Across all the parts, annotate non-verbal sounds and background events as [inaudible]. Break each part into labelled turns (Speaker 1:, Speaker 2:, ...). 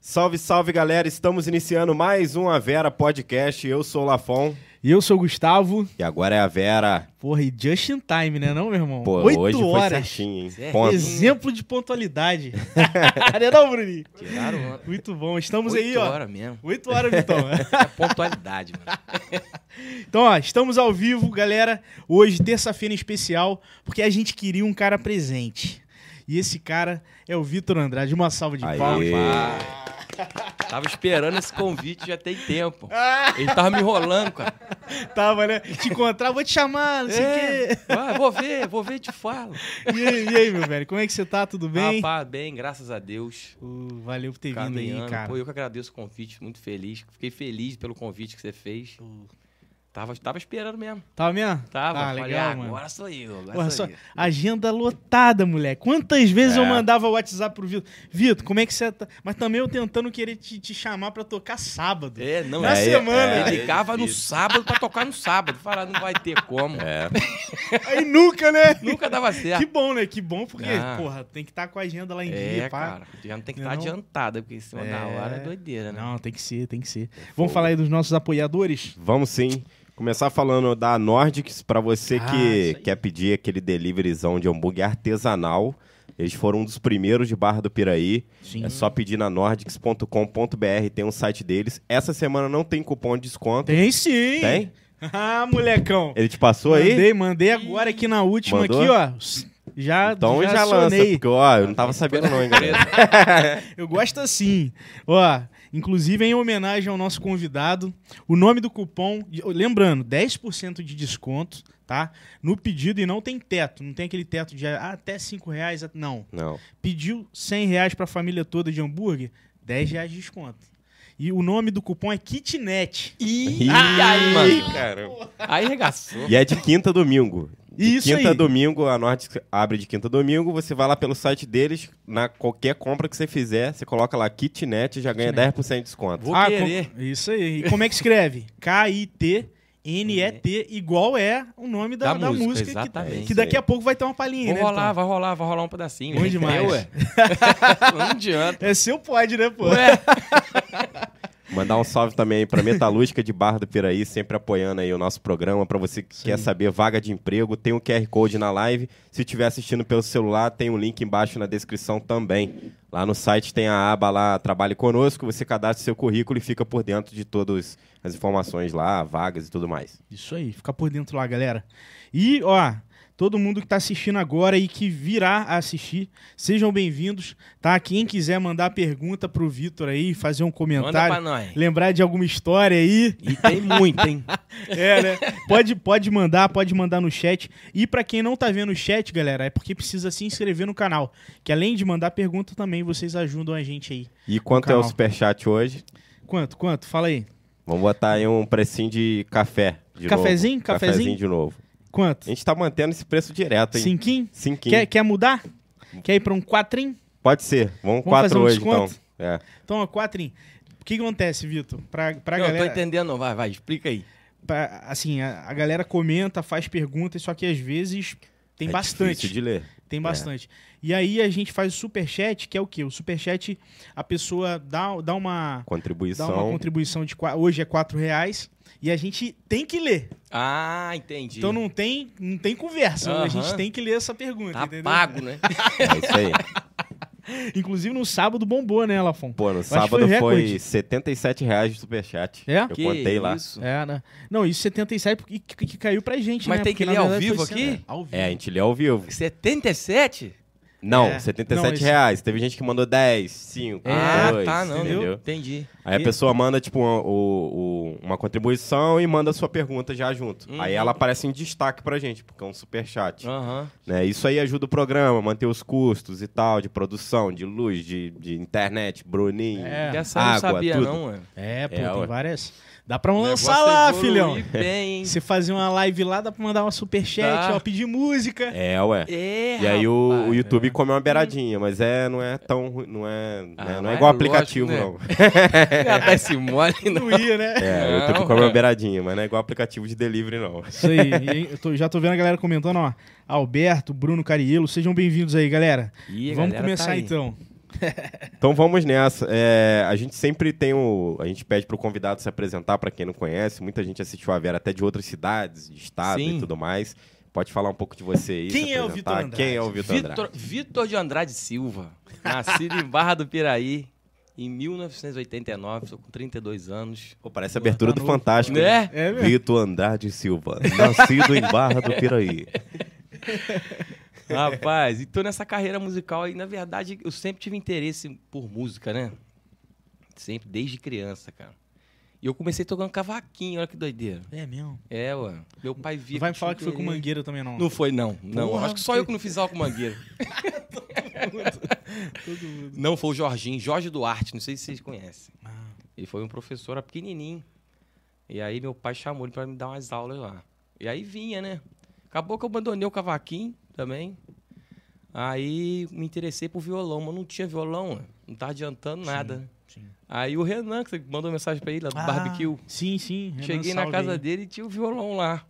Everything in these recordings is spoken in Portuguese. Speaker 1: Salve, salve galera, estamos iniciando mais um A Vera Podcast. Eu sou o Lafon
Speaker 2: E eu sou o Gustavo.
Speaker 1: e agora é a Vera.
Speaker 2: Porra, e just in time, né não, meu irmão?
Speaker 1: Pô,
Speaker 2: Oito
Speaker 1: hoje foi
Speaker 2: horas. é
Speaker 1: certinho, hein?
Speaker 3: Certo.
Speaker 1: Ponto.
Speaker 2: Exemplo de
Speaker 1: [laughs]
Speaker 2: pontualidade. né não, Bruninho?
Speaker 3: Tiraram ontem.
Speaker 2: Muito bom. Estamos aí,
Speaker 3: Oito
Speaker 2: ó.
Speaker 3: horas mesmo.
Speaker 2: Oito horas, então.
Speaker 3: É pontualidade,
Speaker 1: [laughs]
Speaker 3: mano.
Speaker 2: então, ó, estamos ao vivo, galera. Hoje, terça-feira em especial, porque a gente queria um cara presente. E esse cara é o Vitor Andrade. Uma salva de
Speaker 1: Aê.
Speaker 2: palmas.
Speaker 1: Ah.
Speaker 3: Tava esperando esse convite já tem tempo.
Speaker 2: Ah.
Speaker 3: Ele tava me enrolando, cara.
Speaker 2: [laughs] Tava, né? Te encontrar, vou te chamar, não sei o
Speaker 3: É,
Speaker 2: quê.
Speaker 3: vai, vou ver, vou ver e te falo.
Speaker 2: E aí, e aí, meu velho? Como é que você tá? Tudo bem?
Speaker 3: Rapaz, bem, graças a Deus.
Speaker 2: Pô, valeu por ter vindo aí,
Speaker 3: Caminhando.
Speaker 2: cara.
Speaker 3: Pô, eu que agradeço o convite, muito feliz. Fiquei feliz pelo convite que você fez. Tava, tava esperando mesmo.
Speaker 2: Tava mesmo?
Speaker 3: Tava.
Speaker 2: Tá,
Speaker 3: Falei,
Speaker 2: legal,
Speaker 3: ah,
Speaker 2: mano.
Speaker 3: Agora sou eu, agora
Speaker 2: Porra,
Speaker 3: sou
Speaker 2: só-
Speaker 3: eu.
Speaker 2: agenda lotada, moleque. Quantas vezes eu
Speaker 1: É.
Speaker 2: mandava WhatsApp pro Vitor? Vitor, como é que você tá? Mas também eu tentando querer te, te chamar pra tocar sábado.
Speaker 3: É, não,
Speaker 2: Na
Speaker 3: é,
Speaker 2: semana.
Speaker 3: Ele
Speaker 1: é
Speaker 3: ligava no
Speaker 1: difícil.
Speaker 3: sábado pra tocar no sábado. Falar, não vai ter como.
Speaker 1: É,
Speaker 2: Aí nunca, né?
Speaker 3: Nunca dava certo.
Speaker 2: Que bom, né? Que bom, porque,
Speaker 3: Ah.
Speaker 2: porra, tem que estar com a agenda lá em
Speaker 3: É,
Speaker 2: dia, pá.
Speaker 3: cara. Já não tem que estar
Speaker 2: Não.
Speaker 3: adiantada, porque em cima da hora é doideira, né?
Speaker 2: Não, tem que ser, tem que
Speaker 1: É
Speaker 2: ser. Vamos falar aí dos nossos apoiadores?
Speaker 1: Vamos sim. Começar falando da Nordics, para você
Speaker 2: Ah,
Speaker 1: que
Speaker 2: isso aí.
Speaker 1: quer pedir aquele deliveryzão de hambúrguer artesanal. Eles foram um dos primeiros de Barra do Piraí.
Speaker 2: Sim.
Speaker 1: É só pedir na nordics.com.br, tem um site deles. Essa semana não tem cupom de desconto.
Speaker 2: Tem sim.
Speaker 1: Tem?
Speaker 2: [laughs] ah, molecão.
Speaker 1: Ele te passou aí?
Speaker 2: Mandei, mandei agora aqui na última
Speaker 1: Mandou?
Speaker 2: aqui, ó. Já,
Speaker 1: Então já, lança,
Speaker 2: acionei.
Speaker 1: porque ó, eu não tava sabendo não, hein, galera.
Speaker 2: [laughs] Eu gosto assim. Ó, inclusive em homenagem ao nosso convidado, o nome do cupom, lembrando, 10% de desconto, tá? No pedido e não tem teto, não tem aquele teto de ah, até 5 reais, ah, não.
Speaker 1: Não.
Speaker 2: Pediu 100 reais pra família toda de hambúrguer, 10 reais de desconto. E o nome do cupom é Kitnet.
Speaker 3: Ih,
Speaker 1: Ih,
Speaker 3: aí, mano.
Speaker 1: caramba.
Speaker 3: Aí regaçou.
Speaker 1: E é de quinta a domingo. De
Speaker 2: Isso
Speaker 1: quinta a
Speaker 2: aí.
Speaker 1: domingo, a Nordics abre de quinta a domingo, você vai lá pelo site deles, na qualquer compra que você fizer, você coloca lá kitnet e já ganha 10% de desconto.
Speaker 3: Vou
Speaker 2: Ah,
Speaker 3: querer.
Speaker 2: com- Isso aí. E como é que escreve?
Speaker 3: [laughs]
Speaker 2: K-I-T-N-E-T, igual é o nome da, da, música. que-
Speaker 3: exatamente.
Speaker 2: que, daqui a pouco vai ter uma palhinha,
Speaker 3: Vou
Speaker 2: né?
Speaker 3: rolar,
Speaker 2: Vitão?
Speaker 3: vai rolar, vai rolar um pedacinho.
Speaker 2: Bom
Speaker 3: né?
Speaker 2: demais.
Speaker 3: É,
Speaker 2: [laughs]
Speaker 3: ué. não adianta.
Speaker 2: É seu pode, né, pô?
Speaker 3: Ué,
Speaker 1: Mandar um salve também aí pra Metalúrgica de Barra do Piraí, sempre apoiando aí o nosso programa. Pra você que quer saber vaga de emprego, tem um QR Code na live. Se estiver assistindo pelo celular, tem um link embaixo na descrição também. Lá no site tem a aba lá, Trabalhe Conosco, você cadastra seu currículo e fica por dentro de todas as informações lá, vagas e tudo mais.
Speaker 2: Isso aí, fica por dentro lá, galera. E, ó, todo mundo que tá assistindo agora e que virá a assistir, sejam bem-vindos, tá? Quem quiser mandar pergunta pro Vitor aí, fazer um
Speaker 3: manda pra
Speaker 2: comentário,
Speaker 3: nós.
Speaker 2: lembrar de alguma história aí,
Speaker 3: E tem muito, hein?
Speaker 2: [laughs] é, né? Pode, pode mandar, pode mandar no chat. E pra quem não tá vendo o chat, galera, é porque precisa se inscrever no canal, que além de mandar pergunta também, vocês ajudam a gente aí.
Speaker 1: E quanto é o
Speaker 2: canal.
Speaker 1: superchat hoje?
Speaker 2: Quanto, quanto? Fala aí.
Speaker 1: Vamos botar aí um precinho de café. De
Speaker 2: Cafezinho?
Speaker 1: Novo.
Speaker 2: Cafezinho?
Speaker 1: de novo. A
Speaker 2: Quanto?
Speaker 1: gente tá mantendo esse preço direto, hein?
Speaker 2: Cinquinho?
Speaker 1: Cinquinho.
Speaker 2: Quer, quer mudar? Quer ir pra um quatrinho?
Speaker 1: Pode ser. Vamos,
Speaker 2: Vamos fazer
Speaker 1: quatro
Speaker 2: um
Speaker 1: hoje, então.
Speaker 2: desconto?
Speaker 1: É.
Speaker 2: Então, ó, quatrinho. O que que acontece, Vitor? Pra, pra
Speaker 3: não, eu tô
Speaker 2: galera.
Speaker 3: entendendo, não. Vai, vai, explica aí.
Speaker 2: pra- assim, a, a galera comenta, faz perguntas, só que às vezes tem
Speaker 1: É
Speaker 2: bastante.
Speaker 1: difícil de ler.
Speaker 3: é.
Speaker 2: Tem bastante. E aí a gente faz o superchat, que é o quê? O superchat, a pessoa dá, dá, uma, dá
Speaker 1: Contribuição.
Speaker 2: uma contribuição de. qua- Hoje é R$ reais. E a gente tem que ler.
Speaker 3: Ah, entendi.
Speaker 2: Então não tem, não tem conversa. A
Speaker 3: Aham.
Speaker 2: gente tem que ler essa pergunta,
Speaker 3: Tá
Speaker 2: entendeu?
Speaker 3: pago, né?
Speaker 1: É isso
Speaker 2: [laughs]
Speaker 1: aí.
Speaker 2: Inclusive no sábado bombou, né, Lafon?
Speaker 1: Pô, no
Speaker 2: que foi
Speaker 1: sábado foi R$
Speaker 2: recorde.
Speaker 1: 77 reais de superchat.
Speaker 2: É?
Speaker 1: Eu contei lá.
Speaker 3: Isso.
Speaker 2: É, né? Não, isso 77 que, que, que caiu pra gente,
Speaker 3: Mas
Speaker 2: né?
Speaker 3: tem que
Speaker 2: Porque, na
Speaker 3: ler ao
Speaker 2: verdade,
Speaker 3: vivo
Speaker 2: foi cena-
Speaker 3: aqui?
Speaker 2: Ao vivo.
Speaker 1: É, a gente lê ao vivo.
Speaker 3: 77?
Speaker 1: Não,
Speaker 2: É.
Speaker 1: 77
Speaker 2: Não, esse-
Speaker 1: reais. Teve gente que mandou 10, 5,
Speaker 3: ah,
Speaker 1: 2,
Speaker 3: tá, não.
Speaker 1: entendeu?
Speaker 3: Entendi.
Speaker 1: Aí a pessoa manda, tipo, uma, o- o- uma contribuição e manda a sua pergunta já junto.
Speaker 3: Uhum.
Speaker 1: Aí ela aparece em destaque pra gente, porque é um superchat.
Speaker 3: Aham.
Speaker 1: Né? Isso aí ajuda o programa, manter os custos e tal, de produção, de luz, de, de internet, Bruninho.
Speaker 2: É.
Speaker 3: Essa eu não
Speaker 1: Água,
Speaker 3: sabia,
Speaker 1: tudo.
Speaker 3: não, mano.
Speaker 2: É, pô,
Speaker 1: É,
Speaker 2: tem
Speaker 1: ué.
Speaker 2: várias. Dá pra lançar
Speaker 3: Negócio
Speaker 2: lá,
Speaker 3: evoluir
Speaker 2: filhão. [laughs]
Speaker 3: Bem, hein?
Speaker 2: Você fazer uma live lá, dá pra mandar uma superchat,
Speaker 3: Dá.
Speaker 2: ó, pedir música.
Speaker 1: É, ué.
Speaker 3: É,
Speaker 1: E aí o,
Speaker 3: rapaz. é. Hum.
Speaker 1: o
Speaker 3: [laughs]
Speaker 1: YouTube come uma beiradinha, mas é, não é tão ruim, não é, né,
Speaker 3: Ah,
Speaker 1: não é
Speaker 3: mas
Speaker 1: igual
Speaker 3: lógico,
Speaker 1: aplicativo,
Speaker 3: né?
Speaker 1: não.
Speaker 3: Ah, dá esse mole, não.
Speaker 2: Não ia, né?
Speaker 1: É, o YouTube
Speaker 3: Não,
Speaker 1: come uma
Speaker 3: é.
Speaker 1: beiradinha, mas não é igual aplicativo de delivery, não.
Speaker 2: É Isso aí. E aí, eu tô- já tô vendo a galera comentando, ó. Alberto, Bruno Cariello, sejam bem-vindos aí, galera.
Speaker 3: Ih, a
Speaker 2: Vamos
Speaker 3: galera
Speaker 2: começar
Speaker 3: tá aí.
Speaker 2: então.
Speaker 1: Então vamos nessa. É, a gente sempre tem o. A gente pede pro convidado se apresentar, para quem não conhece. Muita gente assistiu a Vera até de outras cidades, de estado
Speaker 3: Sim.
Speaker 1: e tudo mais. Pode falar um pouco de você aí.
Speaker 2: Quem
Speaker 1: se
Speaker 2: é o
Speaker 1: apresentar.
Speaker 2: Vitor Andrade?
Speaker 1: Quem é o Vitor
Speaker 3: Vitor,
Speaker 1: Andrade?
Speaker 3: Vitor de Andrade Silva, nascido em Barra do Piraí em 1989, estou com 32 anos.
Speaker 1: Pô, parece a abertura
Speaker 2: tá
Speaker 1: do
Speaker 2: novo.
Speaker 1: Fantástico.
Speaker 3: Né?
Speaker 2: É mesmo.
Speaker 1: Vitor Andrade Silva, nascido em Barra do Piraí.
Speaker 3: Rapaz, então nessa carreira musical aí, na verdade, eu sempre tive interesse por música, né? Sempre, desde criança, cara. E eu comecei tocando cavaquinho, olha que doideira.
Speaker 2: É mesmo.
Speaker 3: É, ué. Meu pai via.
Speaker 2: Não vai me
Speaker 3: tinha
Speaker 2: falar que foi com
Speaker 3: interesse.
Speaker 2: mangueira também, não.
Speaker 3: Não foi, não. Não,
Speaker 2: Porra,
Speaker 3: acho que só eu que não fiz aula com mangueira. Não, foi o Jorginho, Jorge Duarte, não sei se vocês conhecem.
Speaker 2: Ah.
Speaker 3: Ele foi um professor, era pequenininho. E aí meu pai chamou ele pra me dar umas aulas lá. E aí vinha, né? Acabou que eu abandonei o cavaquinho também. Aí me interessei por violão, mas não tinha violão, né? não tá adiantando nada. né?
Speaker 2: Sim.
Speaker 3: Aí o Renan, que você mandou mensagem pra ele lá do
Speaker 2: Ah,
Speaker 3: barbecue.
Speaker 2: Sim, sim. Renan,
Speaker 3: Cheguei na
Speaker 2: salve
Speaker 3: casa
Speaker 2: aí.
Speaker 3: dele e tinha o violão lá.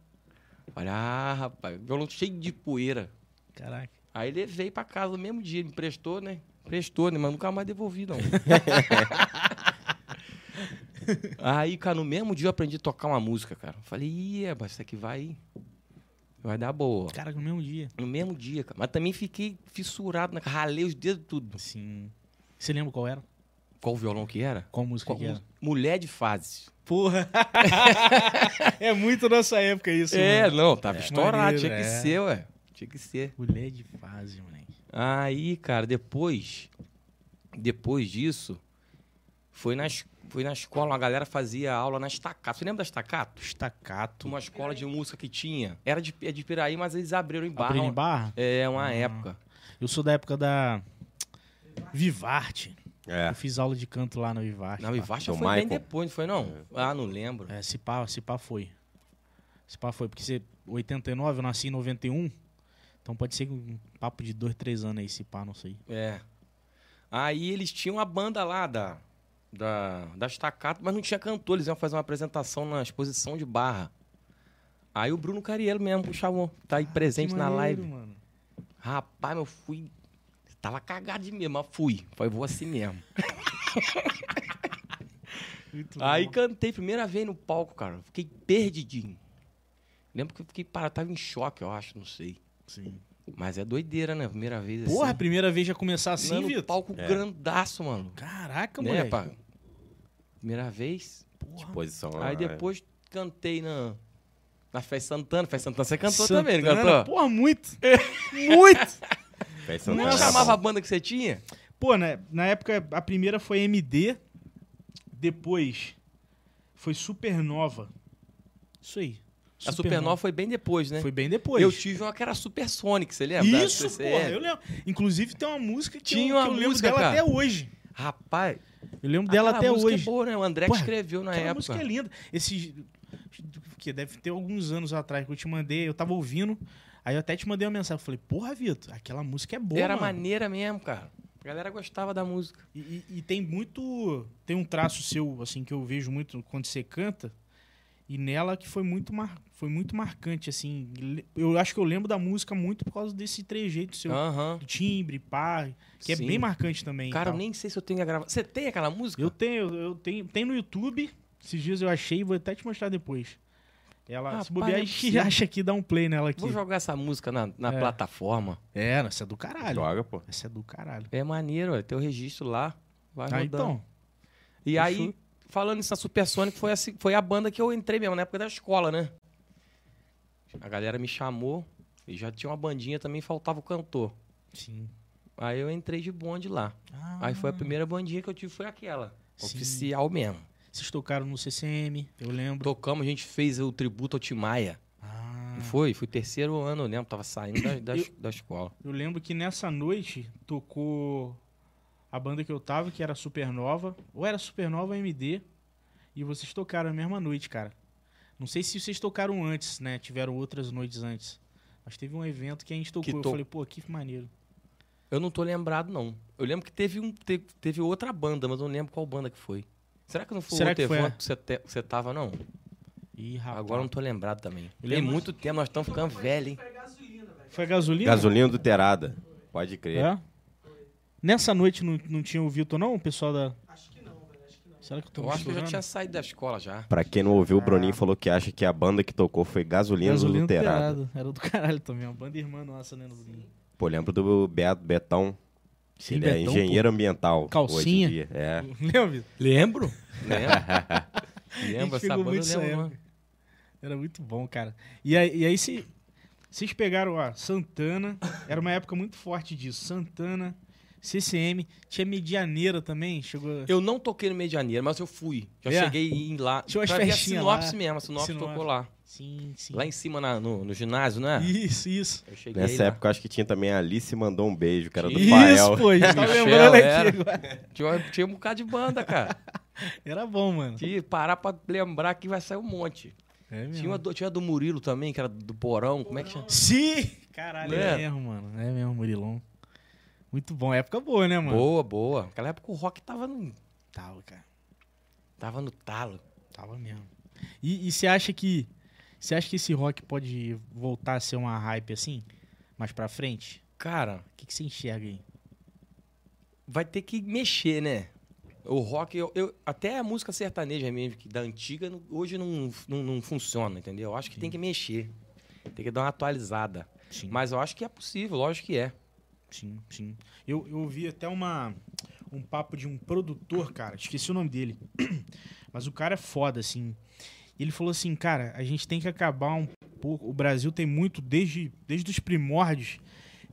Speaker 3: Falei, ah, rapaz, violão cheio de poeira.
Speaker 2: Caraca.
Speaker 3: Aí levei pra casa no mesmo dia, ele emprestou, né? Emprestou, né? Mas nunca mais devolvi, não. Aí, cara, no mesmo dia eu aprendi a tocar uma música, cara. Falei, ia, mas isso aqui vai. Vai dar boa.
Speaker 2: Cara, no mesmo dia.
Speaker 3: No mesmo dia, cara. Mas também fiquei fissurado, na... ralei os dedos tudo.
Speaker 2: Sim. Assim, Você lembra qual era?
Speaker 3: Qual o violão que era?
Speaker 2: Qual música
Speaker 3: Qual
Speaker 2: que é. era?
Speaker 3: música? Mulher de Fases.
Speaker 2: Porra. [laughs] é muito nossa época isso,
Speaker 3: é,
Speaker 2: mano.
Speaker 3: não, tava estourado,
Speaker 2: né? maneiro,
Speaker 3: tinha que
Speaker 2: é.
Speaker 3: ser, ué. Tinha que ser.
Speaker 2: Mulher de fase, moleque.
Speaker 3: Aí, cara, depois, depois disso, foi na, es- foi na escola, a galera fazia aula na Estacato. Você lembra da Estacato?
Speaker 2: Estacato.
Speaker 3: Uma escola de música que tinha. Era de, é de Piraí, mas eles abriram em Barra.
Speaker 2: Abrindo em barra.
Speaker 3: É, uma época.
Speaker 2: Eu sou da época da Vivarte.
Speaker 1: É.
Speaker 2: Eu fiz aula de canto lá na Vivarte.
Speaker 3: Na
Speaker 2: pá.
Speaker 3: Vivacha
Speaker 1: Do
Speaker 3: foi bem
Speaker 1: Michael.
Speaker 3: depois, não foi não? Ah, não lembro.
Speaker 2: É, se pá, se pá foi. Se pá foi, porque você, 89, eu nasci em 91. Então pode ser um papo de dois, três anos aí, se pá, não sei.
Speaker 3: É. Aí eles tinham a banda lá da, da, da Estacato, mas não tinha cantor. Eles iam fazer uma apresentação na exposição de Barra. Aí o Bruno Cariello mesmo me chamou. Tá aí presente na live. Rapaz, eu fui. Tava cagado de medo, mas fui. Falei, vou
Speaker 2: [laughs]
Speaker 3: assim mesmo. Aí cantei primeira vez no palco, cara. Fiquei perdidinho. Lembro que eu fiquei parado, tava em choque, eu acho, não sei.
Speaker 2: Sim.
Speaker 3: Mas é doideira, né? Primeira vez assim.
Speaker 2: Porra, a primeira vez já começar assim,
Speaker 3: Mano,
Speaker 2: Vitor?
Speaker 3: palco
Speaker 1: É.
Speaker 3: grandaço, mano.
Speaker 2: Caraca,
Speaker 3: né,
Speaker 2: moleque.
Speaker 3: pá? Tipo, é Primeira vez.
Speaker 2: Porra. é.
Speaker 1: Posição.
Speaker 3: Aí
Speaker 1: né?
Speaker 3: depois cantei na, na Festa Santana. Festa Santana É. você cantou
Speaker 2: Santana,
Speaker 3: também, não cantou?
Speaker 2: Porra, né? muito.
Speaker 3: [laughs]
Speaker 2: muito.
Speaker 1: Fez
Speaker 3: Como é
Speaker 1: Santana.
Speaker 3: que chamava a banda que você tinha?
Speaker 2: Pô, né, na época, a primeira foi MD. Depois foi Supernova. Isso aí.
Speaker 3: A Supernova foi bem depois, né?
Speaker 2: Foi bem depois.
Speaker 3: Eu tive uma que era Super Sonic, você lembra?
Speaker 2: Isso,
Speaker 3: Você-
Speaker 2: porra, eu lembro. Inclusive tem uma música que
Speaker 3: Tinha
Speaker 2: eu,
Speaker 3: uma
Speaker 2: que eu lembro
Speaker 3: música,
Speaker 2: dela
Speaker 3: cara.
Speaker 2: até hoje. Ah,
Speaker 3: Rapaz,
Speaker 2: Eu lembro dela
Speaker 3: aquela
Speaker 2: até
Speaker 3: música
Speaker 2: hoje.
Speaker 3: É boa, né? O André que
Speaker 2: Porra,
Speaker 3: escreveu na
Speaker 2: Aquela
Speaker 3: época.
Speaker 2: música é linda. Esse. Que deve ter alguns anos atrás que eu te mandei, eu tava ouvindo. Aí eu até te mandei uma mensagem. eu Falei, porra, Vitor, aquela música é boa.
Speaker 3: Era
Speaker 2: mano.
Speaker 3: maneira mesmo, cara. A galera gostava da música.
Speaker 2: E, e- e tem muito. Tem um traço seu, assim, que eu vejo muito quando você canta. E nela que foi muito, mar, foi muito marcante, assim. le- Eu acho que eu lembro da música muito por causa desse trejeito seu.
Speaker 3: Aham.
Speaker 2: Do timbre, pá. Que é
Speaker 3: Ah. Sim.
Speaker 2: bem marcante também. e
Speaker 3: Cara, eu
Speaker 2: tal.
Speaker 3: nem sei se eu tenho a gravar. Você tem aquela música?
Speaker 2: Eu tenho, eu tenho. Tem no YouTube. Esses dias eu achei, vou até te mostrar depois. Ela,
Speaker 3: Rapaz,
Speaker 2: se bobear,
Speaker 3: não
Speaker 2: a
Speaker 3: é
Speaker 2: gente [laughs]
Speaker 3: possível.
Speaker 2: acha aqui, dá um play nela aqui.
Speaker 3: Vou jogar essa música na, na
Speaker 2: É.
Speaker 3: plataforma.
Speaker 2: É, essa é do caralho.
Speaker 1: Joga, pô.
Speaker 2: Essa é do caralho.
Speaker 3: É maneiro, ó. tem o registro lá. Vai
Speaker 2: ah,
Speaker 3: rodando.
Speaker 2: então.
Speaker 3: E aí,
Speaker 2: fechou.
Speaker 3: falando isso na Supersonic, foi, a se- foi a banda que eu entrei mesmo, na época da escola, né? A galera me chamou e já tinha uma bandinha também, faltava o cantor.
Speaker 2: Sim. Ah,
Speaker 3: Aí eu entrei de bonde lá. Aí foi a primeira bandinha que eu tive, foi aquela.
Speaker 2: Sim.
Speaker 3: Oficial mesmo.
Speaker 2: Vocês tocaram no CCM, eu lembro.
Speaker 3: Tocamos, a gente fez o tributo ao Tim Maia.
Speaker 2: Ah.
Speaker 3: Não foi? Foi terceiro ano, eu lembro. Tava
Speaker 2: [coughs]
Speaker 3: saindo da, da,
Speaker 2: Eu-
Speaker 3: da escola.
Speaker 2: Eu lembro que nessa noite tocou a banda que eu tava, que era Supernova, ou era Supernova MD, e vocês tocaram a mesma noite, cara. Não sei se vocês tocaram antes, né? Tiveram outras noites antes. Mas teve um evento que a gente tocou.
Speaker 3: to-
Speaker 2: Eu falei, pô, que maneiro.
Speaker 3: Eu não tô lembrado, não. Eu lembro que teve, um, te- teve outra banda, mas eu não lembro qual banda que foi. Será que não foi
Speaker 2: Será
Speaker 3: outro
Speaker 2: que foi
Speaker 3: evento que você, te- que você tava, não?
Speaker 2: Ih, rapaz.
Speaker 3: Agora eu não tô lembrado também.
Speaker 2: Eu
Speaker 3: Tem
Speaker 2: lembro-
Speaker 3: muito tempo, nós estamos ficando velhos, hein?
Speaker 2: Foi gasolina?
Speaker 1: Gasolina adulterada. Pode crer.
Speaker 2: É? Nessa noite não, não tinha o Vitor, não? O pessoal da. Acho que não, Será que eu tô
Speaker 3: Eu acho que eu já
Speaker 2: misturando?
Speaker 3: tinha saído da escola já.
Speaker 1: Pra quem não ouviu, o Bruninho falou que acha que a banda que tocou foi Gasolina
Speaker 2: É. Gasolina
Speaker 1: Adulterada.
Speaker 2: Adulterada. Era do caralho também, uma banda irmã nossa, né? Bruninho?
Speaker 1: Pô, lembro do Beto Betão.
Speaker 2: Sim,
Speaker 1: ele é
Speaker 2: Betão,
Speaker 1: engenheiro ambiental. Hoje
Speaker 2: Calcinha.
Speaker 1: em dia. É.
Speaker 3: né?
Speaker 2: pô. [laughs] Lembra, Vitor?
Speaker 3: Lembro? Lembro.
Speaker 2: [laughs]
Speaker 3: lembro,
Speaker 2: A gente
Speaker 3: essa
Speaker 2: pegou
Speaker 3: banda
Speaker 2: muito
Speaker 3: eu
Speaker 2: essa
Speaker 3: lembro.
Speaker 2: época. Era muito bom, cara. E aí, e aí se, vocês pegaram, ó, Santana, era uma época muito forte disso. Santana, CCM, tinha Medianeira também, chegou...
Speaker 3: Eu não toquei no Medianeira, mas eu fui. Já
Speaker 2: É.
Speaker 3: cheguei em lá.
Speaker 2: Tinha umas
Speaker 3: pra ver a
Speaker 2: festinhas
Speaker 3: Sinopse
Speaker 2: lá.
Speaker 3: mesmo, a Sinopse,
Speaker 2: Sinopse.
Speaker 3: tocou lá.
Speaker 2: Sim, sim.
Speaker 3: Lá em cima na- no, no ginásio, né?
Speaker 2: Isso, isso.
Speaker 3: Eu cheguei
Speaker 1: Nessa
Speaker 3: lá.
Speaker 1: época eu acho que tinha também a Alice mandou um beijo, que era do
Speaker 2: Isso,
Speaker 1: Fael.
Speaker 2: pô, a gente tá
Speaker 3: Michel,
Speaker 2: lembrando
Speaker 3: era.
Speaker 2: aqui agora.
Speaker 3: Tinha, tinha um bocado de banda, cara.
Speaker 2: [laughs] Era bom, mano.
Speaker 3: Que parar pra lembrar que vai sair um monte.
Speaker 2: É mesmo.
Speaker 3: Tinha, uma do, tinha a do Murilo também, que era do Porão. Como é que chama?
Speaker 2: Sim! Caralho, é.
Speaker 3: Né?
Speaker 2: mesmo, mano. É mesmo, Murilão. Muito bom. Época boa, né, mano?
Speaker 3: Boa, boa. Naquela época o rock tava no,
Speaker 2: Tava, cara.
Speaker 3: tava no talo.
Speaker 2: Tava mesmo. E e você acha que. Você acha que esse rock pode voltar a ser uma hype assim? Mais pra frente?
Speaker 3: Cara,
Speaker 2: O que que você enxerga aí?
Speaker 3: vai ter que mexer, né? O rock, eu, eu- até a música sertaneja mesmo, que da antiga, não- hoje não, não, não funciona, entendeu? Eu acho que tem que mexer. Tem que dar uma atualizada.
Speaker 2: Sim,
Speaker 3: Mas eu acho que é possível, lógico que é.
Speaker 2: sim, sim. Eu, eu ouvi até uma, um papo de um produtor, cara. Esqueci o nome dele. [clears throat] Mas o cara é foda, assim. Ele falou assim, cara, a gente tem que acabar um pouco. O Brasil tem muito, desde, desde os primórdios,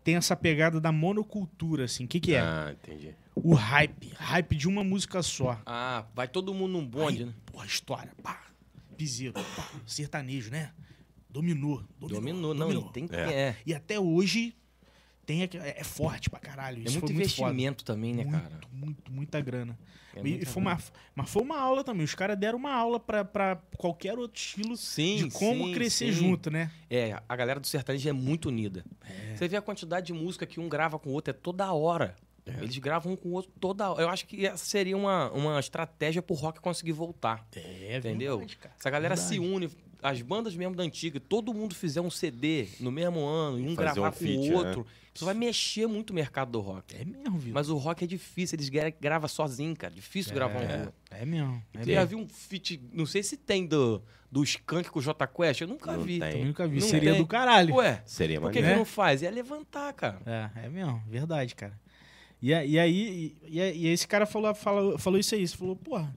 Speaker 2: tem essa pegada da monocultura, assim. O que, que é?
Speaker 1: Ah, entendi.
Speaker 2: O hype. Hype de uma música só.
Speaker 3: Ah, vai todo mundo num bonde,
Speaker 2: Aí,
Speaker 3: né?
Speaker 2: Porra, história, pá. Piseiro, pá. Sertanejo, né? Dominou. Dominou,
Speaker 3: Dominou, não,
Speaker 2: dominou.
Speaker 3: e tem que.
Speaker 1: É.
Speaker 3: É,
Speaker 2: E até hoje tem, aqu- é é forte pra caralho.
Speaker 3: é
Speaker 2: Isso
Speaker 3: muito
Speaker 2: foi muito foda.
Speaker 3: investimento também, né, cara?
Speaker 2: Muito, muito, muita grana.
Speaker 3: É
Speaker 2: e
Speaker 3: muita
Speaker 2: e foi uma, mas foi uma aula também. Os caras deram uma aula pra, pra qualquer outro estilo
Speaker 3: Sim,
Speaker 2: de como
Speaker 3: sim,
Speaker 2: crescer
Speaker 3: sim.
Speaker 2: junto, né?
Speaker 3: É, a galera do sertanejo é muito unida.
Speaker 2: É.
Speaker 3: Você vê a quantidade de música que um grava com o outro, é toda hora.
Speaker 2: É.
Speaker 3: Eles gravam um com o outro toda hora. Eu acho que essa seria uma, uma estratégia pro rock conseguir voltar.
Speaker 2: É,
Speaker 3: entendeu? Se a galera se une, as bandas mesmo da antiga, todo mundo fizer um CD no mesmo ano, e um
Speaker 1: Fazer
Speaker 3: gravar
Speaker 1: um
Speaker 3: com
Speaker 1: feat,
Speaker 3: o outro, isso vai mexer muito o mercado do rock.
Speaker 2: né? É mesmo, viu?
Speaker 3: Mas o rock é difícil, eles gra- gravam sozinho, cara. Difícil gravar um com o outro.
Speaker 2: É mesmo. É
Speaker 3: Eu já
Speaker 2: mesmo.
Speaker 3: vi um feat, não sei se tem do, do Skank com o J Quest, eu nunca
Speaker 1: Não
Speaker 3: vi.
Speaker 1: tem.
Speaker 2: Eu nunca vi.
Speaker 3: É, Não
Speaker 2: Seria
Speaker 3: tem.
Speaker 2: do caralho.
Speaker 3: Ué,
Speaker 1: Seria
Speaker 3: por que,
Speaker 1: maneiro.
Speaker 3: que
Speaker 2: né?
Speaker 3: não faz? É levantar, cara.
Speaker 2: É, é mesmo, verdade, cara. E, a- e aí, e, a- e esse cara falou, falou, falou isso aí, ele falou, porra,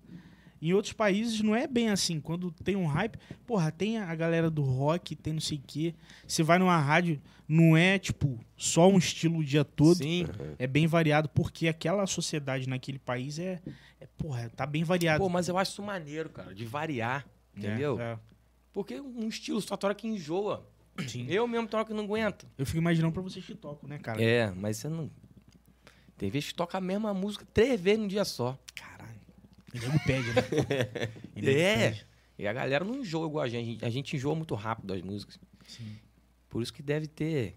Speaker 2: em outros países não é bem assim, quando tem um hype, porra, tem a galera do rock, tem não sei o quê, você vai numa rádio, não é, tipo, só um estilo o dia todo,
Speaker 3: Sim.
Speaker 1: Uhum.
Speaker 2: é bem variado, porque aquela sociedade naquele país é, é, porra, tá bem variado.
Speaker 3: Pô, mas eu acho isso maneiro, cara, de variar, entendeu?
Speaker 2: É,
Speaker 3: Porque um estilo só hora que enjoa.
Speaker 2: é, sim.
Speaker 3: Eu mesmo toco que não aguento.
Speaker 2: Eu fico imaginando pra vocês que tocam, né, cara?
Speaker 3: É, mas você não. Tem vezes que toca a mesma música três vezes num dia só.
Speaker 2: Caralho. E nego pede, né? E nego
Speaker 3: [laughs] É.
Speaker 2: pede.
Speaker 3: E a galera não enjoa igual a gente. A gente enjoa muito rápido as músicas.
Speaker 2: Sim.
Speaker 3: Por isso que deve ter.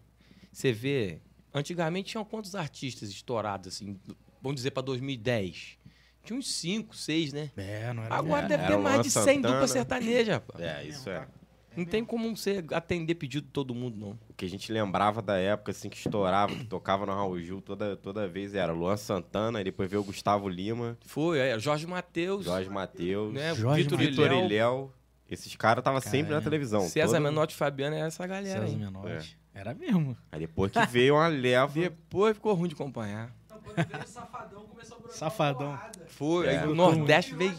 Speaker 3: Você vê. Antigamente tinham quantos artistas estourados, assim? Vamos dizer pra 2010? Tinha uns cinco, seis, né?
Speaker 2: É, né? não era
Speaker 3: Agora
Speaker 1: É,
Speaker 3: deve
Speaker 1: era
Speaker 3: ter
Speaker 1: o
Speaker 3: mais
Speaker 1: Luan
Speaker 3: de 100
Speaker 1: Santana.
Speaker 3: dupla sertaneja. pô.
Speaker 1: É, isso
Speaker 2: tá
Speaker 1: é.
Speaker 3: Não tem como você atender pedido de todo mundo, não.
Speaker 1: O que a gente lembrava da época, assim, que estourava, que tocava no Raul Gil toda, toda vez era Luan Santana, e depois veio o Gustavo Lima,
Speaker 3: Foi, é, Jorge Matheus,
Speaker 1: Jorge Matheus,
Speaker 3: né,
Speaker 2: Jorge
Speaker 3: Vitor
Speaker 2: Mateus.
Speaker 1: Vitor e
Speaker 3: Ilhéu,
Speaker 1: Léo. Esses caras estavam sempre na
Speaker 2: Caralho.
Speaker 1: televisão.
Speaker 3: César
Speaker 1: todo-
Speaker 3: Menotti e Fabiano, era essa galera
Speaker 2: César
Speaker 3: aí.
Speaker 2: Menotti. É. Era mesmo.
Speaker 1: Aí depois que veio uma leva.
Speaker 3: Depois ficou ruim de acompanhar.
Speaker 2: Safadão.
Speaker 3: Foi,
Speaker 1: É.
Speaker 3: aí o Nordeste veio,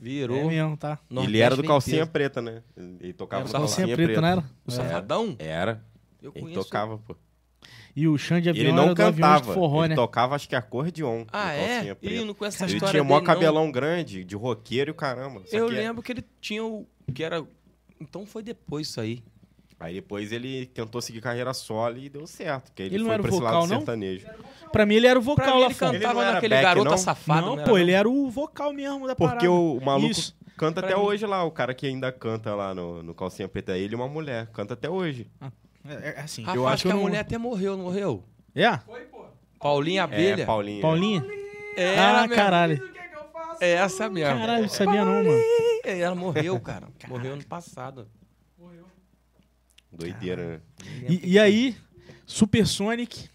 Speaker 3: virou.
Speaker 2: É mesmo, tá?
Speaker 1: E
Speaker 3: Nordeste
Speaker 1: ele era do
Speaker 3: veio
Speaker 1: calcinha
Speaker 3: peso.
Speaker 1: preta, né? Ele tocava
Speaker 3: Era
Speaker 1: no
Speaker 3: do
Speaker 1: calcinha,
Speaker 2: Calcinha
Speaker 1: preta.
Speaker 2: preta, não era?
Speaker 3: O
Speaker 2: É.
Speaker 3: Safadão?
Speaker 1: Era.
Speaker 3: Eu
Speaker 1: Ele
Speaker 3: conheço.
Speaker 1: tocava, pô.
Speaker 2: E o Xande
Speaker 1: E ele
Speaker 2: Avião
Speaker 1: não
Speaker 2: um era do avião de
Speaker 1: cantava.
Speaker 2: forró,
Speaker 1: ele
Speaker 2: né?
Speaker 1: tocava, acho que acordeon. no
Speaker 3: Ah, é?
Speaker 1: calcinha
Speaker 3: Ih,
Speaker 1: preta.
Speaker 3: eu não conheço essa
Speaker 1: Ele
Speaker 3: história
Speaker 1: tinha mó
Speaker 3: dele, não.
Speaker 1: cabelão grande, de roqueiro e o caramba. Só
Speaker 3: Eu
Speaker 1: que-
Speaker 3: lembro que ele tinha o... que era... Então foi depois isso aí.
Speaker 1: Aí depois ele tentou seguir carreira solo e deu certo. Porque ele,
Speaker 2: Ele não
Speaker 1: foi
Speaker 2: era
Speaker 1: pra
Speaker 2: vocal,
Speaker 1: esse lado
Speaker 2: não?
Speaker 1: sertanejo.
Speaker 2: Pra mim ele né? era o
Speaker 3: Pra
Speaker 2: vocal
Speaker 3: mim
Speaker 2: lá
Speaker 3: ele
Speaker 2: fora.
Speaker 1: Ele não
Speaker 3: cantava
Speaker 1: era
Speaker 3: naquele
Speaker 1: back,
Speaker 3: garota
Speaker 1: não?
Speaker 3: safado.
Speaker 2: Não,
Speaker 3: era
Speaker 2: pô, ele era o vocal mesmo da parada.
Speaker 1: Porque o maluco
Speaker 2: Isso.
Speaker 1: canta
Speaker 3: Pra
Speaker 1: até
Speaker 3: mim-
Speaker 1: hoje lá. O cara que ainda canta lá no, no calcinha preta, é ele e uma mulher. Canta até hoje.
Speaker 2: É, é assim.
Speaker 3: Rapaz,
Speaker 1: Eu acho que
Speaker 3: que a
Speaker 1: eu não-
Speaker 3: mulher até morreu, não morreu?
Speaker 2: É?
Speaker 3: Paulinha Abelha.
Speaker 1: É, Paulinha.
Speaker 2: Paulinha?
Speaker 3: Era
Speaker 2: ah,
Speaker 3: mesmo.
Speaker 2: caralho.
Speaker 3: É essa mesmo.
Speaker 2: Caralho, sabia não, mano.
Speaker 3: É, Ela morreu,
Speaker 2: [laughs]
Speaker 3: cara. Morreu ano passado.
Speaker 1: Doideira, né?
Speaker 2: E, e aí, Supersonic,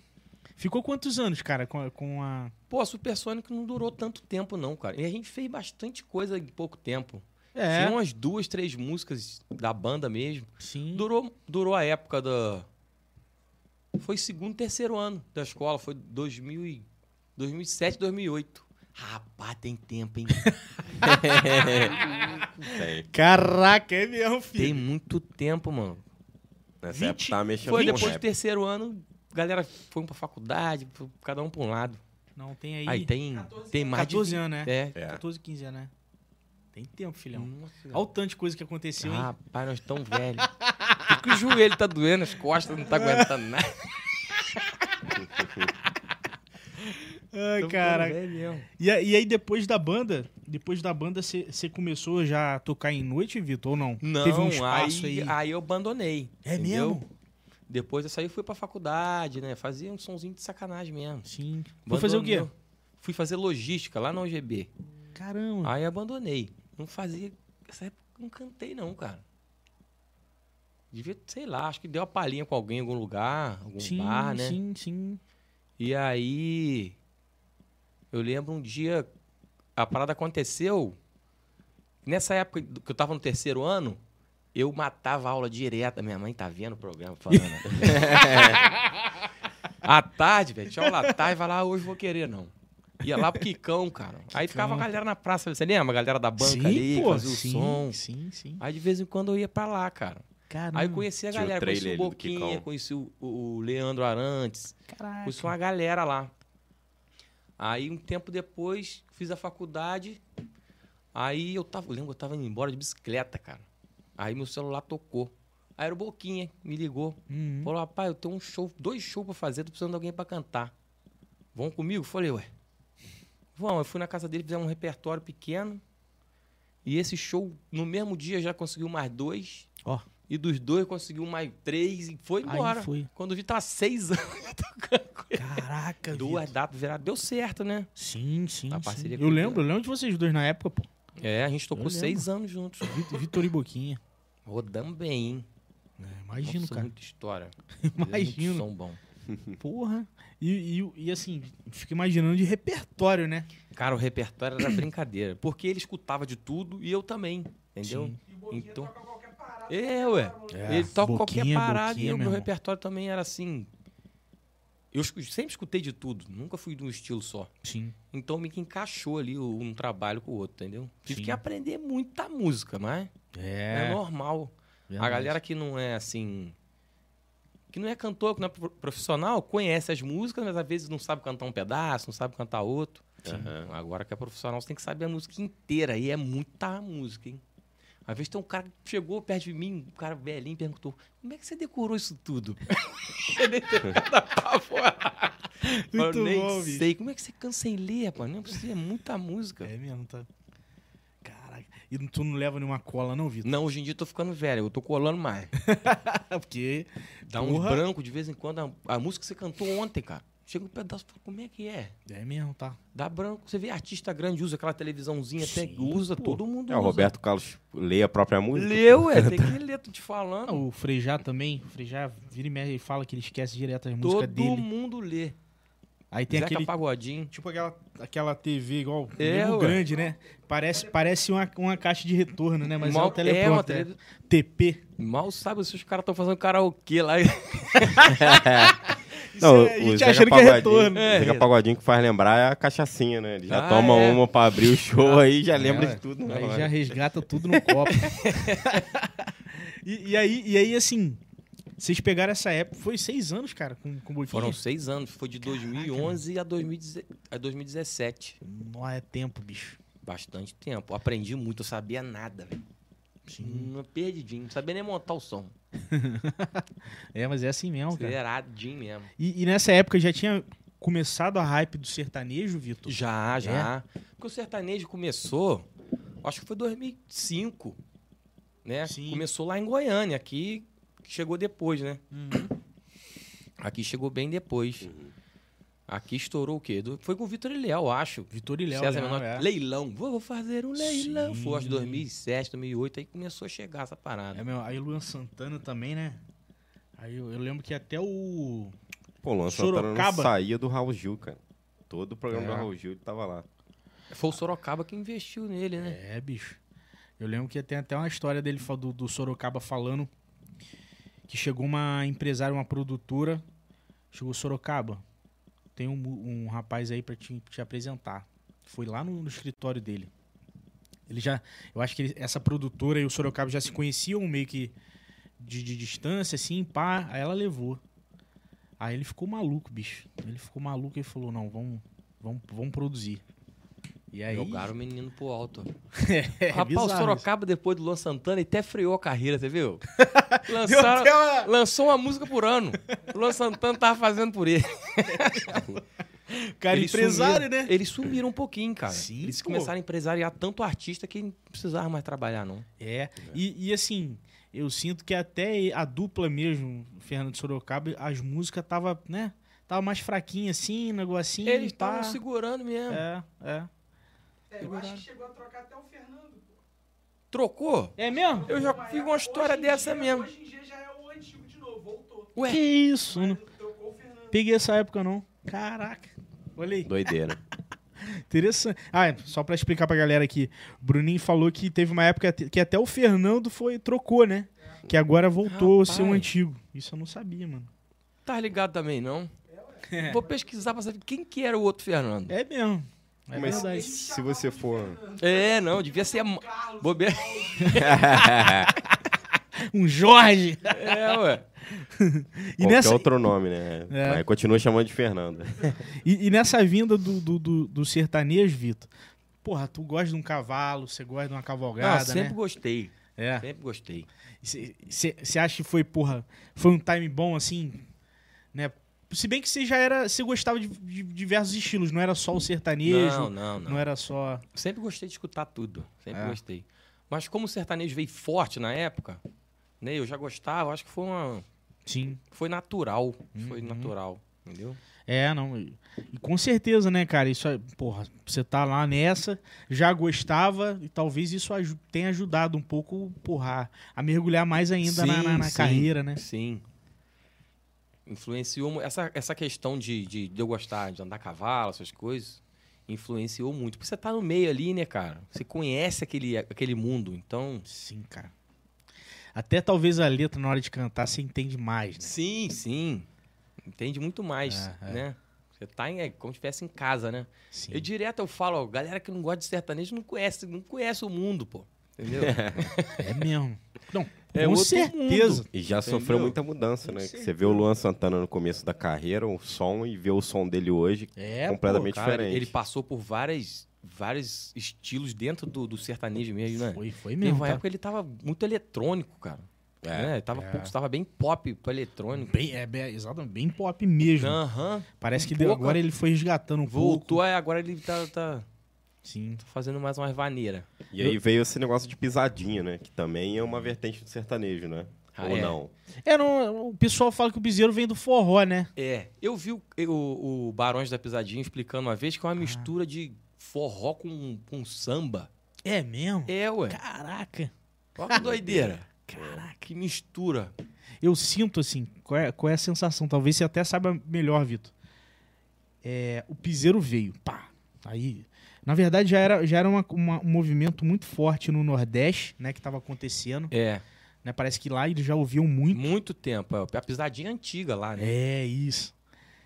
Speaker 2: Ficou quantos anos, cara, com a. Com a...
Speaker 3: Pô, a Supersônico não durou tanto tempo, não, cara. E a gente fez bastante coisa em pouco tempo.
Speaker 2: É.
Speaker 3: Tinha umas duas, três músicas da banda mesmo.
Speaker 2: Sim.
Speaker 3: Durou, durou a época da. Foi segundo, terceiro ano da escola. Foi 2000 e... 2007, 2008. Rapaz, tem
Speaker 2: [laughs]
Speaker 3: tempo, hein?
Speaker 1: Tem.
Speaker 2: Caraca, é mesmo, filho.
Speaker 3: tem muito tempo, mano.
Speaker 1: Nessa época
Speaker 2: 20
Speaker 1: tava mexendo
Speaker 3: Foi
Speaker 2: é
Speaker 1: com
Speaker 3: depois do
Speaker 1: rap.
Speaker 3: terceiro ano, a galera foi pra faculdade, foi cada um pra um lado.
Speaker 2: Não, tem aí.
Speaker 3: Aí tem, tem mais
Speaker 2: 14
Speaker 3: de...
Speaker 2: anos, né?
Speaker 3: É. Hum.
Speaker 1: É.
Speaker 2: 14, 15 anos, né? Tem tempo, filhão.
Speaker 3: Nossa,
Speaker 2: Olha o tanto de coisa que aconteceu, hein?
Speaker 3: Rapaz, nós tão velhos. Por que o joelho tá doendo, as costas não tá aguentando nada.
Speaker 2: Ai,
Speaker 3: Tamo
Speaker 2: caraca.
Speaker 3: velho mesmo.
Speaker 2: E, a- e aí, depois da banda, depois da banda, você começou já a tocar em noite, Vitor, ou não?
Speaker 3: Não,
Speaker 2: Teve um espaço aí.
Speaker 3: aí, aí. eu abandonei.
Speaker 2: É
Speaker 3: entendeu?
Speaker 2: mesmo?
Speaker 3: Depois eu saí e fui pra faculdade, né? Fazia um sonzinho de sacanagem mesmo.
Speaker 2: Sim. Vou fazer o quê?
Speaker 3: Abandonei. Fui fazer logística lá na UGB.
Speaker 2: Caramba.
Speaker 3: Aí abandonei. Não fazia. Essa época eu não cantei, não, cara. Devia, sei lá, acho que deu uma palhinha com alguém em algum lugar, algum
Speaker 2: sim,
Speaker 3: bar, né?
Speaker 2: sim, sim.
Speaker 3: E aí. Eu lembro um dia. A parada aconteceu. Nessa época do- que eu tava no terceiro ano, eu matava a aula direta. Minha mãe tá vendo o programa falando. né?
Speaker 2: [laughs]
Speaker 3: à tarde, velho. Tinha aula à tarde, vai lá, "Ah, hoje vou querer, não. Ia lá pro Quicão, cara. Aí ficava a galera na praça, você lembra? A galera da banca
Speaker 2: sim,
Speaker 3: ali,
Speaker 2: pô,
Speaker 3: fazia o
Speaker 2: sim,
Speaker 3: som.
Speaker 2: Sim, sim.
Speaker 3: Aí de vez em quando eu ia pra lá, cara.
Speaker 2: Caramba.
Speaker 3: Aí eu conheci a
Speaker 1: Tinha o
Speaker 3: galera, conheci o
Speaker 1: trailer ali do
Speaker 3: Boquinha,
Speaker 1: Quicão.
Speaker 3: conheci o, o o Leandro Arantes.
Speaker 2: Caraca.
Speaker 3: Conheci uma galera lá. Aí, um tempo depois, fiz a faculdade. Aí eu tava, eu lembro, que eu tava indo embora de bicicleta, cara. Aí meu celular tocou. Aí era o Boquinha, me ligou.
Speaker 2: Uhum.
Speaker 3: Falou, rapaz, eu tenho um show, dois shows pra fazer, tô precisando de alguém pra cantar. Vão comigo? Falei, ué. Vão, eu fui na casa dele, fizemos um repertório pequeno. E esse show, no mesmo dia, já conseguiu mais dois.
Speaker 2: Ó.
Speaker 3: E dos dois conseguiu mais três e foi
Speaker 2: Aí
Speaker 3: embora.
Speaker 2: foi.
Speaker 3: Quando eu vi, tava seis anos tocando com ele.
Speaker 2: Caraca,
Speaker 3: [laughs] Duas
Speaker 2: Vitor.
Speaker 3: datas viradas. Deu certo, né?
Speaker 2: Sim, sim.
Speaker 3: A
Speaker 2: sim.
Speaker 3: parceria com
Speaker 2: Eu
Speaker 3: o
Speaker 2: lembro, eu lembro de vocês dois na época, pô.
Speaker 3: É, a gente tocou
Speaker 2: Eu lembro.
Speaker 3: seis anos juntos.
Speaker 2: Vit- Vitor e Boquinha.
Speaker 3: Rodamos bem, hein?
Speaker 2: É, imagino,
Speaker 3: Nossa,
Speaker 2: cara.
Speaker 3: Muita história.
Speaker 2: [laughs] Imagino.
Speaker 3: Muito som bom.
Speaker 2: Porra. E, e, e assim, fico imaginando de repertório, né?
Speaker 3: Cara, o repertório era brincadeira. Porque ele escutava de tudo e eu também. Entendeu? Então. É, ué. ele toca qualquer
Speaker 2: Boquinha,
Speaker 3: parada
Speaker 2: boquinha,
Speaker 3: e
Speaker 2: meu
Speaker 3: o meu
Speaker 2: irmão.
Speaker 3: repertório também era assim. Eu escu- sempre escutei de tudo, nunca fui de um estilo só.
Speaker 2: Sim.
Speaker 3: Então meio que encaixou ali o- um trabalho com o outro, entendeu? Tive
Speaker 2: Sim.
Speaker 3: que aprender muita música, mas é,
Speaker 2: É.
Speaker 3: normal. A galera que não é assim. Que não é cantor, que não é pro- profissional, conhece as músicas, mas às vezes não sabe cantar um pedaço, não sabe cantar outro.
Speaker 1: Aham.
Speaker 3: Agora que é profissional, você tem que saber a música inteira. E é muita música, hein? Às vezes tem um cara que chegou perto de mim, um cara velhinho, perguntou: Como é que você decorou isso
Speaker 2: [laughs]
Speaker 3: tudo? você deve ter ficado apavorado.
Speaker 2: Muito
Speaker 3: Eu nem
Speaker 2: bom, bicho.
Speaker 3: sei. Como é que você cansa em ler, rapaz? Não precisa, é muita música.
Speaker 2: É mesmo, tá. Caraca. E tu não leva nenhuma cola, não, Vitor? [laughs]
Speaker 3: Não, hoje em dia eu tô ficando velho, eu tô colando mais.
Speaker 2: Porque.
Speaker 3: Dá uns
Speaker 2: Porra.
Speaker 3: brancos de vez em quando. A, a música que você cantou ontem, cara. Chega um pedaço e fala, como é que é?
Speaker 2: É mesmo, tá.
Speaker 3: Dá branco. Você vê artista grande, usa aquela televisãozinha, até
Speaker 2: Sim,
Speaker 3: usa,
Speaker 2: pô.
Speaker 3: todo mundo
Speaker 1: É, o
Speaker 3: usa.
Speaker 1: Roberto Carlos lê a própria música.
Speaker 3: Leu, é, tem que ler, tô te falando.
Speaker 2: O Frejá também. O Frejá vira e mexe e fala que ele esquece direto as
Speaker 3: todo
Speaker 2: músicas dele.
Speaker 3: mundo lê.
Speaker 2: Aí tem
Speaker 3: Zeca
Speaker 2: aquele.
Speaker 3: Pagodinho.
Speaker 2: Tipo aquela, aquela TV igual.
Speaker 3: É,
Speaker 2: nego
Speaker 3: ué.
Speaker 2: grande, né? Parece, parece uma, uma caixa de retorno, né? Mas é o
Speaker 3: Mal, é uma
Speaker 2: teleprompter.
Speaker 3: tele-
Speaker 2: TP.
Speaker 3: Mal sabe se os caras estão fazendo
Speaker 2: [laughs]
Speaker 3: karaokê lá.
Speaker 1: Não,
Speaker 2: Isso é- a
Speaker 1: o
Speaker 2: gente
Speaker 1: Zeca
Speaker 2: achando que é
Speaker 1: Pagodinho-
Speaker 2: retorno.
Speaker 1: o Zeca
Speaker 3: É.
Speaker 1: Pagodinho que faz lembrar é a cachaçinha, né? Ele já
Speaker 3: Ah,
Speaker 1: toma
Speaker 3: é.
Speaker 1: uma pra abrir o show aí e já É, lembra
Speaker 2: Ah. É, ué.
Speaker 1: de tudo. né, na
Speaker 2: Aí
Speaker 1: hora.
Speaker 2: já resgata tudo no copo. e, e aí, e aí, assim, vocês pegaram essa época, foi seis anos, cara, com, com o Boquinha?
Speaker 3: Foram seis anos, foi de 2011 a 2010 a 2017.
Speaker 2: Não é tempo, bicho.
Speaker 3: Bastante tempo. Aprendi muito, eu sabia nada, velho. Hum, Perdidinho, não sabia nem montar o som.
Speaker 2: É, mas é assim mesmo, cara.
Speaker 3: Zeradinho mesmo.
Speaker 2: E, e nessa época já tinha começado a hype do sertanejo, Vitor?
Speaker 3: Já, já.
Speaker 2: É?
Speaker 3: Porque o sertanejo começou, acho que foi 2005, né?
Speaker 2: Sim.
Speaker 3: Começou lá em Goiânia, aqui chegou depois, né?
Speaker 2: Uhum.
Speaker 3: Aqui chegou bem depois. Aqui estourou o quê? Do- Foi com o Vitor e Léo, acho.
Speaker 2: Vitor e Léo.
Speaker 3: César
Speaker 2: né?
Speaker 3: Menor,
Speaker 2: É.
Speaker 3: leilão. Vou fazer um leilão.
Speaker 2: Sim.
Speaker 3: Foi, acho, 2007, 2008, aí começou a chegar essa parada.
Speaker 2: É, meu, aí o Luan Santana também, né? Aí eu, eu lembro que até o.
Speaker 1: Pô, o Luan Santana não
Speaker 2: Sorocaba.
Speaker 1: saía do Raul Gil, cara. Todo o programa
Speaker 3: É.
Speaker 1: do Raul Gil ele tava lá.
Speaker 3: Foi o Sorocaba que investiu nele, né?
Speaker 2: É, bicho. Eu lembro que tem até uma história dele fal- do, do Sorocaba falando que chegou uma empresária, uma produtora, chegou Sorocaba. Tem um, mu- um rapaz aí pra te, te apresentar. Foi lá no, no escritório dele. Ele já, eu acho que ele- essa produtora e o Sorocaba já se conheciam meio que de, de distância, assim, pá. Aí ela levou. Aí ele ficou maluco, bicho. Ele ficou maluco e falou: não, vamos, vamos, vamos produzir. E aí.
Speaker 3: Jogaram o menino pro alto.
Speaker 2: [laughs] É,
Speaker 3: Rapaz, o
Speaker 2: bizarro isso.
Speaker 3: Sorocaba, depois do Luan Santana, ele até freou a carreira,
Speaker 2: [laughs]
Speaker 3: você viu?
Speaker 2: Deu
Speaker 3: Lançaram,
Speaker 2: até uma-
Speaker 3: Lançou uma música por ano. O Luan Santana tava fazendo por ele.
Speaker 2: Cara,
Speaker 3: Eles
Speaker 2: empresário,
Speaker 3: sumiram-
Speaker 2: né?
Speaker 3: Eles sumiram um pouquinho, cara.
Speaker 2: Sim,
Speaker 3: Eles
Speaker 2: pô.
Speaker 3: começaram a empresariar tanto artista que não precisava mais trabalhar, não.
Speaker 2: É. E, e, assim, eu sinto que até a dupla mesmo, Fernando Sorocaba, as músicas tava, né? Tava mais fraquinha assim, negocinho.
Speaker 3: Eles
Speaker 2: pá.
Speaker 3: estavam segurando mesmo.
Speaker 2: É, é.
Speaker 4: É, eu acho que chegou a trocar até o Fernando. pô.
Speaker 3: Trocou?
Speaker 2: É mesmo?
Speaker 3: Eu já vi uma história
Speaker 4: Hoje em
Speaker 3: dessa
Speaker 4: dia-
Speaker 3: mesmo.
Speaker 4: Hoje em dia já é o antigo de novo, voltou.
Speaker 2: Que
Speaker 3: Ué,
Speaker 2: isso?
Speaker 4: Mas
Speaker 2: Não
Speaker 4: trocou o Fernando.
Speaker 2: peguei essa época, não. Caraca. Olha aí.
Speaker 1: Doideira.
Speaker 2: Interessante. Ah, é, só pra explicar pra galera aqui. O Bruninho falou que teve uma época te- que até o Fernando foi trocou, né? Que agora voltou a ser um
Speaker 3: Rapaz.
Speaker 2: antigo. Isso eu não sabia, mano.
Speaker 3: tá ligado também, não?
Speaker 4: É,
Speaker 3: Vou pesquisar pra saber quem que era o outro Fernando.
Speaker 2: É mesmo. É
Speaker 1: Mas
Speaker 2: verdade.
Speaker 1: se você
Speaker 2: [laughs]
Speaker 1: for.
Speaker 3: É, não, devia ser... a Ma-
Speaker 4: Carlos.
Speaker 3: Bobe...
Speaker 2: Um Jorge.
Speaker 3: [laughs] É, ué.
Speaker 2: E
Speaker 1: Qualquer
Speaker 2: nessa,
Speaker 1: outro nome, né?
Speaker 2: É.
Speaker 1: Aí continua chamando de Fernanda.
Speaker 2: e, e nessa vinda do, do, do, do sertanejo, Vitor, porra, tu gosta de um cavalo, você gosta de uma
Speaker 3: Não,
Speaker 2: cavalgada,
Speaker 3: Ah, sempre
Speaker 2: né?
Speaker 3: gostei.
Speaker 2: É.
Speaker 3: Sempre gostei.
Speaker 2: Você acha que foi, porra, foi um time bom, assim, né? Se bem que você já era, você gostava de, de diversos estilos, não era só o sertanejo,
Speaker 3: Não,
Speaker 2: não,
Speaker 3: não, não.
Speaker 2: era só...
Speaker 3: Sempre gostei de escutar tudo, sempre
Speaker 2: É.
Speaker 3: gostei. Mas como o sertanejo veio forte na época, né, eu já gostava, acho que foi uma
Speaker 2: Sim.
Speaker 3: foi natural,
Speaker 2: Uhum.
Speaker 3: foi natural, entendeu?
Speaker 2: É, não. E, e com certeza, né, cara? Isso, é- porra, você tá lá nessa, já gostava, e talvez isso aju- tenha ajudado um pouco, porra, a mergulhar mais ainda na,
Speaker 3: Sim,
Speaker 2: na- na
Speaker 3: sim,
Speaker 2: carreira, né?
Speaker 3: Sim. Influenciou mu- essa essa questão de, de, de eu gostar de andar a cavalo, essas coisas, influenciou muito, porque você tá no meio ali, né, cara? Você conhece aquele aquele mundo, então
Speaker 2: Sim, cara. Até talvez a letra na hora de cantar você entende mais, né?
Speaker 3: Sim, sim. Entende muito mais,
Speaker 2: É, é.
Speaker 3: né? Você tá em, é como se estivesse em casa, né?
Speaker 2: Sim.
Speaker 3: Eu direto eu falo, ó, galera que não gosta de sertanejo não conhece, não conhece o mundo, pô. Entendeu?
Speaker 2: É mesmo. [laughs] Não,
Speaker 3: É
Speaker 2: com
Speaker 3: outro
Speaker 2: certeza.
Speaker 1: E já
Speaker 3: Entendeu?
Speaker 1: sofreu muita mudança, né? Que Você vê o Luan Santana no começo da carreira, o som, e vê o som dele hoje.
Speaker 2: É,
Speaker 1: Completamente
Speaker 3: Cara, ele-
Speaker 1: diferente.
Speaker 3: Ele passou por várias, vários estilos dentro do, do sertanejo mesmo, né?
Speaker 2: pô, foi, foi
Speaker 3: Teve
Speaker 2: mesmo.
Speaker 3: uma
Speaker 2: tá?
Speaker 3: época que ele tava muito eletrônico, cara.
Speaker 1: É.
Speaker 3: Né? Tava,
Speaker 2: É.
Speaker 3: pouco, tava bem pop pro eletrônico.
Speaker 2: Bem, é, bem, exatamente, bem pop mesmo.
Speaker 3: Aham.
Speaker 2: Parece que
Speaker 3: um
Speaker 2: deu-
Speaker 3: pouco,
Speaker 2: agora ele foi resgatando um pouco.
Speaker 3: Voltou, aí agora ele tá, tá
Speaker 2: Sim.
Speaker 3: fazendo mais umas vaneiras.
Speaker 1: E aí veio esse negócio de pisadinha, né? Que também é uma vertente do sertanejo, né?
Speaker 3: Uhum. Ah,
Speaker 1: Ou
Speaker 3: é.
Speaker 1: não?
Speaker 2: É, não, o pessoal fala que o Bizeiro vem do forró, né?
Speaker 3: É, eu vi o, o, o Barões da Pisadinha explicando uma vez que é uma mistura de forró com, com samba.
Speaker 2: É mesmo?
Speaker 3: É, ué.
Speaker 2: Caraca.
Speaker 3: Olha que doideira.
Speaker 2: Caraca.
Speaker 3: Que mistura.
Speaker 2: Eu sinto, assim, qual é, qual é a sensação? Talvez você até saiba melhor, Vitor. É, o piseiro veio, pá. Aí, na verdade, já era, já era uma- uma- um movimento muito forte no Nordeste, né? Que tava acontecendo.
Speaker 3: É,
Speaker 2: né? Parece que lá eles já ouviam muito.
Speaker 3: muito tempo. é, A pisadinha é antiga lá, né?
Speaker 2: É, isso.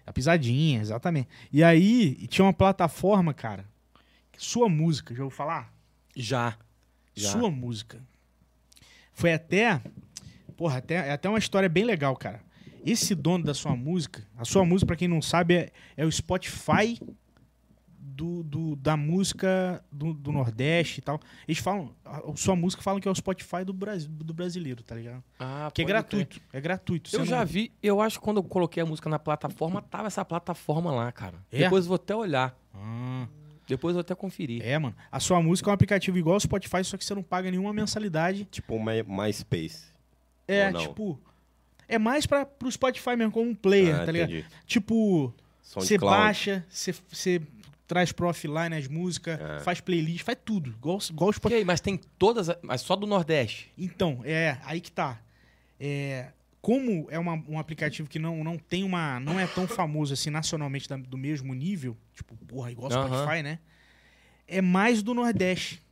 Speaker 2: A pisadinha, exatamente. E aí, e tinha uma plataforma, cara. que Sua música, já ouviu falar?
Speaker 3: Já. Já.
Speaker 2: Sua música. Foi até. Porra, até, é até uma história bem legal, cara. Esse dono da sua música, a sua música, pra quem não sabe, é, é o Spotify do, do- da música do, do Nordeste e tal. Eles falam, a a sua música falam que é o Spotify do, Brasil, do brasileiro, tá ligado?
Speaker 3: Ah,
Speaker 2: Que é
Speaker 3: pode crer.
Speaker 2: gratuito, é gratuito.
Speaker 3: Eu
Speaker 2: você
Speaker 3: já
Speaker 2: não-
Speaker 3: vi, eu acho que quando eu coloquei a música na plataforma, tava essa plataforma lá, cara.
Speaker 2: É?
Speaker 3: Depois eu vou até olhar.
Speaker 2: Ah,
Speaker 3: Depois eu vou até conferir.
Speaker 2: é, mano. A sua música é um aplicativo igual ao Spotify, só que você não paga nenhuma mensalidade.
Speaker 1: Tipo My, MySpace.
Speaker 2: É,
Speaker 1: Ou não?
Speaker 2: tipo. É mais para pro Spotify mesmo, como um player,
Speaker 1: Ah,
Speaker 2: tá ligado?
Speaker 1: entendi.
Speaker 2: Tipo, você
Speaker 1: SoundCloud.
Speaker 2: baixa, você- você traz pro offline as músicas, faz playlist, faz tudo, igual, igual o Spotify.
Speaker 3: Ok, mas tem todas, a- mas só do Nordeste.
Speaker 2: Então, é, aí que tá. É, como é uma- um aplicativo que não, não tem uma. não é tão famoso assim nacionalmente da- do mesmo nível, tipo, porra, igual o
Speaker 3: Aham.
Speaker 2: Spotify, né? É mais do Nordeste.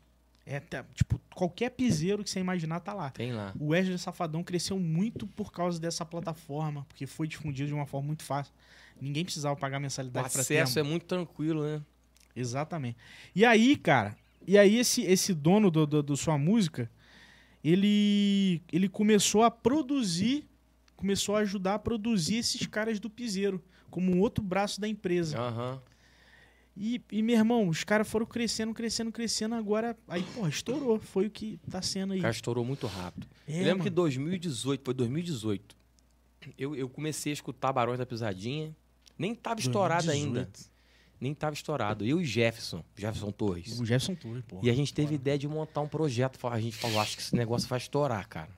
Speaker 2: É, tá- tipo, qualquer piseiro que você imaginar tá lá.
Speaker 3: Tem lá.
Speaker 2: O Wesley Safadão cresceu muito por causa dessa plataforma, porque foi difundido de uma forma muito fácil. Ninguém precisava pagar
Speaker 3: O
Speaker 2: mensalidade pra ter.
Speaker 3: acesso é muito tranquilo, né?
Speaker 2: Exatamente. E aí, cara, e aí esse, esse dono do, do, do sua música, ele, ele começou a produzir, começou a ajudar a produzir esses caras do piseiro, como um outro braço da empresa.
Speaker 3: Aham.
Speaker 2: E, e, meu irmão, os caras foram crescendo, crescendo, crescendo, agora, aí, porra, estourou. Foi o que tá sendo aí.
Speaker 3: O cara estourou muito rápido.
Speaker 2: É,
Speaker 3: eu lembro que
Speaker 2: mano.
Speaker 3: 2018, foi 2018. Eu, eu comecei a escutar Barões da Pisadinha. Nem tava estourado ainda.
Speaker 2: 2018.
Speaker 3: Nem tava estourado. Eu e Jefferson, Jefferson Torres.
Speaker 2: O Jefferson Torres, porra.
Speaker 3: E a gente teve ideia de montar um projeto. Fa- A gente falou, acho que esse negócio vai estourar, cara.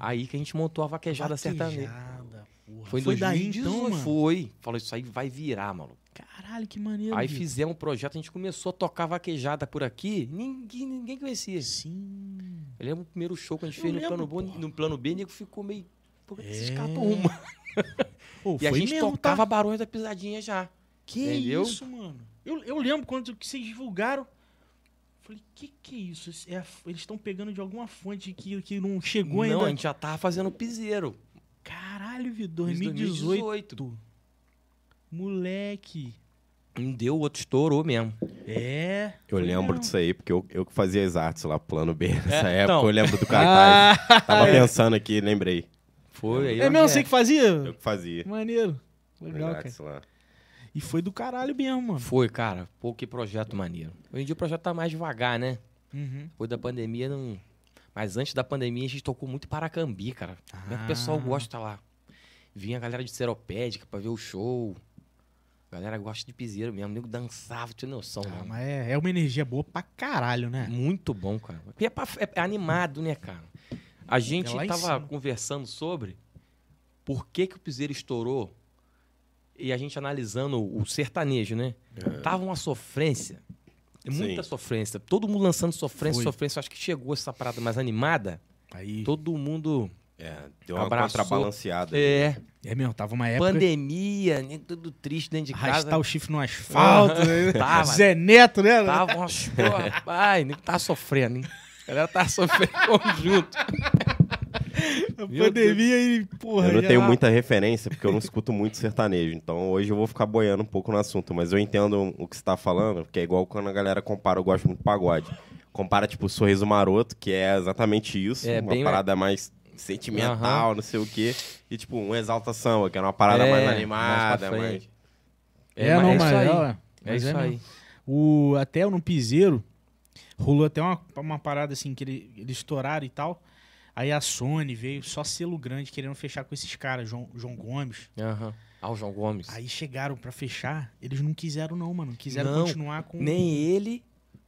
Speaker 3: Aí que a gente montou a vaquejada, sertaneja.
Speaker 2: Vaquejada, Ah, porra.
Speaker 3: Foi em
Speaker 2: Foi daí então,
Speaker 3: 2018,
Speaker 2: mano?
Speaker 3: Foi. Falou, isso aí vai virar, maluco.
Speaker 2: Caralho, que maneiro.
Speaker 3: Aí
Speaker 2: bicho.
Speaker 3: fizemos um projeto, a gente começou a tocar vaquejada por aqui. Ninguém, ninguém conhecia.
Speaker 2: Sim.
Speaker 3: Eu lembro o primeiro show que a gente
Speaker 2: Eu
Speaker 3: fez
Speaker 2: lembro,
Speaker 3: no, plano B,
Speaker 2: porra.
Speaker 3: no plano B, nego ficou meio. Pô, esses
Speaker 2: É.
Speaker 3: caras tão arrumando. [laughs]
Speaker 2: Pô,
Speaker 3: E a
Speaker 2: foi
Speaker 3: gente
Speaker 2: mesmo, tá?
Speaker 3: tocava Barões da Pisadinha já.
Speaker 2: Que
Speaker 3: Entendeu?
Speaker 2: isso, mano? Eu, eu lembro quando que vocês divulgaram. Falei, que que é isso? Isso é a f- eles estão pegando de alguma fonte que, que não chegou
Speaker 3: Não,
Speaker 2: ainda.
Speaker 3: a gente já tava fazendo piseiro.
Speaker 2: Caralho, vi,
Speaker 3: Isso,
Speaker 2: 2018. Moleque.
Speaker 3: Não deu, o outro estourou mesmo.
Speaker 2: É.
Speaker 1: Eu lembro disso aí, porque eu, eu que fazia as artes lá, plano B [laughs] nessa época,
Speaker 3: É, então. Ah, é.
Speaker 1: eu lembro do cartaz. Tava pensando aqui, lembrei.
Speaker 3: Foi tá, aí.
Speaker 2: É mesmo, você que
Speaker 1: Eu
Speaker 2: fazia?
Speaker 1: que fazia.
Speaker 2: Maneiro. Legal,
Speaker 1: as
Speaker 2: cara.
Speaker 1: artes lá.
Speaker 2: E foi do caralho mesmo, mano.
Speaker 3: Foi, cara. Pô, que projeto maneiro. Hoje em dia o projeto tá mais devagar, né?
Speaker 2: Uhum.
Speaker 3: Depois da pandemia, não. Mas antes da pandemia, a gente tocou muito Paracambi, cara. Como é que O pessoal
Speaker 2: Ah.
Speaker 3: gosta lá. Vinha a galera de Seropédica pra ver o show. A galera gosta de piseiro mesmo. O nego dançava, não tinha noção,
Speaker 2: Ah,
Speaker 3: não.
Speaker 2: mas é, é uma energia boa pra caralho, né?
Speaker 3: Muito bom, cara. Porque é, pra- é- é animado, né, cara? A gente
Speaker 2: Então, lá em
Speaker 3: tava
Speaker 2: cima.
Speaker 3: conversando sobre por que, que o Piseiro estourou e a gente analisando o sertanejo, né?
Speaker 2: É.
Speaker 3: Tava uma sofrência. Muita
Speaker 1: Sim.
Speaker 3: sofrência. Todo mundo lançando sofrência,
Speaker 2: Foi.
Speaker 3: sofrência. Acho que chegou essa parada mais animada.
Speaker 2: Aí.
Speaker 3: Todo mundo.
Speaker 1: É, deu uma
Speaker 3: Abraçou.
Speaker 1: contrabalanceada.
Speaker 3: É.
Speaker 2: É mesmo, tava uma época.
Speaker 3: pandemia, né? tudo triste dentro de
Speaker 2: Arrastar
Speaker 3: casa. né?
Speaker 2: o chifre no asfalto. né?
Speaker 3: [laughs]
Speaker 2: [laughs]
Speaker 3: Tava.
Speaker 2: Zé Neto, né?
Speaker 3: Tava umas. porra, [laughs] Ai, nego tá sofrendo, hein? A galera tá sofrendo [laughs] em conjunto.
Speaker 2: A
Speaker 3: Meu
Speaker 2: pandemia e, porra.
Speaker 1: eu não
Speaker 2: já-
Speaker 1: tenho muita referência, porque eu não escuto muito sertanejo. Então hoje eu vou ficar boiando um pouco no assunto. Mas eu entendo o que você tá falando, porque é igual quando a galera compara, eu gosto muito de pagode. Compara, tipo, Sorriso Maroto, que é exatamente isso.
Speaker 3: É,
Speaker 1: uma
Speaker 3: bem-
Speaker 1: parada mais sentimental, não sei o quê. E, tipo, um Exalta Samba, que é uma parada
Speaker 3: É,
Speaker 1: mais
Speaker 3: mais
Speaker 1: animada.
Speaker 3: pra
Speaker 1: Mais
Speaker 3: frente.
Speaker 2: É, não,
Speaker 3: mas
Speaker 2: mas
Speaker 3: é isso aí.
Speaker 2: ó,
Speaker 3: É
Speaker 2: mas
Speaker 3: isso
Speaker 2: mesmo.
Speaker 3: aí.
Speaker 2: O, até no Piseiro, rolou até uma, uma parada assim, que ele, eles estouraram e tal. Aí a Sony veio só selo grande, querendo fechar com esses caras, João, João Gomes.
Speaker 3: Aham. Ah, o João Gomes.
Speaker 2: Aí chegaram pra fechar, eles não quiseram não, mano. Quiseram
Speaker 3: Não,
Speaker 2: continuar com...
Speaker 3: Nem ele.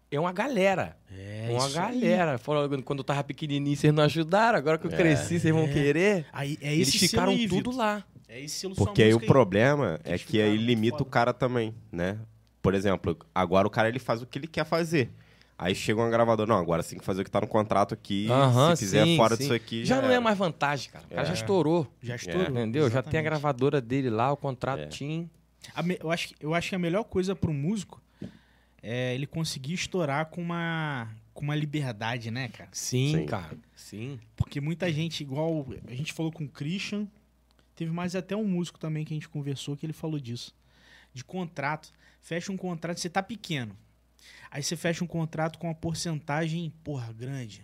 Speaker 3: É uma galera.
Speaker 2: É,
Speaker 3: É uma
Speaker 2: isso aí.
Speaker 3: galera. Falaram, quando eu tava pequenininho, vocês não ajudaram. Agora que eu cresci, vocês vão querer.
Speaker 2: Aí, é
Speaker 3: Eles
Speaker 2: esse
Speaker 3: ficaram
Speaker 2: selo aí,
Speaker 3: tudo
Speaker 2: Vitor.
Speaker 3: lá.
Speaker 2: É esse selo
Speaker 1: Porque
Speaker 2: sua
Speaker 1: aí o
Speaker 2: música
Speaker 1: problema é
Speaker 2: eles
Speaker 1: que aí
Speaker 2: ficaram
Speaker 1: limita o
Speaker 2: foda.
Speaker 1: cara também, né? Por exemplo, agora o cara ele faz o que ele quer fazer. Aí chega uma gravadora, não, agora você tem que fazer o que tá no contrato aqui.
Speaker 3: Aham,
Speaker 1: se quiser
Speaker 3: sim,
Speaker 1: fora
Speaker 3: sim.
Speaker 1: disso aqui.
Speaker 3: Já não é
Speaker 1: era.
Speaker 3: mais vantagem, cara. O cara já
Speaker 1: É.
Speaker 3: estourou.
Speaker 2: Já estourou.
Speaker 3: É, Entendeu? Já tem a
Speaker 2: É. exatamente.
Speaker 3: gravadora dele lá, o contrato
Speaker 1: É.
Speaker 3: tinha.
Speaker 2: A me- eu, acho que, eu acho que a melhor coisa pro músico é ele conseguir estourar com uma, com uma liberdade, né, cara?
Speaker 3: Sim,
Speaker 1: Sim.
Speaker 3: cara. Sim.
Speaker 2: Porque muita gente, igual a gente falou com o Christian, teve mais até um músico também que a gente conversou que ele falou disso. De contrato. Fecha um contrato, você tá pequeno. Aí você fecha um contrato com uma porcentagem, porra, grande.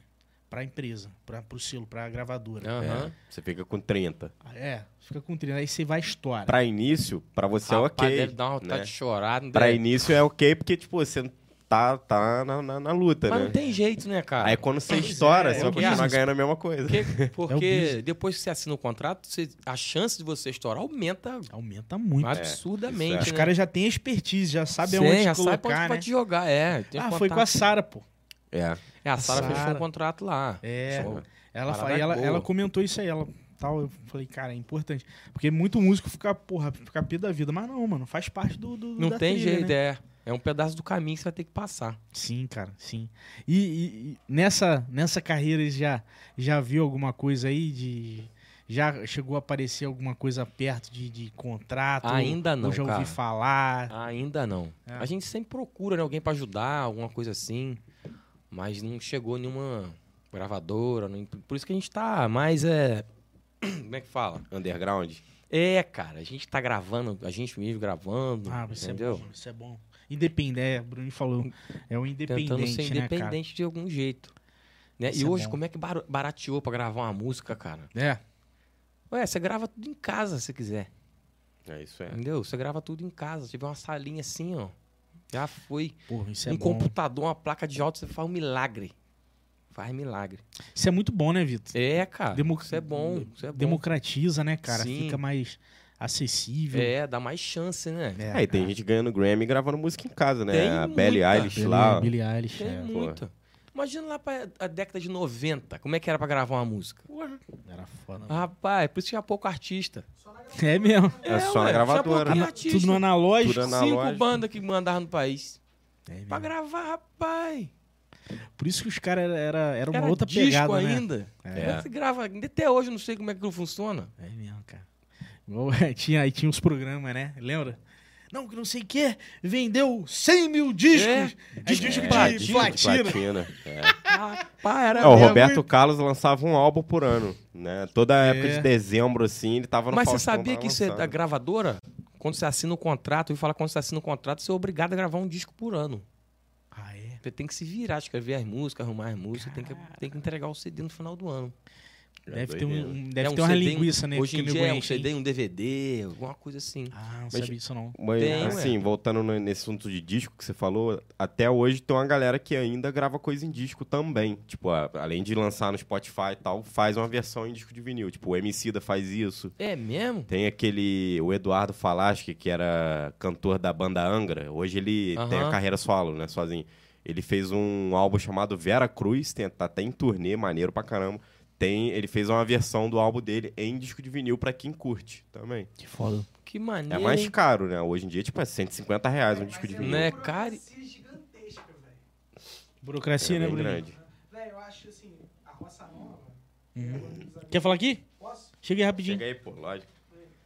Speaker 2: Pra empresa, pra, pro selo, pra gravadora.
Speaker 3: Aham.
Speaker 1: É, você fica com 30.
Speaker 2: É, fica com 30. Aí você vai estourar.
Speaker 1: Pra início, pra você
Speaker 3: Rapaz,
Speaker 1: é ok.
Speaker 3: deve dar uma vontade
Speaker 1: né?
Speaker 3: de chorar. Não
Speaker 1: Pra
Speaker 3: deve-
Speaker 1: início é ok, porque, tipo, você tá, tá na, na- na luta,
Speaker 3: Mas
Speaker 1: né?
Speaker 3: não tem jeito, né, cara?
Speaker 1: Aí quando você
Speaker 2: Pois
Speaker 1: estoura,
Speaker 2: é,
Speaker 1: você
Speaker 2: é
Speaker 1: vai
Speaker 2: o
Speaker 1: continuar
Speaker 2: business.
Speaker 1: ganhando a mesma
Speaker 3: [laughs]
Speaker 1: coisa.
Speaker 3: Porque, porque
Speaker 2: business.
Speaker 3: depois que você assina o contrato, você- a chance de você estourar aumenta
Speaker 2: Aumenta muito.
Speaker 3: absurdamente.
Speaker 1: É, isso
Speaker 2: Os
Speaker 3: né?
Speaker 2: caras já têm expertise, já sabem
Speaker 3: Sim,
Speaker 2: aonde
Speaker 3: já
Speaker 2: colocar,
Speaker 3: sabe pra onde
Speaker 2: né?
Speaker 3: pode jogar, é. Tem
Speaker 2: ah,
Speaker 3: contato.
Speaker 2: foi com a Sara, pô.
Speaker 1: É.
Speaker 3: É, a Sara
Speaker 2: Sara.
Speaker 3: fechou um contrato lá.
Speaker 2: É.
Speaker 3: Show.
Speaker 2: Ela, fa-
Speaker 3: Parada
Speaker 2: e ela,
Speaker 3: boa.
Speaker 2: ela comentou isso aí, ela tal. Eu falei, cara, é importante. Porque muito músico fica, porra, fica pé da vida. Mas não, mano, faz parte do. do
Speaker 3: Não
Speaker 2: da
Speaker 3: tem
Speaker 2: trilha,
Speaker 3: jeito,
Speaker 2: né?
Speaker 3: é. É um pedaço do caminho que você vai ter que passar.
Speaker 2: Sim, cara, sim. E, e- e nessa, nessa carreira ele já, já viu alguma coisa aí de. Já chegou a aparecer alguma coisa perto de, de contrato?
Speaker 3: Ainda não,
Speaker 2: Ou já ouvi
Speaker 3: cara.
Speaker 2: falar?
Speaker 3: Ainda não.
Speaker 2: É.
Speaker 3: A gente sempre procura né, alguém pra ajudar, alguma coisa assim, mas não chegou nenhuma gravadora, nem- por isso que a gente tá mais é [clears throat] como é que fala?
Speaker 1: Underground.
Speaker 3: É, cara, a gente tá gravando, a gente mesmo gravando,
Speaker 2: Ah, isso é
Speaker 3: entendeu?
Speaker 2: bom, isso é bom. Independente, é, o Bruno falou. É o independente,
Speaker 3: Tentando ser
Speaker 2: né, cara?
Speaker 3: independente de algum jeito. Né?
Speaker 2: Isso
Speaker 3: E
Speaker 2: é
Speaker 3: hoje,
Speaker 2: bom.
Speaker 3: como é que bar- barateou pra gravar uma música, cara?
Speaker 2: É,
Speaker 3: Ué, você grava tudo em casa se quiser.
Speaker 1: É isso é.
Speaker 3: Entendeu? Você grava tudo em casa. Se tiver uma salinha assim, ó. Já foi.
Speaker 2: porra, isso é
Speaker 3: um
Speaker 2: bom.
Speaker 3: computador, uma placa de áudio, você faz um milagre. Faz milagre.
Speaker 2: Isso é muito bom, né, Vitor?
Speaker 3: É, cara.
Speaker 2: Demo-
Speaker 3: Isso é bom. Isso é bom.
Speaker 2: Democratiza, né, cara?
Speaker 3: Sim.
Speaker 2: Fica mais acessível.
Speaker 3: É, dá mais chance, né?
Speaker 2: É,
Speaker 1: Aí tem gente ganhando Grammy e gravando música em casa, né?
Speaker 3: Tem
Speaker 1: a
Speaker 3: muita.
Speaker 1: Billie Eilish
Speaker 2: Billie,
Speaker 1: lá.
Speaker 2: Billie Eilish,
Speaker 3: Tem
Speaker 2: é,
Speaker 3: muito. Imagina lá pra a década de 90, como é que era pra gravar uma música? Ah,
Speaker 2: era foda.
Speaker 3: Rapaz, por isso tinha pouco artista.
Speaker 4: Só na
Speaker 2: É mesmo.
Speaker 1: É só na gravadora.
Speaker 3: Tinha pouquinho
Speaker 1: Ana-
Speaker 3: artista.
Speaker 2: Tudo no analógico.
Speaker 1: Tudo
Speaker 3: Cinco
Speaker 1: analógico.
Speaker 3: bandas que mandavam no país.
Speaker 2: É mesmo.
Speaker 3: Pra gravar, rapaz.
Speaker 2: Por isso que os caras era, era, era uma
Speaker 3: era
Speaker 2: outra
Speaker 3: disco
Speaker 2: pegada, né?
Speaker 3: ainda.
Speaker 1: É.
Speaker 3: Você grava, até hoje eu não sei como é que aquilo funciona.
Speaker 2: É mesmo, cara. Igual, [laughs] é, tinha, aí tinha uns programas, né? Lembra? Não, que não sei o quê. Vendeu 100 mil discos. Aí
Speaker 3: disco
Speaker 2: disco
Speaker 3: de
Speaker 1: É,
Speaker 2: de,
Speaker 1: disco de
Speaker 2: platina.
Speaker 1: platina. É.
Speaker 3: Rapaz, era
Speaker 1: É, o
Speaker 3: mesmo.
Speaker 1: Roberto Carlos lançava um álbum por ano, né? Toda a época
Speaker 2: É.
Speaker 1: de dezembro, assim, ele tava no
Speaker 3: Mas você
Speaker 1: Faustão,
Speaker 3: sabia
Speaker 1: tava
Speaker 3: que isso é
Speaker 1: lançando.
Speaker 3: da gravadora? Quando você assina o contrato, e fala quando você assina o contrato, você é obrigado a gravar um disco por ano.
Speaker 2: Ah, é?
Speaker 3: Você tem que se virar, escrever as músicas, arrumar as músicas, tem que, tem que entregar o CD no final do ano.
Speaker 2: Deve ter, um, um- deve
Speaker 3: É um
Speaker 2: ter uma
Speaker 3: CD, um-
Speaker 2: linguiça, né?
Speaker 3: Hoje
Speaker 2: que
Speaker 3: em
Speaker 2: o nego
Speaker 3: dia é um
Speaker 2: enche, hein?
Speaker 3: CD, um DVD, alguma coisa assim.
Speaker 2: Ah, não
Speaker 1: Mas-
Speaker 2: sabia disso não.
Speaker 1: Mas,
Speaker 3: Tem,
Speaker 1: assim, voltando no- nesse assunto de disco que você falou, até hoje tem uma galera que ainda grava coisa em disco também. Tipo, a- além de lançar no Spotify e tal, faz uma versão em disco de vinil. Tipo, o Emicida faz isso.
Speaker 3: É mesmo?
Speaker 1: Tem aquele... O Eduardo Falaschi, que era cantor da banda Angra. Hoje ele
Speaker 3: Aham.
Speaker 1: tem a carreira solo, né? Sozinho. Ele fez um álbum chamado Vera Cruz. Tem, tá até em turnê, maneiro pra caramba. Tem, ele fez uma versão do álbum dele em disco de vinil pra quem curte também.
Speaker 2: Que foda.
Speaker 3: Que maneiro.
Speaker 1: É mais
Speaker 3: hein?
Speaker 1: caro, né? Hoje em dia, tipo, é 150 reais um disco de vinil.
Speaker 3: Né,
Speaker 4: Né,
Speaker 3: cara?
Speaker 4: cara? gigantesca, velho.
Speaker 2: Burocracia,
Speaker 1: É
Speaker 2: né,
Speaker 1: bem
Speaker 2: Bruno?
Speaker 1: grande.
Speaker 4: Velho, eu acho assim, a roça nova.
Speaker 2: Quer falar aqui?
Speaker 4: Posso?
Speaker 2: Chega aí rapidinho.
Speaker 1: Chega aí, pô, lógico.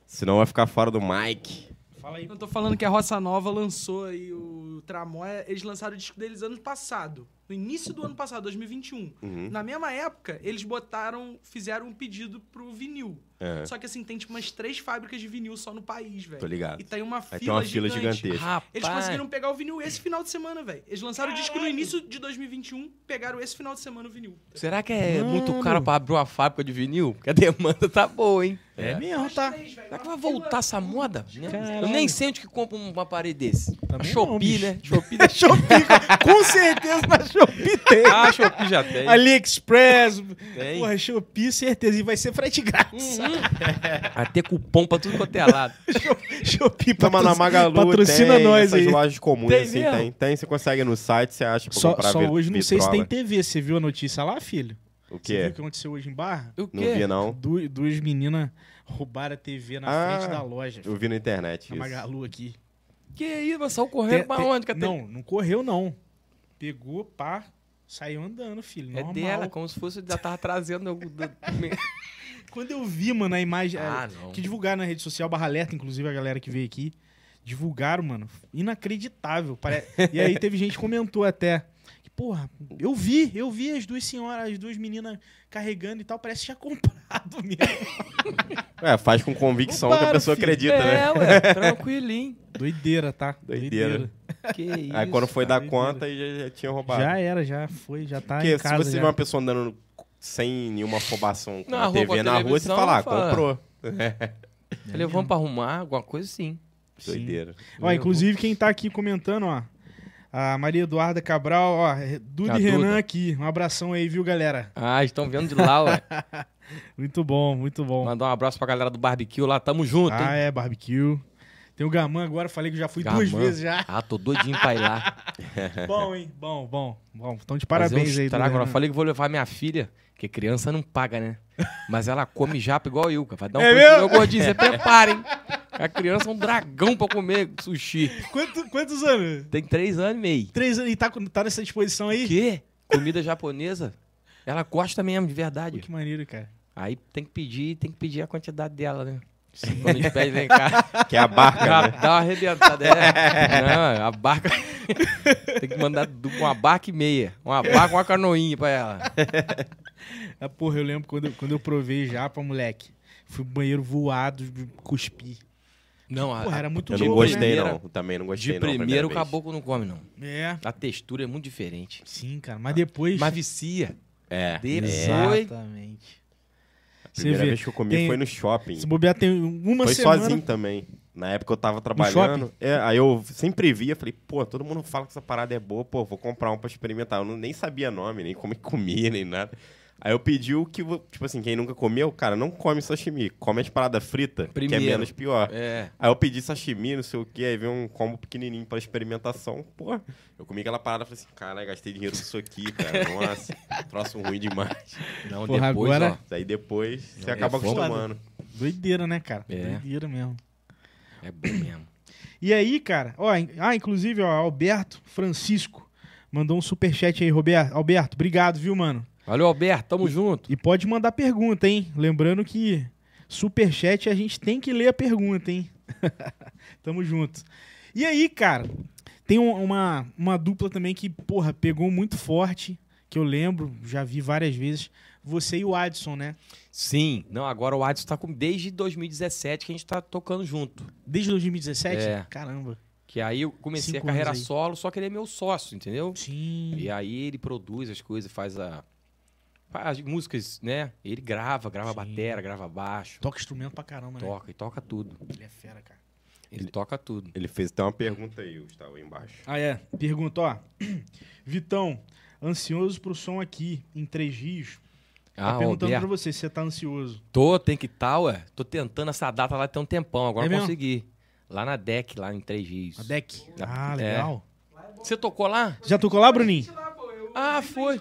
Speaker 1: Senão vai ficar fora do mic.
Speaker 2: Fala aí.
Speaker 4: Eu tô falando que a Roça Nova lançou aí o Tramóia. Eles lançaram o disco deles ano passado. No início do ano passado, 2021.
Speaker 1: Uhum.
Speaker 4: Na mesma época, eles botaram, fizeram um pedido pro vinil.
Speaker 1: É,
Speaker 4: Só que assim, tem tipo umas três fábricas de vinil só no país, velho.
Speaker 1: tô ligado.
Speaker 4: E tem uma
Speaker 1: Aí
Speaker 4: fila,
Speaker 1: tem uma fila
Speaker 4: gigante.
Speaker 1: gigantesca.
Speaker 3: Rapaz,
Speaker 4: Eles conseguiram pegar o vinil esse final de semana, velho. Eles lançaram o disco no início de 2021, pegaram esse final de semana o vinil.
Speaker 3: será que é
Speaker 2: Mano.
Speaker 3: muito caro pra abrir uma fábrica de vinil? Porque a demanda tá boa, hein?
Speaker 2: É, mesmo, tá?
Speaker 3: Então Será que vai voltar essa moda? Né?
Speaker 2: Caralho.
Speaker 3: Eu nem sei onde que compra um aparelho desse. A
Speaker 2: Também não,
Speaker 3: Shopee,
Speaker 2: bicho.
Speaker 3: né? [laughs] Shopee da
Speaker 2: Shopee, com certeza na Shopee tem.
Speaker 3: Ah, a Shopee já tem.
Speaker 2: AliExpress,
Speaker 3: Tem.
Speaker 2: porra, Shopee, certeza. E vai ser frete grátis.
Speaker 3: Uhum. Vai ter cupom pra tudo quanto é lado.
Speaker 2: Shopee
Speaker 1: Toma Hum. na
Speaker 2: patrocina-
Speaker 1: Magalu,
Speaker 2: patrocina
Speaker 1: tem
Speaker 2: nós
Speaker 1: essas
Speaker 2: aí.
Speaker 1: lojas comuns,
Speaker 3: Tem
Speaker 1: assim,
Speaker 3: mesmo?
Speaker 1: tem. Tem, você consegue no site, você acha pra
Speaker 2: Só,
Speaker 1: comprar
Speaker 2: só
Speaker 1: vi-
Speaker 2: hoje não sei se tem
Speaker 1: vitrola.
Speaker 2: TV. Você viu a notícia lá, filho?
Speaker 1: O
Speaker 2: Você viu o
Speaker 1: quê?
Speaker 2: que aconteceu hoje em Barra?
Speaker 3: O
Speaker 1: Não vi,
Speaker 3: quê?
Speaker 1: não.
Speaker 2: Du- duas meninas roubaram a TV na
Speaker 1: Ah,
Speaker 2: frente da loja.
Speaker 1: Eu vi na internet
Speaker 2: Na
Speaker 1: isso.
Speaker 2: Magalu aqui.
Speaker 3: Que isso? Mas saiu correndo
Speaker 2: Te-
Speaker 3: pra
Speaker 2: te-
Speaker 3: onde? Que a tele-
Speaker 2: Não, não correu, não. Pegou, pá, saiu andando, filho.
Speaker 3: É
Speaker 2: Normal.
Speaker 3: dela, como se fosse. Já tava trazendo. algum- do-
Speaker 2: Quando eu vi, mano, a imagem.
Speaker 3: Ah,
Speaker 2: eh,
Speaker 3: não.
Speaker 2: Que divulgaram na rede social, barra alerta, inclusive a galera que veio aqui. Divulgaram, mano. Inacreditável. [laughs] pare- e aí teve gente que comentou até. que, Porra, eu vi, eu vi as duas senhoras, as duas meninas carregando e tal. Parece que tinha [laughs] comprado mesmo.
Speaker 1: É, faz com convicção
Speaker 2: Não
Speaker 1: que a
Speaker 2: para,
Speaker 1: pessoa
Speaker 2: filho.
Speaker 1: acredita, né?
Speaker 3: É, ué, tranquilinho.
Speaker 2: Doideira, tá?
Speaker 1: Doideira. né?
Speaker 3: Que
Speaker 1: [laughs]
Speaker 3: isso.
Speaker 2: é,
Speaker 3: tá
Speaker 1: Aí quando foi dar
Speaker 2: cara,
Speaker 1: conta, já, já tinha roubado.
Speaker 2: tá Já era, já foi, já tá
Speaker 1: Porque
Speaker 2: em casa.
Speaker 1: se você
Speaker 2: já.
Speaker 1: vê uma pessoa andando sem nenhuma afobação com
Speaker 3: Na
Speaker 1: a
Speaker 3: rua,
Speaker 1: TV
Speaker 3: com a
Speaker 1: na rua, você
Speaker 3: televisão,
Speaker 1: fala, ah,
Speaker 3: fala.
Speaker 1: comprou.
Speaker 3: Levamos pra arrumar alguma coisa, sim.
Speaker 2: Sim.
Speaker 1: Doideira.
Speaker 2: Ó, inclusive, quem tá aqui comentando, ó. A Maria Eduarda Cabral, ó. Duda
Speaker 3: A
Speaker 2: e Renan
Speaker 3: Duda.
Speaker 2: aqui. Um abração aí, viu, galera?
Speaker 3: Ah, estão vendo de lá, ué.
Speaker 2: [laughs] Muito bom, muito bom.
Speaker 3: Mandar um abraço pra galera do barbecue lá. Tamo junto,
Speaker 2: Ah,
Speaker 3: hein?
Speaker 2: é, barbecue. Tem o Gaman agora, falei que já fui duas
Speaker 3: Gamã.
Speaker 2: vezes
Speaker 3: [laughs]
Speaker 2: já.
Speaker 3: Ah, tô doidinho pra ir lá.
Speaker 2: Bom, hein? Bom, bom. Bom, então de
Speaker 3: Fazer
Speaker 2: parabéns
Speaker 3: um
Speaker 2: aí, né? Duda.
Speaker 3: estrago. Agora
Speaker 2: Renan.
Speaker 3: falei que vou levar minha filha, que criança não paga, né? Mas ela come japa igual eu, cara. Vai dar um
Speaker 2: É
Speaker 3: preço
Speaker 2: mesmo?
Speaker 3: meu gordinho. Você prepara, hein? A criança é um dragão pra comer sushi.
Speaker 2: Quanto- quantos anos?
Speaker 3: Tem três anos e meio.
Speaker 2: Três anos. E tá, com- tá nessa disposição aí?
Speaker 3: Quê? Comida japonesa? Ela gosta mesmo, de
Speaker 2: Pô,
Speaker 3: verdade.
Speaker 2: que maneiro, cara.
Speaker 3: Aí tem que pedir, tem que pedir a quantidade dela, né? Quando os pés vem cá,
Speaker 1: Que é a barca,
Speaker 3: já
Speaker 1: né?
Speaker 3: dá uma arrebentada. É. Não, a barca. [laughs] tem que mandar du- uma barca e meia. Uma barca, uma canoinha pra ela.
Speaker 2: Ah, porra, eu lembro quando eu, quando eu provei japa, moleque. Fui pro banheiro voado, cuspi.
Speaker 3: Não, a,
Speaker 2: Porra, era muito
Speaker 1: Eu
Speaker 3: De
Speaker 1: não
Speaker 2: louco,
Speaker 1: gostei,
Speaker 3: primeira-
Speaker 1: não. Eu Também não gostei,
Speaker 3: de
Speaker 1: não. a
Speaker 3: primeiro o
Speaker 1: vez.
Speaker 3: caboclo não come, não.
Speaker 2: né? É,
Speaker 3: A textura é muito diferente.
Speaker 2: sim, cara. Mas depois...
Speaker 3: Mas vicia.
Speaker 1: É.
Speaker 3: Depois.
Speaker 2: Exatamente.
Speaker 1: A
Speaker 2: Você
Speaker 1: primeira
Speaker 2: vê,
Speaker 1: vez que eu comi
Speaker 2: tem-
Speaker 1: foi no shopping.
Speaker 2: Se bobear, tem uma
Speaker 1: Foi
Speaker 2: semana...
Speaker 1: sozinho também. Na época eu tava
Speaker 2: shopping?
Speaker 1: trabalhando. É, aí eu sempre via, falei, pô, todo mundo fala que essa parada é boa, pô, vou comprar um pra experimentar. Eu não, nem sabia nome, nem como [laughs] que comia, nem nada. Aí eu pedi o que, vo- tipo assim, quem nunca comeu, cara, não come sashimi, come as paradas fritas, que é
Speaker 3: Primeiro.
Speaker 1: menos pior.
Speaker 3: É.
Speaker 1: Aí eu pedi sashimi, não sei o que, aí veio um combo pequenininho pra experimentação. Pô, eu comi aquela parada e falei assim, caralho, gastei dinheiro nisso aqui, cara. Nossa, [laughs] troço ruim demais.
Speaker 3: Não,
Speaker 2: Porra,
Speaker 3: depois,
Speaker 2: agora-
Speaker 3: ó,
Speaker 1: Daí depois você
Speaker 3: É
Speaker 1: acaba
Speaker 3: foda.
Speaker 1: acostumando.
Speaker 2: Doideira, né, cara?
Speaker 3: É.
Speaker 2: Doideira mesmo.
Speaker 3: É bom mesmo.
Speaker 2: E aí, cara, ó, in- ah, inclusive, ó, Alberto Francisco mandou um superchat aí, Roberto. Alberto, obrigado, viu, mano?
Speaker 3: Valeu, Alberto. Tamo junto.
Speaker 2: E pode mandar pergunta, hein? Lembrando que superchat a gente tem que ler a pergunta, hein? [laughs] Tamo junto. E aí, cara, tem um- uma, uma dupla também que, porra, pegou muito forte, que eu lembro, já vi várias vezes, você e o Adson, né?
Speaker 3: Sim. Não, agora o Adson tá com... Desde 2017 que a gente tá tocando junto.
Speaker 2: Desde 2017?
Speaker 3: É.
Speaker 2: Caramba.
Speaker 3: Que aí eu comecei
Speaker 2: Cinco
Speaker 3: a carreira
Speaker 2: anos aí.
Speaker 3: solo, só que ele é meu sócio, entendeu?
Speaker 2: Sim.
Speaker 3: E aí ele produz as coisas, faz a... Faz as músicas, né? Ele grava, grava
Speaker 2: Sim.
Speaker 3: batera, grava baixo.
Speaker 2: Toca instrumento pra caramba, né?
Speaker 3: Toca, e toca tudo.
Speaker 2: Ele é fera, cara.
Speaker 3: Ele, toca tudo.
Speaker 1: Ele fez até uma pergunta aí, Gustavo, aí embaixo.
Speaker 2: Ah, é. Pergunta, ó. [clears throat] Vitão, ansioso pro som aqui, em três rios. Tá
Speaker 3: Ah,
Speaker 2: perguntando
Speaker 3: Alberto,
Speaker 2: pra você se você tá ansioso.
Speaker 3: tô, tem que tal, ué. Tô tentando essa data lá tem um tempão,
Speaker 2: É
Speaker 3: agora eu
Speaker 2: mesmo?
Speaker 3: consegui. Lá na DEC, lá em Três Rios.
Speaker 2: A deck.
Speaker 3: Ah,
Speaker 2: Ah, legal.
Speaker 3: Você tocou lá?
Speaker 2: Já tocou lá, Bruninho?
Speaker 3: Ah, foi.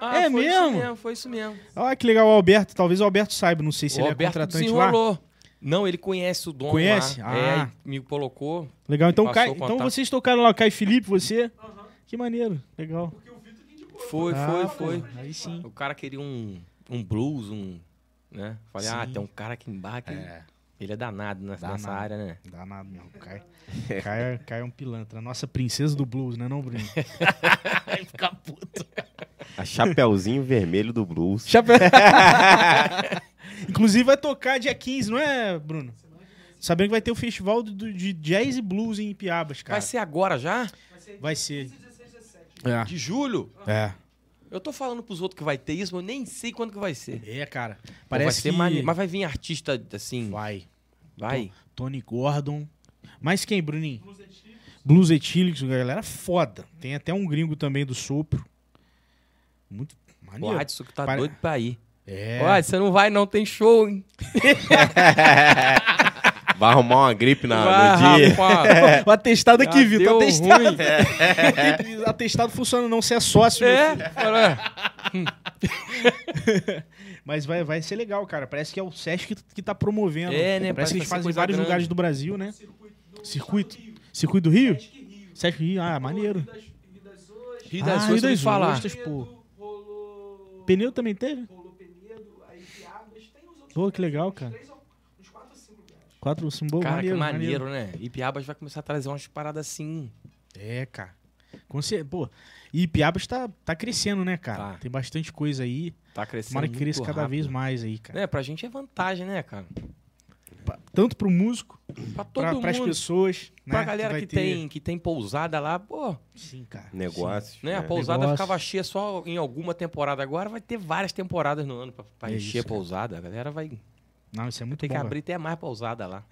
Speaker 3: Ah,
Speaker 2: É mesmo?
Speaker 3: foi Isso mesmo? Foi isso mesmo.
Speaker 2: Olha Ah, que legal o Alberto. Talvez o Alberto saiba, não sei se
Speaker 3: o
Speaker 2: ele
Speaker 3: Alberto
Speaker 2: é contratante lá.
Speaker 3: desenrolou. Não, ele conhece o dono
Speaker 2: Conhece?
Speaker 3: lá.
Speaker 2: Ah.
Speaker 3: É, me colocou.
Speaker 2: Legal, então,
Speaker 3: Passou
Speaker 2: Caio-
Speaker 3: o
Speaker 2: então
Speaker 3: contato.
Speaker 2: vocês tocaram lá, Caio Felipe, você. Que maneiro, legal.
Speaker 3: Foi,
Speaker 2: Ah, pô,
Speaker 3: foi, foi.
Speaker 2: Aí sim.
Speaker 3: O cara queria um, um blues, um. Né? Falei, ah,
Speaker 2: Sim.
Speaker 3: tem um cara aqui embaixo. que Ele é danado nessa,
Speaker 2: Danado.
Speaker 3: nessa área, né?
Speaker 2: Dá nada mesmo, Caio. Caio, é- Caio é um pilantra. a Nossa princesa do blues, né, não, Bruninho?
Speaker 1: A Chapeuzinho Vermelho do Blues.
Speaker 2: Inclusive vai tocar dia 15, não é, Bruno? Sabendo que vai ter o festival do- do- de jazz e blues em Piabas, cara.
Speaker 3: Vai ser agora já?
Speaker 2: Vai ser. Ah.
Speaker 3: De julho?
Speaker 2: É.
Speaker 3: Eu tô falando pros outros que vai ter isso, mas eu nem sei quando que vai ser.
Speaker 2: É, cara.
Speaker 3: Pô, vai
Speaker 2: Parece
Speaker 3: ser
Speaker 2: que
Speaker 3: maneiro. Mas vai vir artista assim. Vai.
Speaker 2: vai. Tony Gordon. Mas quem, Bruninho? Blues Etílicos, galera foda. Tem até um gringo também do sopro. Muito
Speaker 3: O
Speaker 2: maneiro.
Speaker 3: Adson que tá
Speaker 2: Pare-
Speaker 3: doido pra ir.
Speaker 2: É.
Speaker 3: É. Ué, você não vai, não tem show, hein?
Speaker 1: Vai arrumar uma gripe na- no
Speaker 3: vai,
Speaker 1: dia.
Speaker 3: rapaz.
Speaker 2: [laughs] O atestado aqui,
Speaker 3: Já
Speaker 2: Vitor.
Speaker 3: deu
Speaker 2: Atestado.
Speaker 3: ruim.
Speaker 2: [laughs] atestado funciona não, você [laughs] é sócio. meu filho.
Speaker 3: É, olha.
Speaker 2: Mas vai, vai ser legal, cara. Parece que é o Sesc que, que tá promovendo.
Speaker 3: É, né?
Speaker 2: Parece que
Speaker 3: Parece que
Speaker 2: eles
Speaker 3: vai ser
Speaker 2: fazem em
Speaker 3: coisa
Speaker 2: vários
Speaker 3: grande.
Speaker 2: lugares do Brasil, né? Circuito. Circuito do Rio? Sesc Rio. Ah, maneiro.
Speaker 3: Rio das
Speaker 2: Ah,
Speaker 3: Ostras,
Speaker 2: Rio
Speaker 3: ouvi
Speaker 2: das
Speaker 3: falar.
Speaker 2: Ostras, pô. Pneu também teve? Pô, que legal, cara. Quatro simbol,
Speaker 3: Cara,
Speaker 2: maneiro,
Speaker 3: que maneiro, né? Ipiabas vai começar a trazer umas paradas assim.
Speaker 2: É, cara. Com cer- Pô, e Piabas tá, tá crescendo, né, cara?
Speaker 3: Tá.
Speaker 2: Tem bastante coisa aí.
Speaker 3: Tá crescendo.
Speaker 2: Tomara que
Speaker 3: muito
Speaker 2: cresça cada
Speaker 3: rápido.
Speaker 2: vez mais aí, cara.
Speaker 3: Né, pra gente é vantagem, né, cara? É.
Speaker 2: Pa- Tanto pro músico,
Speaker 3: Pra todo
Speaker 2: pra,
Speaker 3: mundo.
Speaker 2: pras pessoas, né?
Speaker 3: pra galera
Speaker 2: vai
Speaker 3: que,
Speaker 2: ter-
Speaker 3: tem, que tem pousada lá, pô,
Speaker 2: Sim, cara. sim.
Speaker 1: Negócios.
Speaker 3: né? A
Speaker 1: né?
Speaker 3: pousada
Speaker 2: É, Negócio.
Speaker 3: ficava cheia só em alguma temporada. Agora vai ter várias temporadas no ano pra, pra
Speaker 2: É
Speaker 3: encher
Speaker 2: isso,
Speaker 3: a
Speaker 2: cara.
Speaker 3: pousada. A galera vai ter
Speaker 2: Não, isso é muito
Speaker 3: que
Speaker 2: bom,
Speaker 3: abrir até mais pousada lá.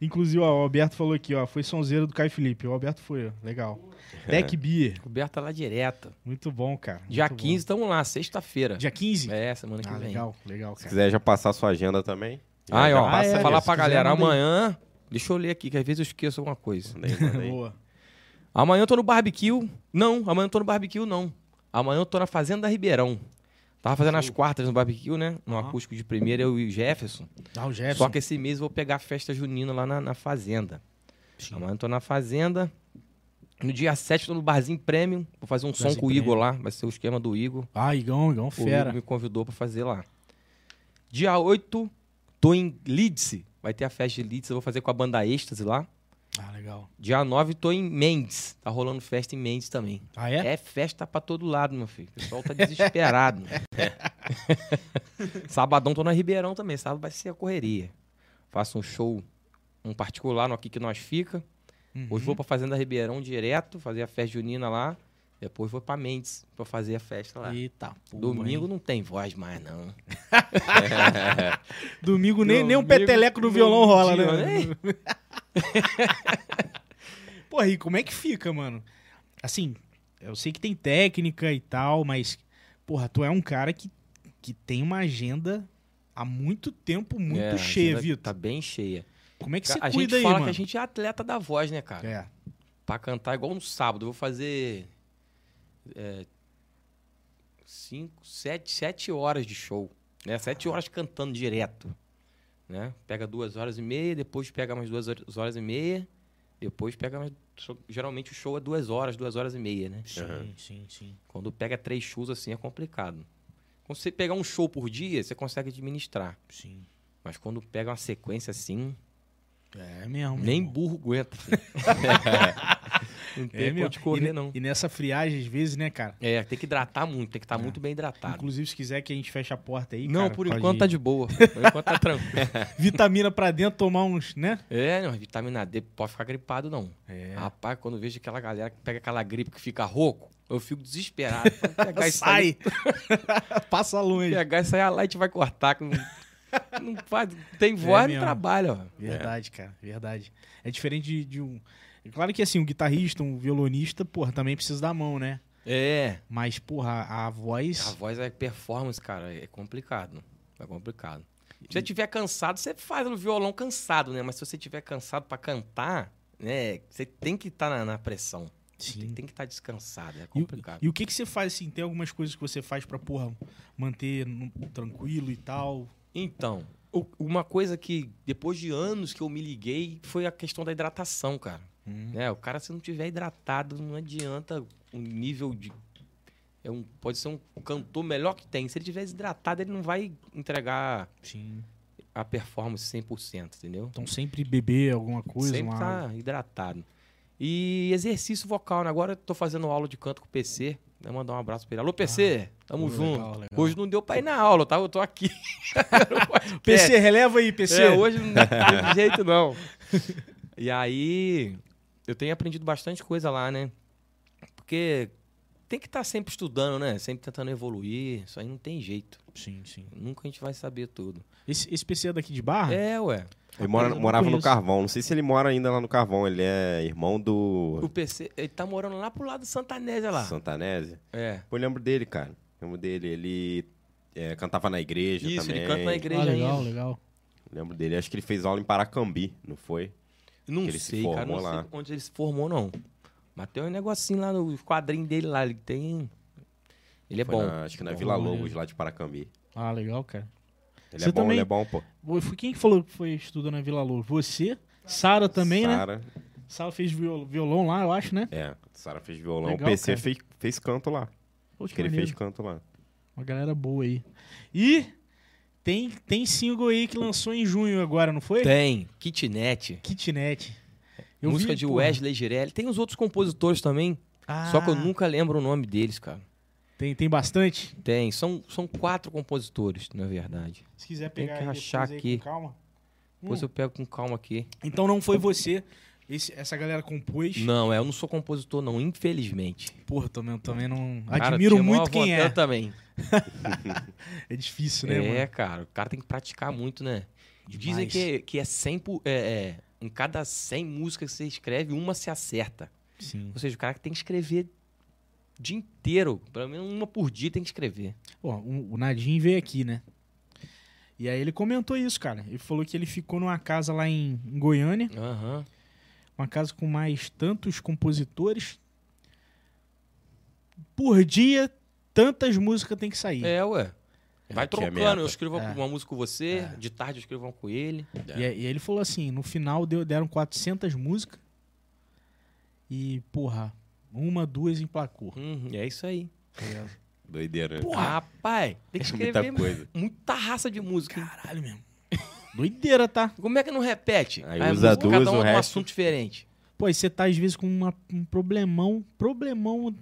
Speaker 2: Inclusive, ó, o Alberto falou aqui, ó, foi sonzeiro do Caio Felipe. O Alberto foi, ó,
Speaker 1: [laughs]
Speaker 2: legal. Deck Beer,
Speaker 3: Coberta tá lá direto.
Speaker 2: muito bom, cara. muito
Speaker 3: Dia
Speaker 2: bom.
Speaker 3: 15, tamo lá, sexta-feira.
Speaker 2: Dia 15?
Speaker 3: É, semana que
Speaker 2: ah,
Speaker 3: vem.
Speaker 2: legal, legal,
Speaker 1: Se
Speaker 2: cara.
Speaker 1: quiser já passar sua agenda também. já-
Speaker 3: Aí,
Speaker 1: já
Speaker 3: ó,
Speaker 1: passa
Speaker 2: é,
Speaker 1: aí.
Speaker 3: falar
Speaker 2: se
Speaker 3: pra
Speaker 2: quiser,
Speaker 3: galera
Speaker 2: manda aí.
Speaker 3: amanhã. Deixa eu ler aqui, que às vezes eu esqueço alguma coisa.
Speaker 1: Manda aí, manda aí.
Speaker 2: Boa.
Speaker 3: Amanhã eu tô no barbecue. Não, amanhã eu tô no barbecue, não. Amanhã eu tô na Fazenda Ribeirão. Tava fazendo as quartas no barbecue, né? No
Speaker 2: Aham.
Speaker 3: acústico de primeira, eu e o Jefferson.
Speaker 2: Ah, o Jefferson.
Speaker 3: Só que esse mês eu vou pegar a festa junina lá na, na Fazenda.
Speaker 2: Sim.
Speaker 3: Amanhã eu tô na Fazenda. No dia 7, tô no Barzinho Premium. Vou fazer um som
Speaker 2: Barzinho
Speaker 3: com o Igor
Speaker 2: Premium.
Speaker 3: lá. Vai ser o esquema do Igor.
Speaker 2: Ah, Igão, Igão,
Speaker 3: O Igor
Speaker 2: fera.
Speaker 3: me convidou pra fazer lá. Dia 8, tô em Leeds. Vai ter a festa de Leeds. Eu vou fazer com a banda Êxtase lá.
Speaker 2: Ah, legal.
Speaker 3: Dia 9, tô em Mendes. Tá rolando festa em Mendes também.
Speaker 2: Ah,
Speaker 3: É,
Speaker 2: é?
Speaker 3: festa pra todo lado, meu filho. O pessoal tá
Speaker 2: [laughs]
Speaker 3: desesperado. Sabadão tô na Ribeirão também. Sábado vai ser a correria. Faço um show, um particular no Aqui Que Nós Fica.
Speaker 2: Uhum.
Speaker 3: Hoje vou pra Fazenda Ribeirão direto, fazer a festa junina lá. Depois vou pra Mendes pra fazer a festa lá.
Speaker 2: Eita, porra,
Speaker 3: Domingo
Speaker 2: hein?
Speaker 3: não tem voz mais, não.
Speaker 2: Domingo nem, nem um
Speaker 3: Domingo,
Speaker 2: peteleco no violão rola,
Speaker 3: dia,
Speaker 2: né? Porra, e como é que fica, mano? Assim, eu sei que tem técnica e tal, mas, porra, tu é um cara que, que tem uma agenda há muito tempo [laughs] muito
Speaker 3: É, a
Speaker 2: cheia,
Speaker 3: agenda
Speaker 2: Vitor.
Speaker 3: Tá bem cheia.
Speaker 2: Como é que você
Speaker 3: a gente
Speaker 2: cuida aí,
Speaker 3: fala
Speaker 2: mano?
Speaker 3: que a gente é atleta da voz, né, cara?
Speaker 2: É.
Speaker 3: Pra cantar igual no sábado. Eu vou fazer. é, cinco, sete, sete horas de show. Né? Sete horas cantando direto. Né? Pega duas horas e meia, depois pega mais duas horas- horas e meia, depois pega mais. Geralmente o show é duas horas, duas horas e meia, né?
Speaker 1: Aham.
Speaker 2: sim, sim.
Speaker 3: Quando pega três shows assim é complicado. Quando você pegar um show por dia, você consegue administrar.
Speaker 2: Sim.
Speaker 3: Mas quando pega uma sequência assim,
Speaker 2: É mesmo. meu
Speaker 3: nem
Speaker 2: irmão.
Speaker 3: burro
Speaker 2: [laughs]
Speaker 3: aguenta. não
Speaker 2: É
Speaker 3: tem pra
Speaker 2: mesmo.
Speaker 3: onde correr,
Speaker 2: e,
Speaker 3: não.
Speaker 2: E nessa friagem, às vezes, né, cara?
Speaker 3: É, tem que hidratar muito, tem que estar
Speaker 2: É.
Speaker 3: muito bem hidratado.
Speaker 2: Inclusive, se quiser que a gente feche a porta aí,
Speaker 3: Tá. não,
Speaker 2: cara,
Speaker 3: por
Speaker 2: pode
Speaker 3: enquanto tá
Speaker 2: ir.
Speaker 3: de boa. Por enquanto tá
Speaker 2: [laughs]
Speaker 3: tranquilo.
Speaker 2: Vitamina pra dentro, tomar uns, né?
Speaker 3: É, não, vitamina D pode ficar gripado, não.
Speaker 2: É.
Speaker 3: Rapaz, quando eu vejo aquela galera que pega aquela gripe que fica rouco, eu fico desesperado. Vamos
Speaker 2: [laughs]
Speaker 3: Pegar isso aí,
Speaker 2: Sai! Passa longe.
Speaker 3: pegar isso aí, a light vai cortar. que Não, não faz, tem voz, não
Speaker 2: É mesmo.
Speaker 3: trabalha, ó.
Speaker 2: Verdade, cara, verdade. É diferente de, de um. é Claro que assim, um guitarrista, um violonista, porra, também precisa da mão, né?
Speaker 3: É.
Speaker 2: Mas, porra, a, a
Speaker 3: A
Speaker 2: voz.
Speaker 3: voz é performance, cara, é complicado. É complicado. Se você tiver cansado, você faz no violão cansado, né? Mas se você tiver cansado pra cantar, né? Você tem que estar na, na pressão. Tem,
Speaker 2: Sim.
Speaker 3: tem que estar descansado. É
Speaker 2: E, o-
Speaker 3: complicado.
Speaker 2: e o que que você faz assim? Tem algumas coisas que você faz pra, porra, manter no- tranquilo e tal?
Speaker 3: Então, o- uma coisa que depois de anos que eu me liguei foi a questão da hidratação, cara.
Speaker 2: Hum.
Speaker 3: Né? O cara, se não tiver hidratado, não adianta o nível de. É um, pode ser um cantor melhor que tem. Se ele tiver desidratado, ele não vai entregar
Speaker 2: Sim.
Speaker 3: a performance 100%, entendeu?
Speaker 2: Então sempre beber alguma coisa,
Speaker 3: Sempre
Speaker 2: uma água.
Speaker 3: tá hidratado. E exercício vocal, né? Agora eu tô fazendo aula de canto com o PC. Vou mandar um abraço pra ele. Alô, PC, tamo
Speaker 2: Ah, pô,
Speaker 3: junto.
Speaker 2: legal, legal.
Speaker 3: Hoje não deu pra ir na aula, tá? Eu tô aqui. [laughs]
Speaker 2: PC, releva aí, PC.
Speaker 3: É, hoje não tem jeito, não. E aí, eu tenho aprendido bastante coisa lá, né? Porque tem que estar sempre estudando, né? Sempre tentando evoluir. Isso aí não tem jeito.
Speaker 2: Sim, sim.
Speaker 3: Nunca a gente vai saber tudo.
Speaker 2: Esse, esse PC é daqui de barra?
Speaker 3: É, ué.
Speaker 1: Ele mora-
Speaker 2: eu não
Speaker 1: morava no
Speaker 2: conheço.
Speaker 1: Carvão. Não sei se ele mora ainda lá no Carvão. Ele é irmão
Speaker 3: O
Speaker 1: do
Speaker 3: PC, ele tá morando lá pro lado de Santanésia lá.
Speaker 1: Santanese.
Speaker 3: É.
Speaker 1: Pô, Eu lembro dele, cara. Lembro dele. Ele é, cantava na igreja
Speaker 3: Isso,
Speaker 1: também.
Speaker 3: ele canta na
Speaker 2: Ah,
Speaker 3: igreja
Speaker 2: legal,
Speaker 3: ainda.
Speaker 2: legal.
Speaker 1: Lembro dele. Acho que ele fez aula em Paracambi, não foi?
Speaker 3: Não
Speaker 1: Que ele se
Speaker 3: sei, cara. Não
Speaker 1: formou lá.
Speaker 3: sei onde ele se formou, não. Mas tem um negocinho lá no quadrinho dele lá. Ele tem. um- Ele é
Speaker 1: Foi
Speaker 3: bom.
Speaker 1: na- acho que na
Speaker 2: Bom,
Speaker 1: Vila
Speaker 2: maneiro.
Speaker 1: Lobos, lá de Paracambi.
Speaker 2: Ah, legal, cara.
Speaker 1: Ele
Speaker 2: Você
Speaker 1: é bom,
Speaker 2: também-
Speaker 1: ele é bom, pô.
Speaker 2: Oi, foi- Quem que falou que foi estudando na Vila Loura? Você? Sara também, né?
Speaker 1: Sara,
Speaker 2: Sara fez viol- violão lá, eu acho, né?
Speaker 1: É, Sara fez violão.
Speaker 2: Legal,
Speaker 1: o PC
Speaker 2: cara.
Speaker 1: fez, fez canto lá.
Speaker 2: Poxa,
Speaker 1: Acho que ele
Speaker 2: maneiro.
Speaker 1: fez canto lá.
Speaker 2: Uma galera boa aí. E tem, tem single aí que lançou em junho agora, não foi?
Speaker 3: Tem. Kitnet.
Speaker 2: Kitnet.
Speaker 3: música
Speaker 2: vi,
Speaker 3: de
Speaker 2: porra.
Speaker 3: Wesley Girelli. Tem os outros compositores também,
Speaker 2: Ah,
Speaker 3: só que eu nunca lembro o nome deles, cara.
Speaker 2: Tem, tem bastante?
Speaker 3: Tem, são, são quatro compositores, na verdade.
Speaker 2: Se quiser
Speaker 3: Tem
Speaker 2: pegar
Speaker 3: que
Speaker 2: aí,
Speaker 3: achar
Speaker 2: depois aí
Speaker 3: aqui.
Speaker 2: com calma.
Speaker 3: Depois
Speaker 2: Hum.
Speaker 3: eu pego com calma aqui.
Speaker 2: Então não foi você. Esse- essa galera compôs.
Speaker 3: Não, é, eu não sou compositor, não, infelizmente.
Speaker 2: Porra, também, também não.
Speaker 3: Cara,
Speaker 2: Admiro
Speaker 3: tinha maior
Speaker 2: muito quem
Speaker 3: vontade
Speaker 2: é.
Speaker 3: também.
Speaker 2: É difícil, né,
Speaker 3: É,
Speaker 2: mano?
Speaker 3: cara, o cara tem que praticar muito, né? Dizem
Speaker 2: Demais.
Speaker 3: que, que é 100. po- É, é, em cada 100 músicas que você escreve, uma se acerta.
Speaker 2: Sim.
Speaker 3: Ou seja, o cara que tem que escrever o dia inteiro. Pelo menos uma por dia tem que escrever.
Speaker 2: Pô, o, o Nadim veio aqui, né? E aí ele comentou isso, cara. Ele falou que ele ficou numa casa lá em, em Goiânia,
Speaker 3: Aham.
Speaker 2: uma casa com mais tantos compositores. Por dia, tantas músicas tem que sair.
Speaker 3: É, ué. Vai
Speaker 1: Aqui é a
Speaker 3: trocando, eu
Speaker 1: meta.
Speaker 3: escrevo uma-
Speaker 2: É.
Speaker 3: uma música com você, de tarde eu escrevo uma com ele.
Speaker 2: E, aí- e aí ele falou assim, no final deu, deram 400 músicas E, porra, uma, duas emplacou.
Speaker 3: Uhum, é isso aí.
Speaker 2: tá ligado?
Speaker 1: Doideira, né?
Speaker 2: Porra,
Speaker 3: Rapaz, tem que
Speaker 1: É
Speaker 3: escrever
Speaker 1: [laughs] muita coisa.
Speaker 3: muita raça de música. hein?
Speaker 2: caralho mesmo. [laughs] Doideira, tá?
Speaker 3: Como é que não repete?
Speaker 1: Aí usa
Speaker 3: a música,
Speaker 1: duas,
Speaker 3: cada um
Speaker 1: o
Speaker 3: é um
Speaker 1: resto-
Speaker 3: assunto diferente.
Speaker 2: Pô, aí você tá às vezes com uma- um problemão, problemão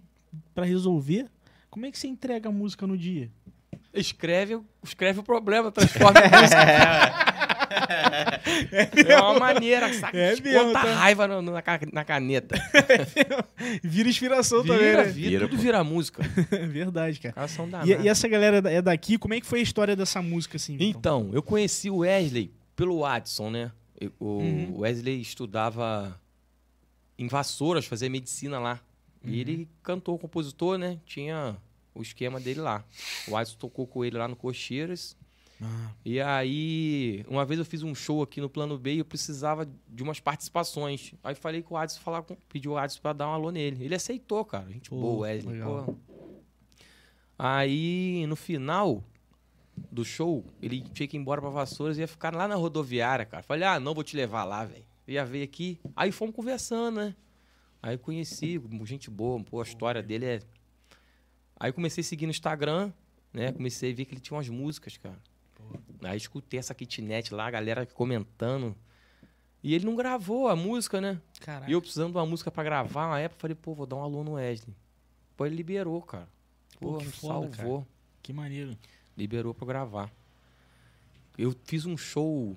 Speaker 2: pra resolver. Como é que você entrega a música no dia?
Speaker 3: Escreve, escreve o problema, transforma em música. É uma maneira, saca?
Speaker 2: É
Speaker 3: É
Speaker 2: mesmo,
Speaker 3: Bota
Speaker 2: tá?
Speaker 3: raiva no- na, ca- na caneta.
Speaker 2: Vira inspiração
Speaker 3: Vira,
Speaker 2: também,
Speaker 3: vira,
Speaker 1: Vira,
Speaker 3: tudo
Speaker 1: pô.
Speaker 3: vira música.
Speaker 2: né? [laughs] Verdade, cara.
Speaker 3: Elas são
Speaker 2: E,
Speaker 3: danadas.
Speaker 2: e essa galera é da- é daqui, como é que foi a história dessa música, assim? então?
Speaker 3: Então, eu conheci o Wesley pelo Watson, né? Eu- O
Speaker 2: Uhum.
Speaker 3: Wesley estudava em Vassouras, fazia medicina lá.
Speaker 2: Uhum.
Speaker 3: E ele cantor, compositor, né? Tinha o esquema dele lá. O Watson tocou com ele lá no Cocheiras.
Speaker 2: Ah,
Speaker 3: E aí, uma vez eu fiz um show aqui no Plano B e eu precisava de umas participações. Aí falei com o Adson, falar com, pedi o Adson pra dar um alô nele. Ele aceitou, cara. Gente
Speaker 2: Pô,
Speaker 3: boa, Wesley.
Speaker 2: legal.
Speaker 3: Pô. Aí, no final do show, ele tinha que ir embora pra Vassouras e ia ficar lá na rodoviária, cara. Falei, ah, não vou te levar lá, velho. Ia ver aqui. Aí fomos conversando, né? Aí conheci, gente boa, pô, a história dele é. Aí comecei a seguir no Instagram, né? Comecei a ver que ele tinha umas músicas, cara. Aí escutei essa kitnet lá, a galera comentando. E ele não gravou a música, né?
Speaker 2: caralho.
Speaker 3: E eu precisando de uma música pra gravar, uma época, eu falei, pô, vou dar um aluno Wesley. Pô, ele liberou, cara.
Speaker 2: Pô,
Speaker 3: Pô,
Speaker 2: que
Speaker 3: me
Speaker 2: foda,
Speaker 3: salvou.
Speaker 2: Que maneiro.
Speaker 3: Liberou pra eu gravar. Eu fiz um show.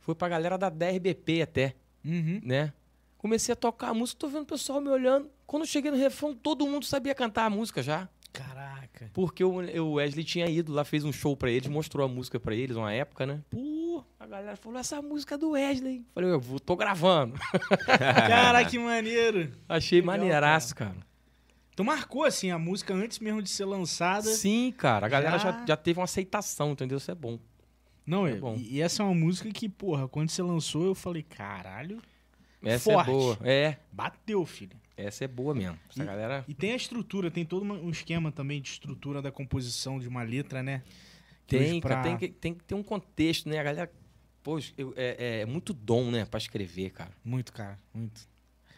Speaker 3: Foi pra galera da DRBP até,
Speaker 2: Uhum.
Speaker 3: né? Comecei a tocar a música, tô vendo o pessoal me olhando. Quando eu cheguei no refrão, todo mundo sabia cantar a música já.
Speaker 2: Caraca.
Speaker 3: Porque o o Wesley tinha ido lá, fez um show pra eles, mostrou a música pra eles uma época, né?
Speaker 2: Pô,
Speaker 3: A galera falou, essa música é do Wesley. Falei, eu vou- tô gravando.
Speaker 2: [laughs]
Speaker 3: [laughs]
Speaker 2: cara, que maneiro.
Speaker 3: Achei
Speaker 2: Legal,
Speaker 3: maneiraço, cara.
Speaker 2: Tu marcou, assim, a música antes mesmo de ser lançada.
Speaker 3: Sim, cara. A galera já,
Speaker 2: Já-
Speaker 3: já, teve uma aceitação, entendeu? Isso é bom.
Speaker 2: Não, é.
Speaker 3: É bom.
Speaker 2: E e essa é uma música que, porra, quando você lançou, eu falei, caralho,
Speaker 3: Essa
Speaker 2: Forte.
Speaker 3: é boa. É,
Speaker 2: bateu, filho.
Speaker 3: essa é boa mesmo. Essa
Speaker 2: E-
Speaker 3: galera...
Speaker 2: E tem a estrutura, tem todo uma- um esquema também de estrutura da composição de uma letra, né? Que hoje
Speaker 3: Tem,
Speaker 2: pra-
Speaker 3: cara, tem, que, tem que ter um contexto, né? A galera... Pô, eu- é, é- é muito dom, né? Pra escrever, cara.
Speaker 2: Muito, cara, muito.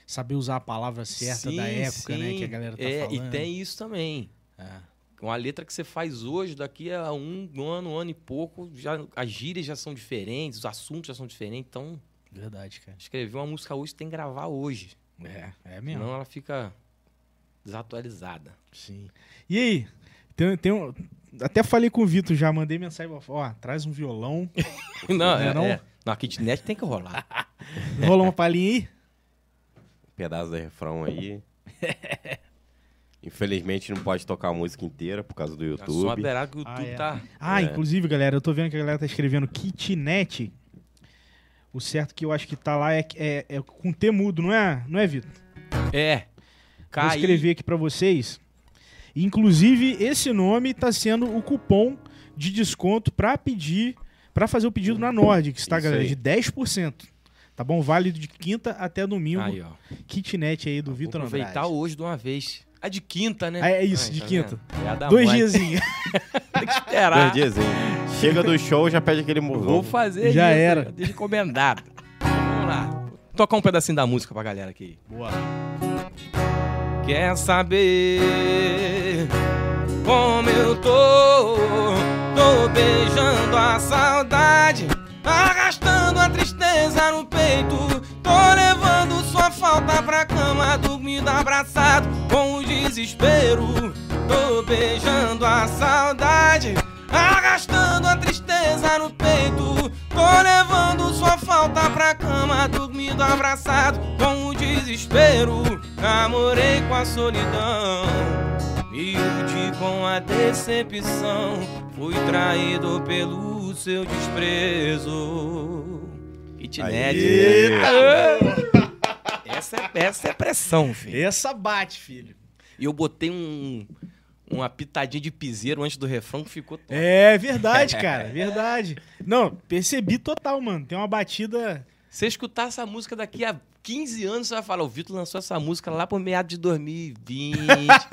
Speaker 2: Saber usar a palavra certa
Speaker 3: Sim,
Speaker 2: da época, né?
Speaker 3: sim.
Speaker 2: Que a galera tá
Speaker 3: é,
Speaker 2: falando.
Speaker 3: E tem isso também. Uma letra que você faz hoje, daqui a um ano, um ano e pouco, já, as gírias já são diferentes, os assuntos já são diferentes. Então,
Speaker 2: Verdade, cara.
Speaker 3: escrever uma música hoje tem que gravar hoje.
Speaker 2: É, é mesmo.
Speaker 3: Senão ela fica desatualizada.
Speaker 2: Sim. E aí? Tem, tem um... Até falei com o Vitor já, mandei mensagem, ó, ó, traz um violão,
Speaker 3: Não,
Speaker 2: é, não?
Speaker 3: Na kitnet tem que rolar.
Speaker 2: rola uma palhinha
Speaker 3: [laughs]
Speaker 2: aí.
Speaker 1: Um pedaço do refrão aí. Infelizmente não pode tocar a música inteira por causa do
Speaker 3: Só
Speaker 1: YouTube.
Speaker 3: haverá que o
Speaker 2: Ah,
Speaker 3: YouTube
Speaker 2: é.
Speaker 3: tá.
Speaker 2: Ah,
Speaker 1: É.
Speaker 2: inclusive, galera, eu tô vendo que a galera tá escrevendo kitnet. O certo que eu acho que tá lá é, é, é com T mudo, não é, não é Vitor?
Speaker 3: É.
Speaker 2: Vou
Speaker 3: Cai.
Speaker 2: escrever aqui pra vocês. Inclusive, esse nome tá sendo o cupom de desconto pra pedir, pra fazer o pedido na Nordics, tá,
Speaker 1: Isso
Speaker 2: galera?
Speaker 1: aí.
Speaker 2: De 10%. Tá bom? Válido de quinta até domingo.
Speaker 3: Aí, ó. Vou
Speaker 2: Kitnet aí do Vitor Andrade.
Speaker 3: aproveitar hoje de uma vez. A de quinta, né?
Speaker 2: Ah, é isso, de
Speaker 3: tá
Speaker 2: quinta.
Speaker 3: vendo? É a da
Speaker 2: Dois
Speaker 3: [laughs] mãe.
Speaker 2: diazinhos.
Speaker 3: Tem que
Speaker 1: Dois
Speaker 3: esperar.
Speaker 1: dias, hein? Chega do show, já pede aquele
Speaker 3: Vou
Speaker 1: morro.
Speaker 3: fazer
Speaker 2: Já
Speaker 3: isso,
Speaker 2: era.
Speaker 3: já Deixa encomendado. Vamos lá. Vou Tocar um pedacinho da música pra galera aqui.
Speaker 2: Boa.
Speaker 3: Quer saber como eu tô? Tô beijando a saudade, arrastando a tristeza no peito. Tô levando sua falta pra cama, dormindo abraçado com o desespero. Tô beijando a saudade, arrastando a tristeza no peito. Tô levando sua falta pra cama, dormindo abraçado com o desespero. Namorei com a solidão, me iludi com a decepção. Fui traído pelo seu desprezo. Kitnet. né? Essa é, essa é pressão, filho.
Speaker 2: Essa bate, filho.
Speaker 3: E eu botei um, uma pitadinha de piseiro antes do refrão que ficou top.
Speaker 2: É verdade, cara. Verdade. Não, percebi total, mano. Tem uma batida. é
Speaker 3: Você escutar essa música daqui a 15 anos, você vai falar, o Vitor lançou essa música lá pro meado de 2020.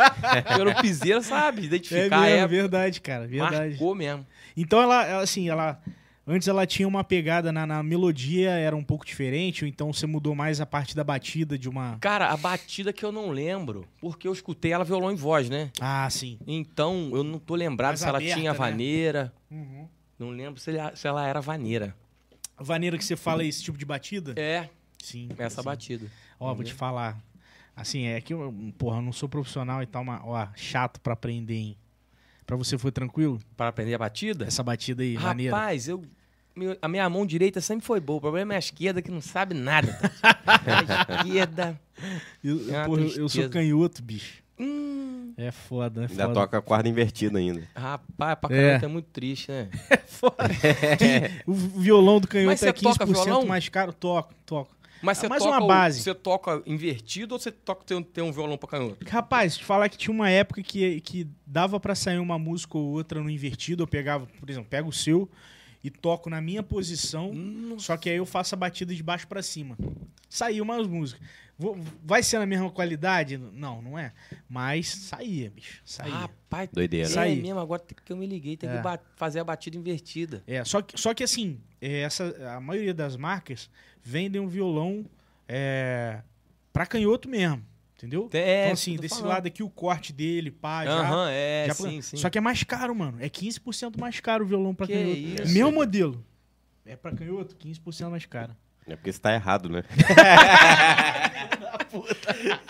Speaker 2: [laughs]
Speaker 3: Pelo piseiro, sabe?
Speaker 2: É,
Speaker 3: Identificar
Speaker 2: mesmo,
Speaker 3: é,
Speaker 2: verdade, cara. Verdade.
Speaker 3: Marcou mesmo.
Speaker 2: Então ela, ela, assim, ela Antes ela tinha uma pegada na, na melodia, era um pouco diferente, ou então você mudou mais a parte da batida de uma.
Speaker 3: Cara, a batida que eu não lembro, porque eu escutei ela violão e voz, né?
Speaker 2: Ah, sim.
Speaker 3: Então, eu não tô lembrado
Speaker 2: Mais
Speaker 3: se ela
Speaker 2: aberta,
Speaker 3: tinha
Speaker 2: né?
Speaker 3: vaneira.
Speaker 2: Uhum.
Speaker 3: Não lembro se, ele- se ela era vaneira.
Speaker 2: Vaneira que você fala esse tipo de batida?
Speaker 3: É,
Speaker 2: Sim.
Speaker 3: essa
Speaker 2: sim.
Speaker 3: batida.
Speaker 2: Ó, vou te falar. Assim, é que eu, porra, eu não sou profissional e tal, mas, ó, chato pra aprender, hein? Pra você foi tranquilo?
Speaker 3: Para aprender a batida?
Speaker 2: Essa batida aí, maneira.
Speaker 3: Rapaz, eu, meu- a minha mão direita sempre foi boa. O problema é a esquerda que não sabe nada.
Speaker 2: [laughs]
Speaker 3: tá? a esquerda.
Speaker 2: Eu,
Speaker 3: É uma
Speaker 2: porra, eu- eu sou
Speaker 3: tristeza.
Speaker 2: canhoto, bicho.
Speaker 3: Hum,
Speaker 2: É foda, é
Speaker 1: Ainda
Speaker 2: foda. [laughs]
Speaker 1: toca a corda invertida ainda.
Speaker 3: rapaz, pra
Speaker 2: É.
Speaker 3: canhoto é. muito triste, né?
Speaker 2: [laughs] O violão do canhoto
Speaker 3: Mas você
Speaker 2: é 15%
Speaker 3: toca violão?
Speaker 2: mais caro? Toco, toco.
Speaker 3: Mas
Speaker 2: É
Speaker 3: você
Speaker 2: mais
Speaker 3: toca
Speaker 2: uma
Speaker 3: o-
Speaker 2: base.
Speaker 3: Você toca invertido ou você toca tem, um- tem um violão pra canhoto?
Speaker 2: Rapaz, te falar que tinha uma época que, que dava pra sair uma música ou outra no invertido. Eu pegava, por exemplo, pego o seu e toco na minha posição. Só que aí eu faço a batida de baixo pra cima. Saiu umas músicas. Vou- vai ser na mesma qualidade? Não, não é. Mas saía, bicho. Saía.
Speaker 3: Rapaz,
Speaker 1: Doideira.
Speaker 3: é
Speaker 2: Isso aí.
Speaker 3: mesmo, agora tem que eu me liguei, tem
Speaker 2: É.
Speaker 3: que ba- fazer a batida invertida.
Speaker 2: É, só que, só que assim, é, essa, a maioria das marcas vendem um violão é, pra canhoto mesmo. Entendeu?
Speaker 3: É,
Speaker 2: então,
Speaker 3: isso
Speaker 2: assim,
Speaker 3: que eu tô
Speaker 2: desse
Speaker 3: falando.
Speaker 2: lado aqui, o corte dele, pá, já.
Speaker 3: Aham, é,
Speaker 2: Já pra-
Speaker 3: sim, sim.
Speaker 2: Só que é mais caro, mano. É 15% mais caro o violão pra
Speaker 3: Que
Speaker 2: canhoto.
Speaker 3: isso?
Speaker 2: Meu modelo. É pra canhoto, 15% mais
Speaker 3: [laughs]
Speaker 2: caro.
Speaker 1: É porque isso tá errado, né?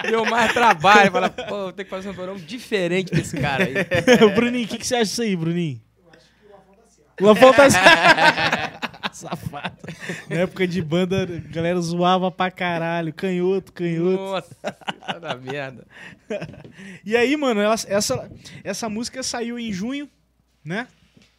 Speaker 3: Deu mais trabalho. Fala, pô, eu tenho que fazer um violão diferente desse cara aí.
Speaker 2: Bruninho, o que, que você acha disso aí, Bruninho? Eu acho que o Lafon tá
Speaker 3: [laughs]
Speaker 2: Safado. Na época de banda, a galera zoava pra caralho. Canhoto, [laughs] canhoto.
Speaker 3: Nossa, [laughs] tá da merda.
Speaker 2: E aí, mano, ela- essa, essa música saiu em junho, né?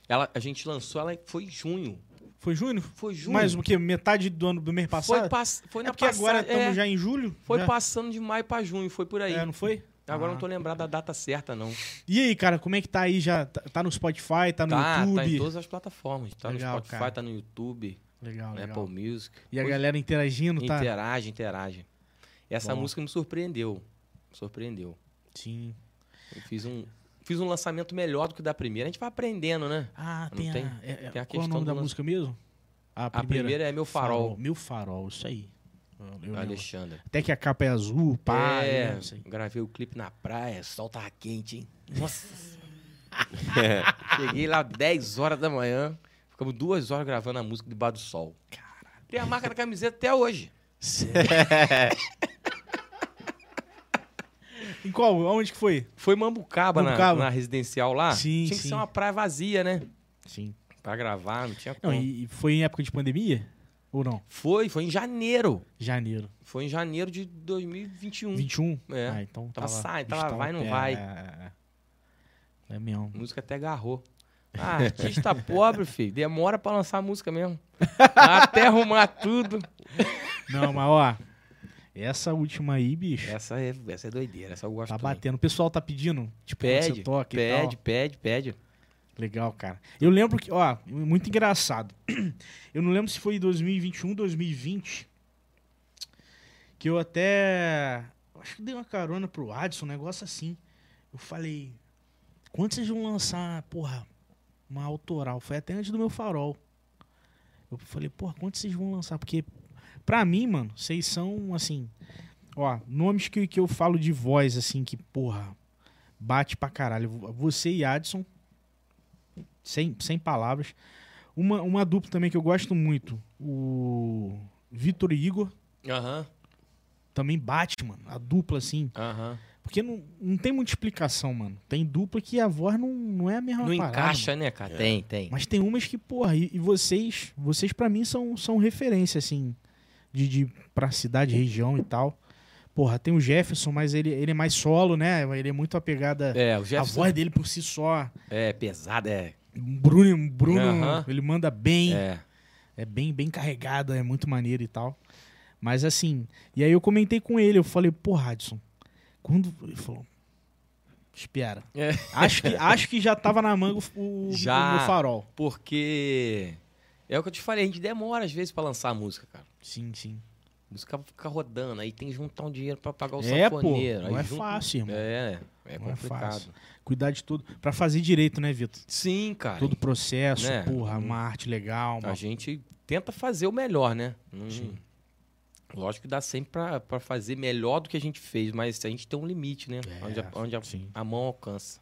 Speaker 3: Ela, a gente lançou ela foi em junho.
Speaker 2: Foi junho?
Speaker 3: Foi junho.
Speaker 2: Mais o quê? Metade do ano do mês passado?
Speaker 3: Foi, pass... foi
Speaker 2: É
Speaker 3: na
Speaker 2: porque
Speaker 3: passagem-
Speaker 2: agora estamos
Speaker 3: é,
Speaker 2: já em julho?
Speaker 3: Foi
Speaker 2: já?
Speaker 3: passando de maio pra junho, foi por aí.
Speaker 2: É, não foi?
Speaker 3: Agora
Speaker 2: Ah.
Speaker 3: não tô lembrado da data certa, não.
Speaker 2: E aí, cara, como é que tá aí já? Tá, tá no Spotify, tá no
Speaker 3: tá,
Speaker 2: YouTube?
Speaker 3: tá em todas as plataformas. Tá
Speaker 2: Legal,
Speaker 3: no Spotify,
Speaker 2: cara.
Speaker 3: tá no YouTube,
Speaker 2: Legal,
Speaker 3: no
Speaker 2: legal.
Speaker 3: Apple Music.
Speaker 2: E a
Speaker 3: Pois-
Speaker 2: galera interagindo, tá?
Speaker 3: Interage, interage. Essa
Speaker 2: Bom.
Speaker 3: música me surpreendeu. Me surpreendeu.
Speaker 2: Sim.
Speaker 3: Eu fiz um, fiz um lançamento melhor do que o da primeira. A gente vai aprendendo, né?
Speaker 2: Ah,
Speaker 3: Não
Speaker 2: tem,
Speaker 3: tem?
Speaker 2: a... é- é-
Speaker 3: Tem
Speaker 2: qual é
Speaker 3: a
Speaker 2: o
Speaker 3: questão
Speaker 2: nome
Speaker 3: do
Speaker 2: da
Speaker 3: lan-
Speaker 2: música mesmo?
Speaker 3: A primeira é Meu Farol,
Speaker 2: Meu Farol, isso aí. Eu lembro.
Speaker 3: Alexandre.
Speaker 2: Até que a capa é azul, pá. eu
Speaker 3: é,
Speaker 2: lembro isso aí.
Speaker 3: gravei o clipe na praia, o sol tava quente, hein? [laughs] Nossa.
Speaker 1: É.
Speaker 3: Cheguei lá 10 horas da manhã, ficamos duas horas gravando a música debaixo do sol. Caralho. Tem a marca da camiseta até hoje.
Speaker 2: em qual? Onde que foi?
Speaker 3: Foi Mambucaba, na-
Speaker 2: Mambucaba.
Speaker 3: Na, residencial lá.
Speaker 2: Sim,
Speaker 3: tinha que
Speaker 2: sim.
Speaker 3: ser uma praia vazia, né?
Speaker 2: Sim.
Speaker 3: Pra gravar, não tinha
Speaker 2: Não,
Speaker 3: como.
Speaker 2: e, e foi em época de pandemia? Ou não?
Speaker 3: Foi, foi em janeiro.
Speaker 2: Janeiro.
Speaker 3: Foi em janeiro de 2021.
Speaker 2: 21?
Speaker 3: É.
Speaker 2: Ah, então
Speaker 3: Tava
Speaker 2: tava...
Speaker 3: sai,
Speaker 2: bicho,
Speaker 3: tava vai, não
Speaker 2: é,
Speaker 3: vai.
Speaker 2: É, é, é. É mesmo.
Speaker 3: A música até agarrou. Ah,
Speaker 2: [laughs]
Speaker 3: artista pobre, filho. Demora pra lançar a música mesmo. até arrumar tudo.
Speaker 2: Não, mas ó... Essa última aí, bicho,
Speaker 3: Essa é, essa é doideira, essa eu gosto
Speaker 2: tá
Speaker 3: também.
Speaker 2: batendo. O pessoal tá pedindo, tipo, onde
Speaker 3: Pede,
Speaker 2: você toca e tal.
Speaker 3: pede, pede, pede.
Speaker 2: Legal, cara. Eu lembro que, ó, muito engraçado. [clears throat] Eu não lembro se foi em 2021, 2020, que eu até. Acho que dei uma carona pro Adson, um negócio assim. Eu falei: quando vocês vão lançar, porra, uma autoral? Foi até antes do meu farol. Eu falei: porra, quando vocês vão lançar? Porque, pra mim, mano, vocês são, assim. Ó, nomes que, que eu falo de voz, assim, que, porra, bate pra caralho. Você e Adson sem, sem palavras. Uma, uma dupla também que eu gosto muito, o Vitor e Igor,
Speaker 3: Aham,
Speaker 2: também bate, mano. A dupla, assim.
Speaker 3: aham.
Speaker 2: Porque não, não tem muita explicação, mano. Tem dupla que a voz não, não é a mesma
Speaker 3: Não
Speaker 2: parada,
Speaker 3: encaixa, né, cara? Tem,
Speaker 2: mano.
Speaker 3: tem.
Speaker 2: Mas tem umas que, porra, e, e vocês, vocês para mim são, são referência, assim, de, de pra cidade, região e tal. Porra, tem o Jefferson, mas ele, ele é mais solo, né? Ele é muito apegado a,
Speaker 3: É, o
Speaker 2: a
Speaker 3: Jefferson
Speaker 2: voz dele por si só.
Speaker 3: é pesado, é.
Speaker 2: Bruno, Bruno
Speaker 3: Aham.
Speaker 2: ele manda bem.
Speaker 3: É.
Speaker 2: É bem, bem carregada, é muito maneiro e tal. Mas assim, e aí eu comentei com ele, eu falei, pô, Radisson, quando. Ele falou. Espera.
Speaker 3: É.
Speaker 2: Acho, que, acho que já tava na manga o, o-
Speaker 3: Já.
Speaker 2: o meu farol.
Speaker 3: Porque é o que eu te falei, a gente demora às vezes pra lançar a música, cara.
Speaker 2: Sim, sim.
Speaker 3: Música fica rodando, aí tem que juntar um dinheiro pra pagar o
Speaker 2: É, pô.
Speaker 3: sanfoneiro. aí
Speaker 2: Não é
Speaker 3: junta-
Speaker 2: fácil, irmão.
Speaker 3: É, é
Speaker 2: Não é fácil.
Speaker 3: complicado.
Speaker 2: Cuidar de tudo. Pra fazer direito, né, Vitor?
Speaker 3: Sim, cara.
Speaker 2: Todo o processo,
Speaker 3: né?
Speaker 2: porra,
Speaker 3: Hum.
Speaker 2: uma arte legal, uma
Speaker 3: A gente tenta fazer o melhor, né? Não- Lógico que dá sempre pra, pra fazer melhor do que a gente fez, mas a gente tem um limite, né?
Speaker 2: É,
Speaker 3: onde a, onde a-
Speaker 2: sim.
Speaker 3: a mão alcança.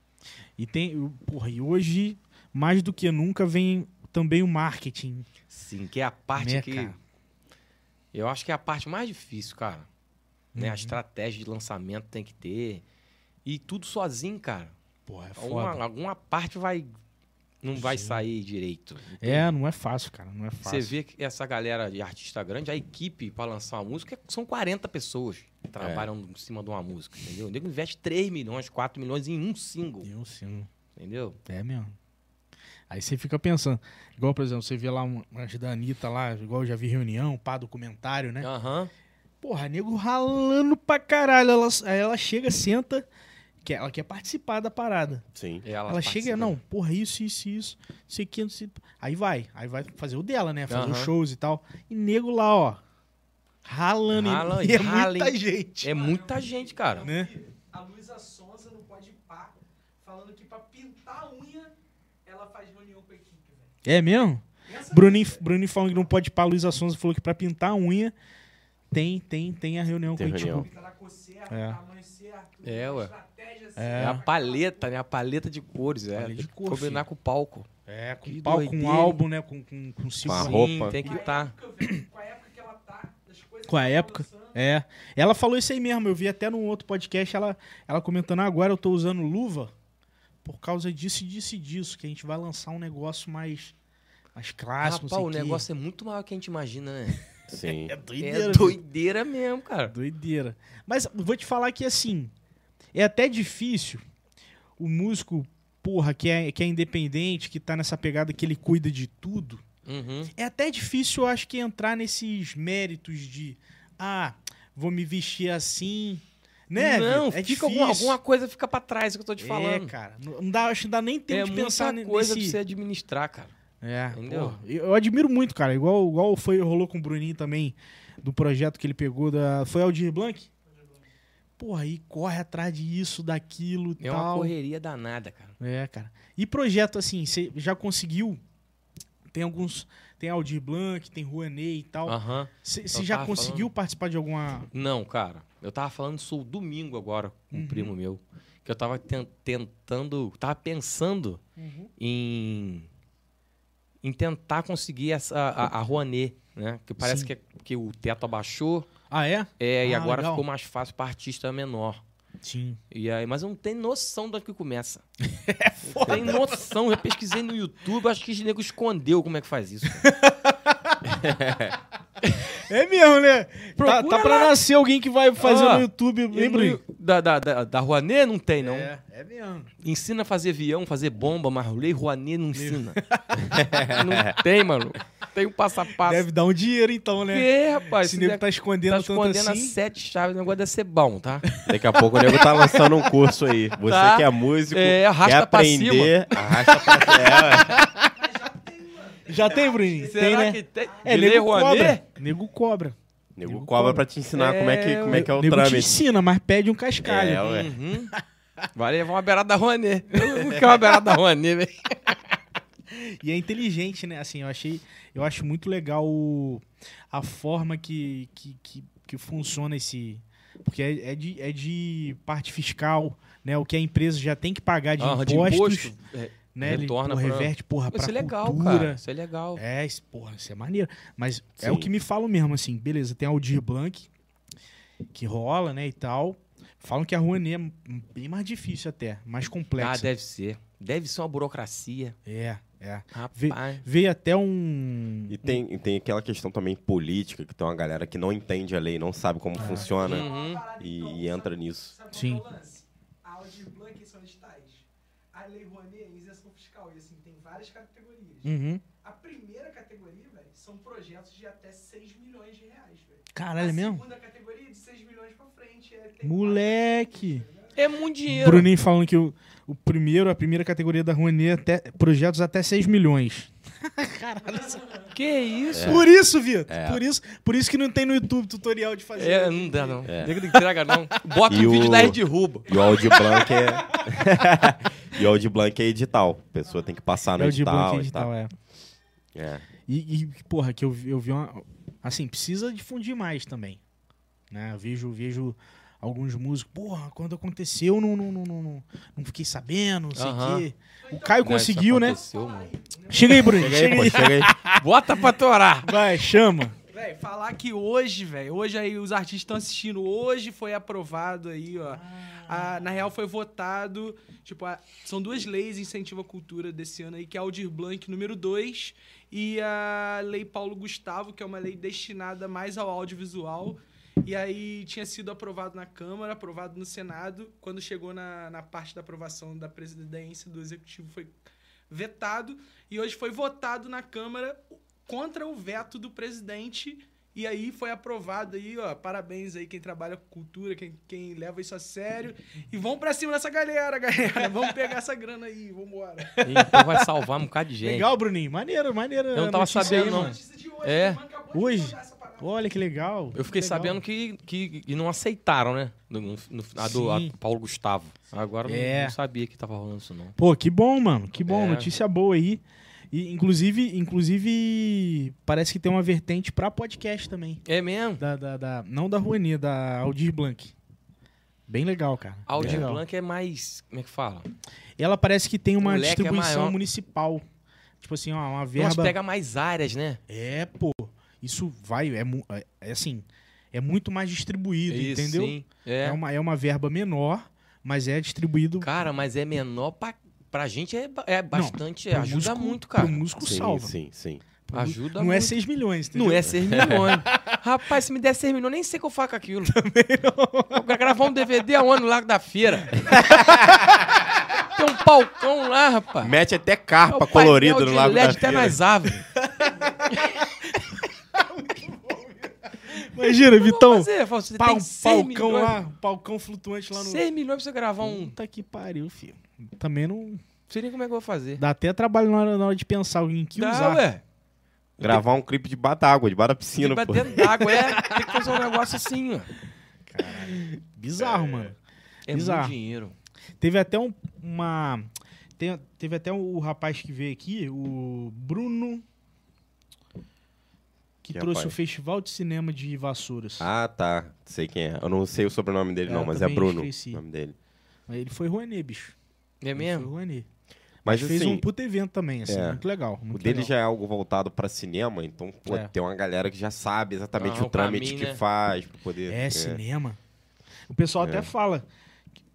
Speaker 2: E tem, o- porra, e hoje, mais do que nunca, vem também o marketing.
Speaker 3: Sim, que é a parte
Speaker 2: Né,
Speaker 3: que.
Speaker 2: cara?
Speaker 3: Eu acho que é a parte mais difícil, cara.
Speaker 2: Uhum.
Speaker 3: Né? A estratégia de lançamento tem que ter. E tudo sozinho, cara.
Speaker 2: Porra, é foda.
Speaker 3: Alguma, alguma parte vai. Não vai
Speaker 2: Sim.
Speaker 3: sair direito.
Speaker 2: É, não é fácil, cara, não é
Speaker 3: Você
Speaker 2: fácil.
Speaker 3: vê que essa galera de artista grande, a equipe pra lançar uma música, são 40 pessoas que trabalham em cima de uma música, entendeu? O nego investe 3 milhões, 4 milhões em um single,
Speaker 2: Eu sim,
Speaker 3: entendeu?
Speaker 2: é mesmo. Aí você fica pensando, igual, por exemplo, você vê lá um- umas da Anitta lá, igual eu já vi reunião, pá, documentário, né?
Speaker 3: Aham.
Speaker 2: Porra, nego ralando pra caralho. Ela, aí ela chega, senta, que ela quer participar da parada.
Speaker 1: Sim.
Speaker 2: Ela, chega,
Speaker 3: participa.
Speaker 2: não, porra, isso, isso, isso, isso aqui, não sei. Aí vai, aí vai fazer o dela, né? Fazer os
Speaker 3: Aham.
Speaker 2: shows e tal. E nego lá, ó, ralando. e- [laughs]
Speaker 3: Rala
Speaker 2: e
Speaker 3: e é
Speaker 2: é
Speaker 3: rala,
Speaker 2: muita
Speaker 3: hein?
Speaker 2: gente.
Speaker 3: É muita gente, cara.
Speaker 2: Né?
Speaker 4: A Luísa Sonza não pode pá, falando que pra pintar a unha, ela faz reunião com a equipe, velho.
Speaker 2: É mesmo?
Speaker 4: Pensa
Speaker 1: Uhum.
Speaker 2: Bruninho, Bruninho falando que não pode pá, Luísa Sonza falou que pra pintar a unha tem, tem, tem a reunião
Speaker 1: Tem
Speaker 2: com o
Speaker 1: reunião.
Speaker 2: tipo.
Speaker 4: pintar na cor certa,
Speaker 2: É.
Speaker 4: tamanho certo,
Speaker 3: É,
Speaker 4: uma
Speaker 3: ué.
Speaker 4: estratégia
Speaker 3: É. a paleta, né? A paleta de cores, é.
Speaker 2: Paleta de
Speaker 3: Tem que
Speaker 2: cor,
Speaker 3: combinar com o palco.
Speaker 2: É, com
Speaker 3: Que
Speaker 2: palco, com
Speaker 3: doideira.
Speaker 2: álbum, né? Com, com, com ciclo.
Speaker 1: a
Speaker 3: Sim,
Speaker 1: roupa.
Speaker 3: Tem que tá. estar.
Speaker 4: Com a época, velho, com a época que ela tá, das coisas
Speaker 2: Com a
Speaker 4: que ela tá
Speaker 2: época.
Speaker 4: lançando.
Speaker 2: É. Ela falou isso aí mesmo. Eu vi até num outro podcast ela, ela comentando: "Ah, agora eu tô usando luva por causa disso, e disso e disso, que a gente vai lançar um negócio mais, mais clássico.
Speaker 3: Rapaz,
Speaker 2: não sei
Speaker 3: o
Speaker 2: quê."
Speaker 3: negócio é muito maior que a gente imagina, né?
Speaker 1: Sim.
Speaker 2: é doideira.
Speaker 3: É
Speaker 2: bicho.
Speaker 3: doideira mesmo, cara.
Speaker 2: Doideira. Mas vou te falar que assim, é até difícil o músico, porra, que é, que é independente, que tá nessa pegada que ele cuida de tudo.
Speaker 3: Uhum.
Speaker 2: É até difícil, eu acho que, entrar nesses méritos de ah, vou me vestir assim. Né?
Speaker 3: não,
Speaker 2: Vitor? é
Speaker 3: fica alguma,
Speaker 2: difícil.
Speaker 3: alguma coisa fica pra trás, é o que eu tô te
Speaker 2: É,
Speaker 3: falando.
Speaker 2: cara. Não não dá, acho que não dá nem tempo
Speaker 3: É
Speaker 2: de
Speaker 3: muita
Speaker 2: pensar ne-
Speaker 3: coisa pra
Speaker 2: nesse...
Speaker 3: você administrar, cara.
Speaker 2: É,
Speaker 3: Entendeu?
Speaker 2: pô, eu eu admiro muito, cara. Igual, igual foi rolou com o Bruninho também, do projeto que ele pegou da. Foi Aldir Blanc? Porra, aí corre atrás disso, daquilo e
Speaker 3: É uma
Speaker 2: tal.
Speaker 3: correria danada, cara.
Speaker 2: É, cara. E projeto assim, você já conseguiu? Tem alguns. Tem Aldir Blanc, tem Rouanet e tal.
Speaker 3: Aham.
Speaker 2: Você
Speaker 3: Ah, eu
Speaker 2: já
Speaker 3: tava
Speaker 2: conseguiu participar de alguma.
Speaker 3: Não, cara. Eu tava falando isso domingo agora com um primo meu. Que eu tava ten- tentando. Tava pensando em. Em tentar conseguir essa, a, a Rouanet, né? Que parece
Speaker 2: Sim.
Speaker 3: que, que o teto abaixou.
Speaker 2: Ah, é?
Speaker 3: É, e
Speaker 2: Ah,
Speaker 3: agora
Speaker 2: legal.
Speaker 3: ficou mais fácil pra artista menor.
Speaker 2: Sim.
Speaker 3: E aí, mas eu não tenho noção de onde que começa. [laughs] É foda. Tem noção. Eu pesquisei no YouTube, acho que o nego escondeu como é que faz isso.
Speaker 2: É mesmo, né? Tá,
Speaker 3: Procura
Speaker 2: tá pra nascer alguém que vai fazer
Speaker 3: Ah,
Speaker 2: no YouTube, hein, Bruninho?
Speaker 3: Da, da, da, da Rouanet não tem, não.
Speaker 2: É, é mesmo.
Speaker 3: Ensina a fazer avião, fazer bomba, mas Lei Rouanet não ensina. [laughs] não tem, mano. Tem um passo a passo.
Speaker 2: Deve dar um dinheiro então, né?
Speaker 3: É, rapaz.
Speaker 2: Esse
Speaker 3: esse
Speaker 2: nego
Speaker 3: nego
Speaker 2: tá escondendo
Speaker 3: tá
Speaker 2: tanto
Speaker 3: escondendo as
Speaker 2: assim.
Speaker 3: sete chaves, o negócio deve ser bom, tá?
Speaker 1: Daqui a pouco o nego tá lançando um curso aí. Você
Speaker 3: Tá.
Speaker 1: que é músico,
Speaker 3: É,
Speaker 1: quer
Speaker 3: arrasta pra cima.
Speaker 1: aprender, arrasta pra cima.
Speaker 2: Já tem, Bruninho? tem, né?
Speaker 3: que tem?
Speaker 2: É,
Speaker 3: Lei
Speaker 2: nego
Speaker 3: Rouanet?
Speaker 2: cobra. Nego cobra.
Speaker 1: Nego cobra pra te ensinar como, é que, como é que é o
Speaker 2: nego te
Speaker 1: trâmite.
Speaker 2: ensina, mas pede um
Speaker 1: É,
Speaker 2: cascalho.
Speaker 1: ué.
Speaker 3: Uhum. Vai levar uma beirada da Rouanet. Eu não quero uma beirada da Rouanet, velho.
Speaker 2: E é inteligente, né? Assim, eu achei... Eu acho muito legal o- a forma que, que, que, que funciona esse... Porque é, é de, é de parte fiscal, né? O que a empresa já tem que pagar de
Speaker 3: Ah,
Speaker 2: impostos,
Speaker 3: de imposto. É,
Speaker 2: né? Ele,
Speaker 3: retorna
Speaker 2: pô,
Speaker 3: pra-
Speaker 2: reverte, porra, pra
Speaker 3: Isso é legal,
Speaker 2: cultura.
Speaker 3: cara. Isso é legal.
Speaker 2: É, isso, porra, isso é maneiro. Mas é
Speaker 1: Sim.
Speaker 2: o que me falam mesmo, assim, beleza, tem a Aldir Blanc, que rola, né, e tal. Falam que a Rouanet é m- bem mais difícil até, mais
Speaker 3: ah,
Speaker 2: complexa.
Speaker 3: deve ser. Deve ser uma burocracia.
Speaker 2: É, é. Vê-
Speaker 3: Rapaz.
Speaker 2: Veio até um...
Speaker 1: E tem, e tem aquela questão também política, que tem uma galera que não entende a lei, não sabe como funciona
Speaker 3: Uhum.
Speaker 1: e, e entra nisso.
Speaker 4: então, Sabe qual
Speaker 2: Sim.
Speaker 4: que é o lance? A Aldir Blanc são editais. A Lei Rouanet é isenção fiscal. E assim, tem várias categorias.
Speaker 2: Uhum.
Speaker 4: A primeira categoria, velho, são projetos de até 6 milhões de reais, velho.
Speaker 2: Caralho, é
Speaker 4: a
Speaker 2: mesmo?
Speaker 4: segunda categoria é de 6 milhões pra frente. É, tem
Speaker 2: Moleque!
Speaker 3: É muito dinheiro.
Speaker 2: Bruninho falando que o, o primeiro, a primeira categoria da Rouanet, é até, projetos até 6 milhões. Caralho, isso-
Speaker 3: Que isso?
Speaker 2: Por isso, Vitor.
Speaker 1: É.
Speaker 2: Por, isso, por isso que não tem no YouTube tutorial de fazer.
Speaker 3: É, não dá não. Nego não entrega não. Bota
Speaker 1: E
Speaker 3: um vídeo
Speaker 1: o-
Speaker 3: da derruba.
Speaker 1: E o Audi Blank é. [laughs] e o Audi Blank é edital. A pessoa tem que passar no
Speaker 2: É o de
Speaker 1: edital,
Speaker 2: bloco
Speaker 1: e
Speaker 2: digital,
Speaker 1: tal.
Speaker 2: é.
Speaker 1: É.
Speaker 2: E, e, porra, que eu, vi- eu vi uma. Assim, precisa difundir mais também. Né? Eu vejo, vejo alguns músicos, porra, quando aconteceu, não, não, não, não, não, não fiquei sabendo, não sei o
Speaker 3: Aham.
Speaker 2: quê. O Caio
Speaker 3: Não,
Speaker 2: conseguiu,
Speaker 3: isso
Speaker 2: né?
Speaker 3: aconteceu, mano.
Speaker 2: Chega aí, Bruno. Chega,
Speaker 1: Chega aí, pô,
Speaker 2: aí.
Speaker 1: chega aí.
Speaker 2: [laughs]
Speaker 3: [laughs] Bota pra torar.
Speaker 2: Vai, chama.
Speaker 4: Véi, falar que hoje, velho, hoje aí os artistas estão assistindo, hoje foi aprovado aí, ó. A- na real foi votado, tipo, a- são duas leis que incentivam a cultura desse ano aí, que é a Aldir Blanc número 2 e a Lei Paulo Gustavo, que é uma lei destinada mais ao audiovisual. E aí tinha sido aprovado na Câmara, aprovado no Senado. Quando chegou na, na parte da aprovação da presidência do Executivo, foi vetado. E hoje foi votado na Câmara contra o veto do presidente. E aí foi aprovado aí, ó. Parabéns aí quem trabalha com cultura, quem, quem leva isso a sério. E vamos pra cima dessa galera, [laughs] galera. Vamos pegar essa grana aí, vambora.
Speaker 3: Então vai salvar um bocado de gente.
Speaker 2: Legal, Bruninho. Maneiro, maneiro.
Speaker 3: Eu não
Speaker 2: a
Speaker 3: tava
Speaker 2: notícia
Speaker 3: sabendo,
Speaker 2: aí,
Speaker 3: não.
Speaker 2: mano.
Speaker 4: de
Speaker 3: É.
Speaker 4: mano, acabou de
Speaker 2: Hoje?
Speaker 4: mandar essa parada.
Speaker 2: Olha que legal.
Speaker 3: Eu fiquei
Speaker 2: que legal.
Speaker 3: sabendo que, que, que não aceitaram, né? No, no, no- a do a
Speaker 2: Sim.
Speaker 3: Paulo Gustavo. Agora eu não-
Speaker 2: É.
Speaker 3: não sabia que tava rolando isso, não.
Speaker 2: Pô, que bom, mano. Que bom,
Speaker 3: É.
Speaker 2: notícia boa aí. E, inclusive, inclusive, parece que tem uma vertente pra podcast também.
Speaker 3: É mesmo?
Speaker 2: Da, da, da- não da Rouanet, da Aldir Blanc. Bem legal, cara.
Speaker 3: A Audir
Speaker 2: Legal.
Speaker 3: Blanc é mais. Como é que fala?
Speaker 2: Ela parece que tem uma
Speaker 3: O leque é
Speaker 2: distribuição
Speaker 3: maior.
Speaker 2: municipal. Tipo assim, ó, uma
Speaker 3: Nossa,
Speaker 2: verba.
Speaker 3: pega mais áreas, né?
Speaker 2: É, pô. Isso vai, é, mu- é- é assim, é muito mais distribuído,
Speaker 3: Isso,
Speaker 2: entendeu?
Speaker 3: Sim. É.
Speaker 2: É. uma, é uma verba menor, mas é distribuído
Speaker 3: Cara, mas é menor pra. Pra gente é, ba- é bastante.
Speaker 2: pro
Speaker 3: ajuda
Speaker 2: músico-
Speaker 3: muito, cara.
Speaker 2: pro músico
Speaker 1: Sim,
Speaker 2: salva.
Speaker 1: sim, sim.
Speaker 2: Pro músico-
Speaker 3: Ajuda
Speaker 2: Não
Speaker 3: muito.
Speaker 2: é 6 milhões, entendeu?
Speaker 3: Não é 6 milhões. Rapaz, se me der 6 milhões, nem sei o que eu faço com aquilo. Também não. Eu quero gravar um DVD a um ano no Lago da Feira. Tem um palcão lá, rapaz.
Speaker 1: Mete até
Speaker 3: É o
Speaker 1: carpa
Speaker 3: painel
Speaker 1: colorida no
Speaker 3: de
Speaker 1: Lago
Speaker 3: LED
Speaker 1: da
Speaker 3: até
Speaker 1: Feira.
Speaker 3: nas árvores.
Speaker 2: Imagina, Vitão.
Speaker 3: Mas é, Fausto, você
Speaker 2: Pá,
Speaker 3: tem
Speaker 2: um
Speaker 3: 6
Speaker 2: palcão
Speaker 3: milhões,
Speaker 2: lá, um palcão flutuante lá no.
Speaker 3: 6 milhões pra você gravar um.
Speaker 2: Puta que pariu, filho. Também não.
Speaker 3: Não sei nem como é que eu vou fazer.
Speaker 2: Dá até trabalho na hora, na hora de pensar em que
Speaker 3: Dá,
Speaker 2: usar.
Speaker 3: ué.
Speaker 1: Gravar um clipe debaixo da água, debaixo da
Speaker 3: Tem que
Speaker 1: piscina, pô.
Speaker 3: bater d'água, é. Tem que fazer um negócio assim, ó.
Speaker 2: Bizarro, mano.
Speaker 3: É
Speaker 2: Bizarro.
Speaker 3: muito dinheiro.
Speaker 2: Teve até um- uma. tem- teve até o rapaz que veio aqui, o Bruno. Que,
Speaker 1: Que
Speaker 2: trouxe
Speaker 1: rapaz?
Speaker 2: o Festival de Cinema de Vassouras.
Speaker 1: Ah, tá. Sei quem é. Eu não sei o sobrenome dele,
Speaker 2: É,
Speaker 1: não,
Speaker 2: eu
Speaker 1: mas é
Speaker 2: também
Speaker 1: Bruno.
Speaker 2: esqueci.
Speaker 1: O nome dele.
Speaker 2: Ele foi Rouanet, bicho.
Speaker 3: É
Speaker 2: Ele
Speaker 3: mesmo?
Speaker 2: Foi Rouanet.
Speaker 1: Mas,
Speaker 2: fez
Speaker 1: assim,
Speaker 2: um puta evento também, assim.
Speaker 1: é.
Speaker 2: Muito legal.
Speaker 1: o
Speaker 2: muito
Speaker 1: dele
Speaker 2: legal.
Speaker 1: já é algo voltado pra cinema, então, pô,
Speaker 2: É.
Speaker 1: tem uma galera que já sabe exatamente
Speaker 3: Ah,
Speaker 1: o
Speaker 3: o
Speaker 1: trâmite
Speaker 3: caminho,
Speaker 1: que
Speaker 3: né?
Speaker 1: faz pra poder.
Speaker 2: É, cinema. O pessoal
Speaker 1: É.
Speaker 2: até fala.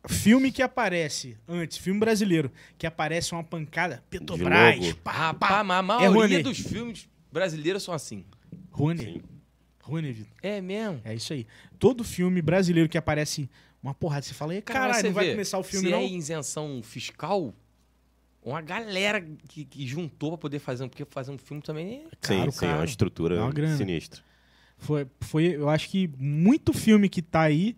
Speaker 2: Filme que aparece antes, filme brasileiro, que aparece uma pancada, Petrobras,
Speaker 1: logo.
Speaker 2: pá, pá,
Speaker 3: Rapaz, mas a
Speaker 2: Rouanet.
Speaker 3: maioria dos filmes brasileiros são assim.
Speaker 2: Rony,
Speaker 1: Sim.
Speaker 2: Rony, Vitor,
Speaker 3: É mesmo?
Speaker 2: é isso aí. Todo filme brasileiro que aparece uma porrada, você fala, "E,
Speaker 3: Cara, mas
Speaker 2: caralho,
Speaker 3: você
Speaker 2: não vai
Speaker 3: vê,
Speaker 2: começar o filme
Speaker 3: se
Speaker 2: não?
Speaker 3: é isenção fiscal, uma galera que, que juntou pra poder fazer um... Porque fazer um filme também... é
Speaker 1: Sim,
Speaker 2: caro,
Speaker 1: sim, é uma
Speaker 2: caro.
Speaker 1: estrutura
Speaker 2: É uma grana.
Speaker 1: sinistra.
Speaker 2: Foi, foi, eu acho que muito filme que tá aí,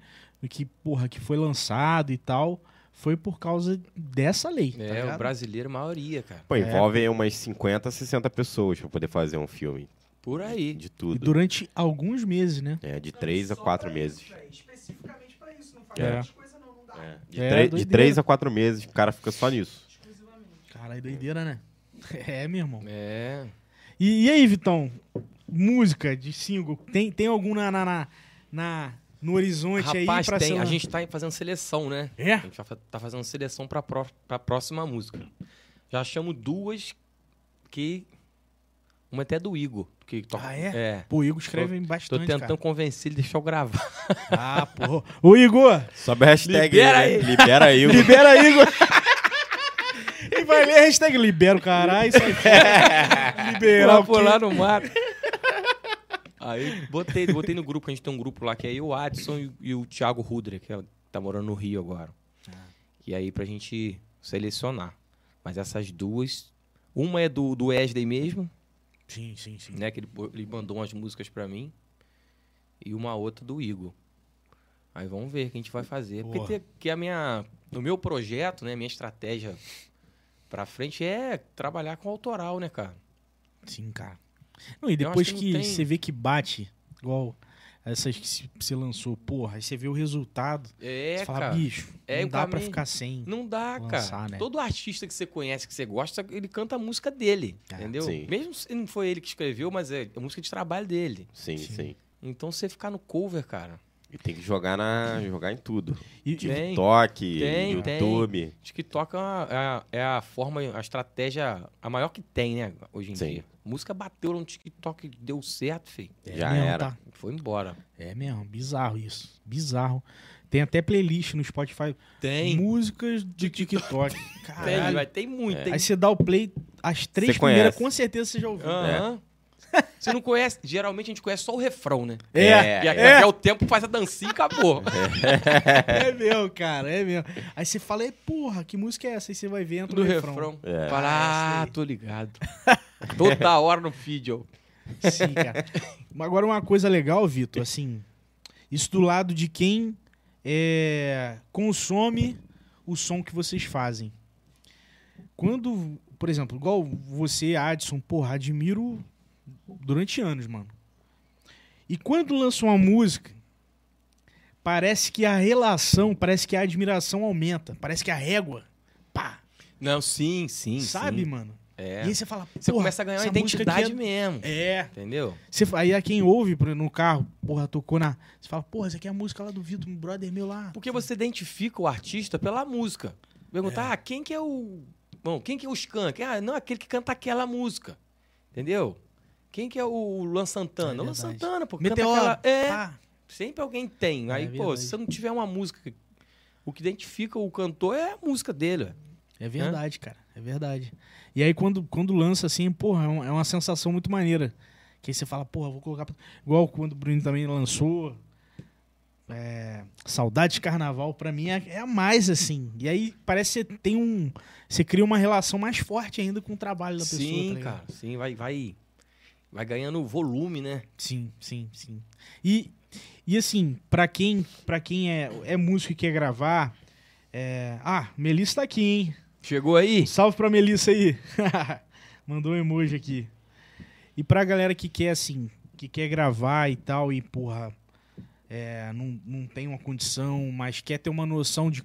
Speaker 2: que porra, que foi lançado e tal, foi por causa dessa lei. tá
Speaker 3: É,
Speaker 2: ligado?
Speaker 3: o brasileiro, a maioria, cara.
Speaker 1: Pô, envolve aí umas 50, 60 pessoas pra poder fazer um filme.
Speaker 3: Por aí.
Speaker 1: De
Speaker 2: E
Speaker 1: tudo.
Speaker 2: durante alguns meses, né?
Speaker 1: É, de 3 a
Speaker 4: Só
Speaker 1: 4
Speaker 4: pra isso,
Speaker 1: meses.
Speaker 4: véi, especificamente pra isso, não faz
Speaker 2: É.
Speaker 4: outras coisas não, não dá.
Speaker 1: É, De,
Speaker 2: É,
Speaker 1: três- de
Speaker 2: doideira.
Speaker 1: 3 a 4 meses, o cara fica só nisso.
Speaker 4: Exclusivamente.
Speaker 2: Caralho, doideira, né? [laughs] É, meu irmão.
Speaker 3: É.
Speaker 2: E, e aí, Vitão? Música de single, tem, tem algum na, na, na- na- no horizonte aí
Speaker 3: Rapaz,
Speaker 2: pra
Speaker 3: tem.
Speaker 2: ser um
Speaker 3: A
Speaker 2: lan-
Speaker 3: gente tá fazendo seleção, né?
Speaker 2: É?
Speaker 3: A gente vai fa- tá fazendo seleção pra, pró pra próxima música. Já achamos duas que... Uma até é do Igor. Que toca...
Speaker 2: Ah, é?
Speaker 3: É.
Speaker 2: Pô, o Igor escreve
Speaker 3: Tô
Speaker 2: bastante,
Speaker 3: tentando convencer ele a deixar eu gravar.
Speaker 2: cara. Ah, pô. Ô, Igor,
Speaker 1: Sobe a hashtag
Speaker 3: Libera
Speaker 1: aí, né?
Speaker 3: aí.
Speaker 1: Libera aí. Igor.
Speaker 2: libera Igor. E vai ler a hashtag libera o caralho. sai
Speaker 3: [laughs]
Speaker 2: fora. Liberar
Speaker 3: Lá
Speaker 2: o quê?
Speaker 3: por lá no mato. Aí botei, botei no grupo, a gente tem um grupo lá que é eu, o Adson e, o- e o Thiago Rudre, que é- tá morando no Rio agora. E aí pra gente selecionar. Mas essas duas. Uma é do, do Wesley mesmo,
Speaker 2: Sim, sim, sim.
Speaker 3: né? Que ele, bo- ele mandou umas músicas pra mim. E uma outra do Igor. Aí vamos ver o que a gente vai fazer.
Speaker 2: Boa.
Speaker 3: Porque tem, que a minha, o meu projeto, né? Minha estratégia pra frente é trabalhar com autoral, né, cara?
Speaker 2: Sim, cara. Não, e
Speaker 3: Eu acho
Speaker 2: depois
Speaker 3: que não
Speaker 2: que
Speaker 3: tem-
Speaker 2: você vê que bate, igual essas que se- se lançou, porra, aí você vê o resultado.
Speaker 3: É,
Speaker 2: você fala,
Speaker 3: cara.
Speaker 2: bicho,
Speaker 3: É,
Speaker 2: não
Speaker 3: o
Speaker 2: dá pra
Speaker 3: caminho-
Speaker 2: ficar sem.
Speaker 3: Não dá,
Speaker 2: Lançar,
Speaker 3: cara.
Speaker 2: né?
Speaker 3: Todo artista que você conhece, que você gosta, ele canta a música dele,
Speaker 2: É,
Speaker 3: entendeu?
Speaker 1: sim.
Speaker 3: Mesmo se não foi ele que escreveu, mas é a música de trabalho dele.
Speaker 1: Sim,
Speaker 2: Sim.
Speaker 1: sim,
Speaker 3: Então você ficar no cover, cara.
Speaker 1: E tem que jogar na jogar em tudo.
Speaker 2: E-
Speaker 3: Tem.
Speaker 1: TikTok,
Speaker 3: Tem, tem.
Speaker 1: YouTube.
Speaker 3: TikTok é, uma, é, a- é a forma, a estratégia, a maior que tem, né, hoje em
Speaker 1: Sim.
Speaker 3: dia. Música bateu no TikTok, deu certo, filho.
Speaker 2: É
Speaker 1: Já
Speaker 2: mesmo,
Speaker 1: era.
Speaker 2: tá?
Speaker 3: Foi embora.
Speaker 2: É mesmo, bizarro isso. Bizarro. Tem até playlist no Spotify.
Speaker 3: Tem.
Speaker 2: Músicas de TikTok.
Speaker 3: [laughs] Tem,
Speaker 2: Caralho.
Speaker 3: vai, tem muito. Tem...
Speaker 2: É. Aí você dá o play, as três
Speaker 1: Você
Speaker 2: primeiras,
Speaker 1: conhece.
Speaker 2: com certeza você já ouviu.
Speaker 3: Aham. [laughs] Você não conhece, geralmente a gente conhece só o refrão, né?
Speaker 2: É,
Speaker 3: e aqui
Speaker 2: é.
Speaker 3: é. o tempo, faz a dancinha e acabou.
Speaker 2: [laughs] É meu, cara, é meu. Aí você fala, "É, porra, que música é essa? Aí você vai ver, entra
Speaker 3: do
Speaker 2: no refrão.
Speaker 3: refrão.
Speaker 1: É.
Speaker 3: Fala, ah, tô ligado. [laughs] Toda hora no feed, ó.
Speaker 2: Sim, cara. Mas Agora, uma coisa legal, Vitor, assim, isso do lado de quem é, consome o som que vocês fazem. Quando, por exemplo, igual você, Adson, porra, admiro durante anos, mano. E quando lança uma música, parece que a relação, parece que a admiração aumenta, parece que a régua, pá,
Speaker 3: Não, sim, sim.
Speaker 2: sabe,
Speaker 3: sim.
Speaker 2: mano?
Speaker 3: É.
Speaker 2: E aí você fala,
Speaker 3: Você
Speaker 2: porra,
Speaker 3: começa a ganhar uma
Speaker 2: essa música aqui
Speaker 3: identidade mesmo.
Speaker 2: É, é.
Speaker 3: Entendeu?
Speaker 2: Você, aí a quem ouve por exemplo, no carro, porra, tocou na. Você fala, porra, essa aqui é a música lá do Vitor, um brother meu lá.
Speaker 3: Porque você identifica o artista pela música. Perguntar, ah, quem que é o. Bom, quem que é o Skank? Ah, não, aquele que canta aquela música. Entendeu? Quem que é o Luan Santana?
Speaker 2: É
Speaker 3: o Luan
Speaker 2: verdade.
Speaker 3: Santana, pô. canta
Speaker 2: Meteoro.
Speaker 3: aquela- É,
Speaker 2: pá.
Speaker 3: sempre alguém tem. Aí,
Speaker 2: É
Speaker 3: pô,
Speaker 2: verdade.
Speaker 3: se você não tiver uma música, que- o que identifica o cantor é a música dele. ué.
Speaker 2: É verdade, cara. É verdade. E aí quando, quando lança assim, porra, é um- é uma sensação muito maneira. Que aí você fala, porra, vou colocar. pra- Igual quando o Bruno também lançou. é, Saudade de carnaval, pra mim, é, é a mais assim. E aí parece que você tem um. Você cria uma relação mais forte ainda com o trabalho da pessoa.
Speaker 3: Sim,
Speaker 2: tá ligado?
Speaker 3: cara. Sim, vai, vai, vai ganhando volume, né?
Speaker 2: Sim, sim, sim. E, e assim, pra quem, pra quem é, é músico e quer gravar, é... ah, Melissa tá aqui, hein?
Speaker 3: Chegou aí?
Speaker 2: Um Salve pra Melissa aí. [laughs] Mandou um emoji aqui. E pra galera que quer, assim, que quer gravar e tal, e porra, é, não, não tem uma condição, mas quer ter uma noção de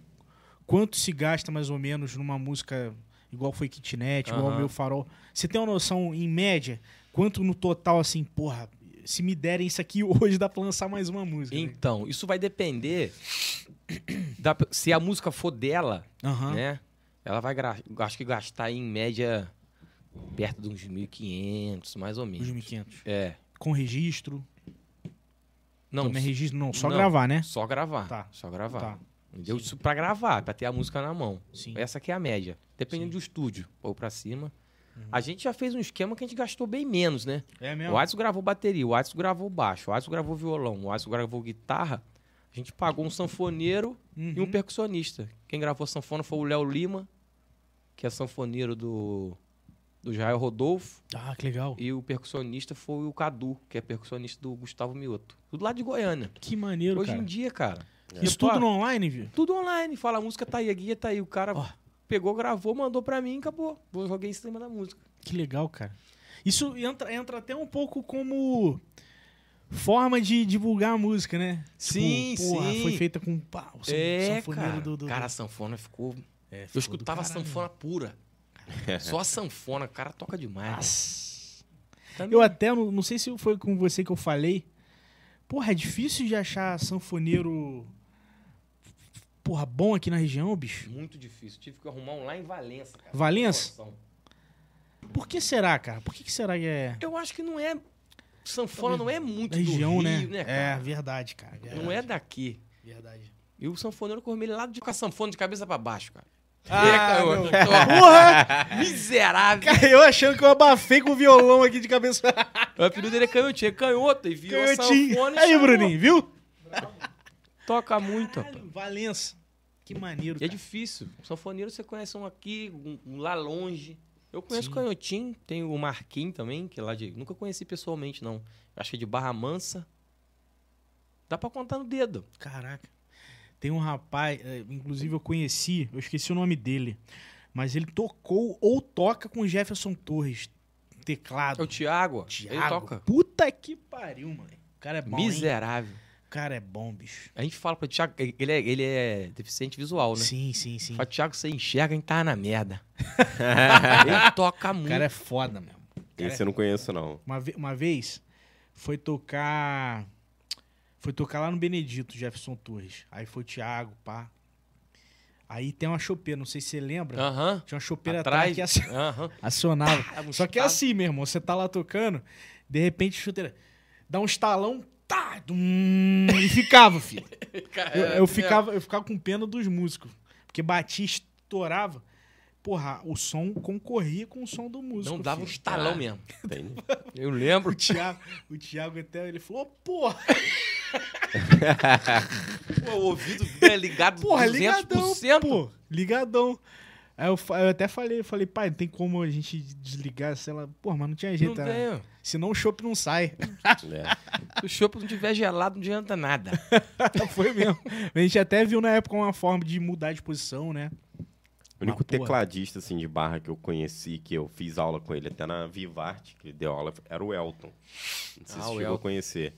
Speaker 2: quanto se gasta mais ou menos numa música igual foi Kitnet, igual
Speaker 3: Aham.
Speaker 2: o meu farol. Você tem uma noção, em média, quanto no total, assim, porra, se me derem isso aqui [laughs] hoje, dá pra lançar mais uma música. né?
Speaker 3: Então, isso vai depender [coughs] da, se a música for dela,
Speaker 2: Aham.
Speaker 3: né? Ela vai, gra- acho que gastar em média perto de uns 1.500, mais ou menos.
Speaker 2: 2.500.
Speaker 3: É.
Speaker 2: Com registro.
Speaker 3: Não,
Speaker 2: Também registro. Não, só
Speaker 3: não.
Speaker 2: gravar, né?
Speaker 3: só gravar.
Speaker 2: Tá.
Speaker 3: Só gravar.
Speaker 2: Tá.
Speaker 3: Entendeu?
Speaker 2: Sim.
Speaker 3: Isso pra gravar, pra ter a música na mão.
Speaker 2: Sim.
Speaker 3: Essa que é a média. Dependendo do estúdio, ou pra cima.
Speaker 2: Uhum.
Speaker 3: A gente já fez um esquema que a gente gastou bem menos, né?
Speaker 2: É
Speaker 3: O Adson gravou bateria, o Adson gravou baixo, o Adson gravou violão, o Adson gravou guitarra. A gente pagou um sanfoneiro
Speaker 2: Uhum.
Speaker 3: e um percussionista. Quem gravou sanfona foi o Léo Lima, que é sanfoneiro do, do Jair Rodolfo.
Speaker 2: Ah, que legal.
Speaker 3: E o percussionista foi o Cadu, que é percussionista do Gustavo Mioto. Tudo lá de Goiânia.
Speaker 2: Que maneiro,
Speaker 3: Hoje
Speaker 2: cara.
Speaker 3: em dia, cara.
Speaker 2: Isso
Speaker 3: Pô,
Speaker 2: tudo no online, viu?
Speaker 3: Tudo online. Fala, a música tá aí, a guia tá aí. O cara
Speaker 2: Ó.
Speaker 3: pegou, gravou, mandou pra mim e acabou. Eu joguei em cima da música.
Speaker 2: Que legal, cara. Isso entra, entra até um pouco como forma de divulgar a música, né?
Speaker 3: Sim,
Speaker 2: tipo, porra,
Speaker 3: sim.
Speaker 2: foi feita com pá, o san-
Speaker 3: é,
Speaker 2: sanfoneiro
Speaker 3: cara.
Speaker 2: do, do-
Speaker 3: Cara, a sanfona
Speaker 2: É,
Speaker 3: ficou
Speaker 2: ficou
Speaker 3: Eu
Speaker 2: do
Speaker 3: escutava
Speaker 2: caralho. [laughs]
Speaker 3: sanfona pura. Só a sanfona, o cara toca demais. Tá
Speaker 2: Nossa.
Speaker 3: Também.
Speaker 2: Eu até, não, não sei se foi com você que eu falei. Porra, é difícil de achar sanfoneiro, porra, bom aqui na região, bicho.
Speaker 3: Muito difícil. Tive que arrumar um lá em Valença, cara.
Speaker 2: Valença?
Speaker 3: Noção.
Speaker 2: Por que será, cara? Por que, que será que é
Speaker 3: Eu acho que não é. Sanfona não é muito
Speaker 2: da região,
Speaker 3: do
Speaker 2: né?
Speaker 3: Rio, né,
Speaker 2: é,
Speaker 3: cara?
Speaker 2: verdade, cara.
Speaker 3: [laughs]
Speaker 2: Verdade,
Speaker 3: não é daqui.
Speaker 2: Verdade.
Speaker 3: E o sanfoneiro cormelho lá de com a sanfona de cabeça pra baixo, cara.
Speaker 1: É,
Speaker 3: é
Speaker 2: Ah,
Speaker 3: eu-
Speaker 2: meu.
Speaker 3: eu-
Speaker 2: Porra!
Speaker 3: Miserável!
Speaker 2: Cara, eu achando que eu abafei com o violão aqui de cabeça.
Speaker 3: O apelido dele é canhotinho, é canhoto, e virou a
Speaker 2: Canhotinho.
Speaker 3: sanfona e
Speaker 2: Aí,
Speaker 3: chamou.
Speaker 2: Bruninho, viu?
Speaker 3: Toca muito, pô.
Speaker 2: Caralho, Valença. Que maneiro,
Speaker 3: E é
Speaker 2: cara.
Speaker 3: difícil. O sanfoneiro você conhece um aqui, um, um lá longe. Eu conheço
Speaker 2: Sim.
Speaker 3: o Canhotim, tem o Marquinhos também, que é lá de. Nunca conheci pessoalmente, não. Acho que é de Barra Mansa. Dá pra contar no dedo.
Speaker 2: Caraca. Tem um rapaz, eh, inclusive eu conheci, eu esqueci o nome dele, mas ele tocou ou toca com o Jefferson Torres. teclado.
Speaker 3: É o Thiago. Ele
Speaker 2: Thiago.
Speaker 3: toca.
Speaker 2: Puta que pariu, mano. O cara é bom. hein?
Speaker 3: Miserável.
Speaker 2: O cara é bom, bicho.
Speaker 3: A gente fala pra Thiago, ele é, ele é deficiente visual, né?
Speaker 2: Sim, sim, sim.
Speaker 3: Fala, Thiago, você enxerga e tá na
Speaker 2: [laughs]
Speaker 3: merda. ele toca
Speaker 2: O
Speaker 3: muito.
Speaker 2: cara é foda, meu. Cara,
Speaker 1: Esse eu não conheço, não.
Speaker 2: Uma, ve- uma vez foi tocar. Foi tocar lá no Benedito, Jefferson Torres. Aí foi o Thiago, pá. Aí tem uma chopeira, não sei se você lembra.
Speaker 3: Aham.
Speaker 2: Tinha uma chopeira atrás
Speaker 3: Atrás.
Speaker 2: que aci-
Speaker 3: Aham.
Speaker 2: acionava.
Speaker 3: Dava um
Speaker 2: tá Só que é
Speaker 3: estalo.
Speaker 2: assim, meu irmão. Você tá lá tocando, de repente a chuteira. Dá um estalão, tá! dum, e ficava, [laughs] filho. Eu, eu
Speaker 1: É.
Speaker 2: ficava, eu ficava com pena dos músicos. Porque batia, estourava. Porra, o som concorria com o som do músico.
Speaker 3: Não dava um
Speaker 2: filho. Tá.
Speaker 3: estalão
Speaker 1: Ah.
Speaker 3: mesmo.
Speaker 1: Entendi.
Speaker 3: Eu lembro.
Speaker 2: O Thiago, o Thiago até ele falou, porra,
Speaker 3: Pô, o ouvido é ligado
Speaker 2: porra,
Speaker 3: 200%.
Speaker 2: ligadão, pô, ligadão. Aí eu, fa- eu até falei, eu falei, pai, não tem como a gente desligar, sei lá, porra, mas não tinha
Speaker 3: Não
Speaker 2: jeito, né?
Speaker 3: tem.
Speaker 2: senão o chopp não sai.
Speaker 1: É.
Speaker 3: Se o chopp não tiver gelado, não adianta nada.
Speaker 2: Foi mesmo. A gente até viu na época uma forma de mudar de posição, né?
Speaker 1: Tá O [laughs] único
Speaker 2: Uma porra.
Speaker 1: tecladista assim, de barra que eu conheci, que eu fiz aula com ele até na Vivarte, que deu aula, era o Elton. Não sei
Speaker 3: Ah,
Speaker 1: se
Speaker 3: o
Speaker 1: chegou
Speaker 3: Elton. É
Speaker 1: a conhecer.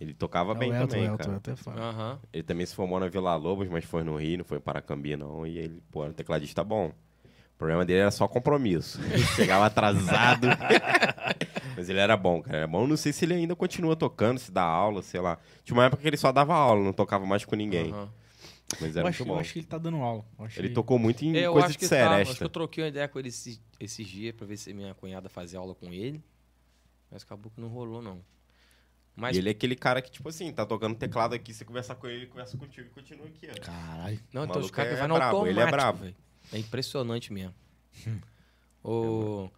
Speaker 1: Ele tocava
Speaker 2: É
Speaker 1: bem também, cara.
Speaker 3: Aham.
Speaker 1: Ele também se formou na Vila Lobos, mas foi no Rio, não foi para Cambi, não. E ele, pô, era um tecladista bom. O problema dele era só compromisso. [laughs] Ele chegava atrasado. [laughs] mas ele era bom, cara. Era bom. Eu Não sei se ele ainda continua tocando, se dá aula, sei lá. Tinha uma época que ele só dava aula, não tocava mais com ninguém.
Speaker 3: aham.
Speaker 1: Mas
Speaker 2: Eu
Speaker 1: era
Speaker 2: acho,
Speaker 1: muito bom.
Speaker 2: eu acho que ele tá dando aula. Eu acho
Speaker 1: Ele
Speaker 2: que-
Speaker 1: tocou muito em
Speaker 3: É, eu
Speaker 1: Hum, coisa de
Speaker 3: acho que tava. Acho que
Speaker 1: seresta.
Speaker 3: eu troquei uma ideia com ele esses, esses dias pra ver se minha cunhada fazia aula com ele. Mas acabou que não rolou, não. Mas,
Speaker 1: E ele é aquele cara que, tipo assim, tá tocando teclado aqui, você conversar com ele, ele conversa contigo e continua aqui, ó.
Speaker 2: Caralho.
Speaker 3: não,
Speaker 1: o
Speaker 3: então os
Speaker 1: maluco
Speaker 3: caras
Speaker 1: é
Speaker 3: que vai no
Speaker 1: brabo, ele é
Speaker 3: automático,
Speaker 1: brabo.
Speaker 3: velho. É impressionante mesmo.
Speaker 2: Hum. É
Speaker 3: o...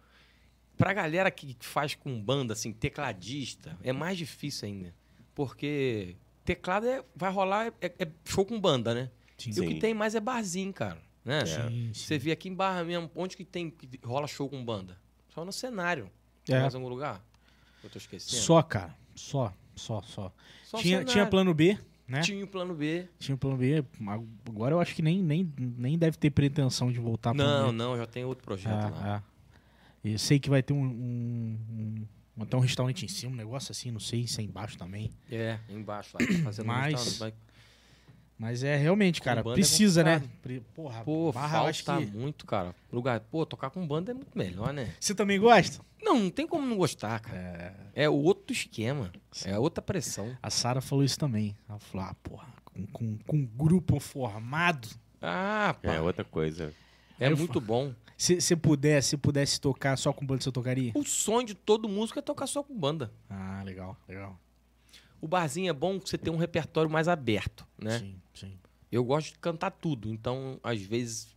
Speaker 3: Pra galera que faz com banda, assim, tecladista, é mais difícil ainda. Porque teclado é- vai rolar, é, é show com banda, né?
Speaker 2: Sim. É.
Speaker 3: E o
Speaker 1: Sim.
Speaker 3: que tem mais é barzinho, cara. Né?
Speaker 2: Sim, sim.
Speaker 3: Você vê aqui em Barra mesmo, onde que tem que rola show com banda? Só no cenário.
Speaker 2: É.
Speaker 3: Tem mais algum lugar? Eu tô esquecendo.
Speaker 2: Só, cara. Só, só, só.
Speaker 3: Só
Speaker 2: tinha,
Speaker 3: cenário.
Speaker 2: tinha plano B, né?
Speaker 3: Tinha o plano B.
Speaker 2: Tinha o plano B. Agora eu acho que nem, nem, nem deve ter pretensão de voltar pro
Speaker 3: não,
Speaker 2: Ah, B.
Speaker 3: não, já tem outro projeto lá.
Speaker 2: Ah, ah. Eu sei que vai ter um, um, um- até um restaurante em cima, um negócio assim, não sei, se é embaixo também.
Speaker 3: É, embaixo lá. Tá fazendo um
Speaker 2: Mas-
Speaker 3: restaurante, mas,
Speaker 2: Mas é realmente,
Speaker 3: Com
Speaker 2: cara,
Speaker 3: banda é
Speaker 2: precisa, né?
Speaker 3: complicado.
Speaker 2: Pre- Porra,
Speaker 3: Pô,
Speaker 2: barra, eu acho
Speaker 3: falta
Speaker 2: que-
Speaker 3: muito, cara. Lugar, pô, tocar com banda é muito melhor, né?
Speaker 2: Você também gosta?
Speaker 3: Não, não tem como não gostar, cara. É, outro esquema. É outra pressão.
Speaker 2: A Sara falou isso também. Ela falou, ah, porra, com, com, com um grupo formado,
Speaker 3: Ah, pá.
Speaker 1: É outra coisa.
Speaker 3: É,
Speaker 2: Eu
Speaker 3: muito bom.
Speaker 2: se você pudesse, se pudesse tocar só com banda, você tocaria?
Speaker 3: O sonho de todo músico é tocar só com banda.
Speaker 2: Ah, legal, legal.
Speaker 3: O barzinho é bom que você tem um repertório mais aberto, né?
Speaker 2: Sim, sim.
Speaker 3: Eu gosto de cantar tudo, então às vezes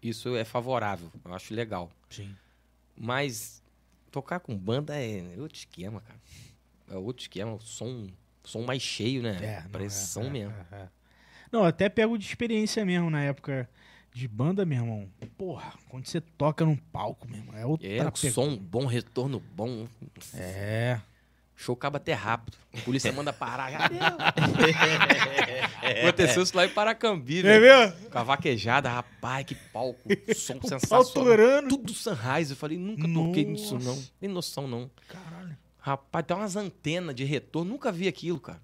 Speaker 3: isso é favorável, eu acho legal.
Speaker 2: Sim.
Speaker 3: Mas tocar com banda é outro esquema, cara. É outro esquema, o som, som mais cheio, né?
Speaker 2: não,
Speaker 3: Pressão
Speaker 2: é,
Speaker 3: mesmo.
Speaker 2: é, é. Não, até pego de experiência mesmo na época de banda, meu irmão. Porra, quando você toca num palco, meu irmão, é outra
Speaker 3: É,
Speaker 2: pegada.
Speaker 3: som bom, retorno bom.
Speaker 2: É.
Speaker 3: Show acaba até rápido. A polícia manda parar. [laughs] Já deu. Aconteceu isso lá em Paracambi, velho.
Speaker 2: mesmo?
Speaker 3: Com a vaquejada, rapaz, que palco. Som sensacional.
Speaker 2: Autorando.
Speaker 3: Tudo sunrise. Eu falei, nunca toquei nisso, não. Tem noção, não.
Speaker 2: Caralho.
Speaker 3: Rapaz, tem umas antenas de retorno. Nunca vi aquilo, cara.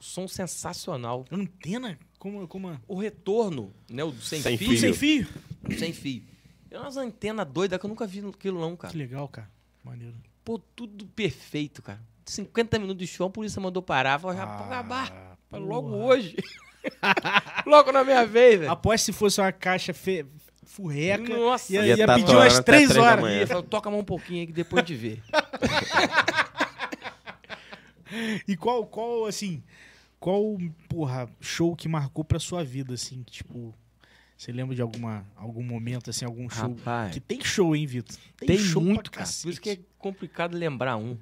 Speaker 3: O som sensacional.
Speaker 2: Antena? Como, como a...
Speaker 3: O retorno, né? O do sem,
Speaker 1: Sem
Speaker 3: fio.
Speaker 1: fio.
Speaker 2: Sem fio.
Speaker 3: Sem fio. Tem umas antenas doidas que eu nunca vi aquilo, não,
Speaker 2: Que
Speaker 3: cara.
Speaker 2: legal, cara. Maneiro.
Speaker 3: Pô, tudo perfeito, cara. 50 minutos de show, a polícia mandou parar. Falei, já pra acabar. Falei, Logo
Speaker 2: Ah, porra.
Speaker 3: hoje. [laughs] Logo na minha vez, velho.
Speaker 2: Após se fosse uma caixa fe... furreca,
Speaker 3: Nossa,
Speaker 2: ia,
Speaker 3: ia,
Speaker 2: ia,
Speaker 1: tá
Speaker 2: pedir
Speaker 1: atorando
Speaker 2: umas
Speaker 1: até
Speaker 2: três
Speaker 1: três da
Speaker 2: horas.
Speaker 1: manhã.
Speaker 3: falou, toca a mão um pouquinho aí que depois
Speaker 2: [laughs]
Speaker 3: de ver.
Speaker 2: E qual, qual, assim, qual, porra, show que marcou pra sua vida, assim, que, tipo, você lembra de alguma, algum momento, assim, algum show?
Speaker 3: Rapaz,
Speaker 2: Que tem show, hein, Vitor?
Speaker 3: tem,
Speaker 2: show pra
Speaker 3: muito, cara.
Speaker 2: cacete.
Speaker 3: Por isso que é complicado lembrar um.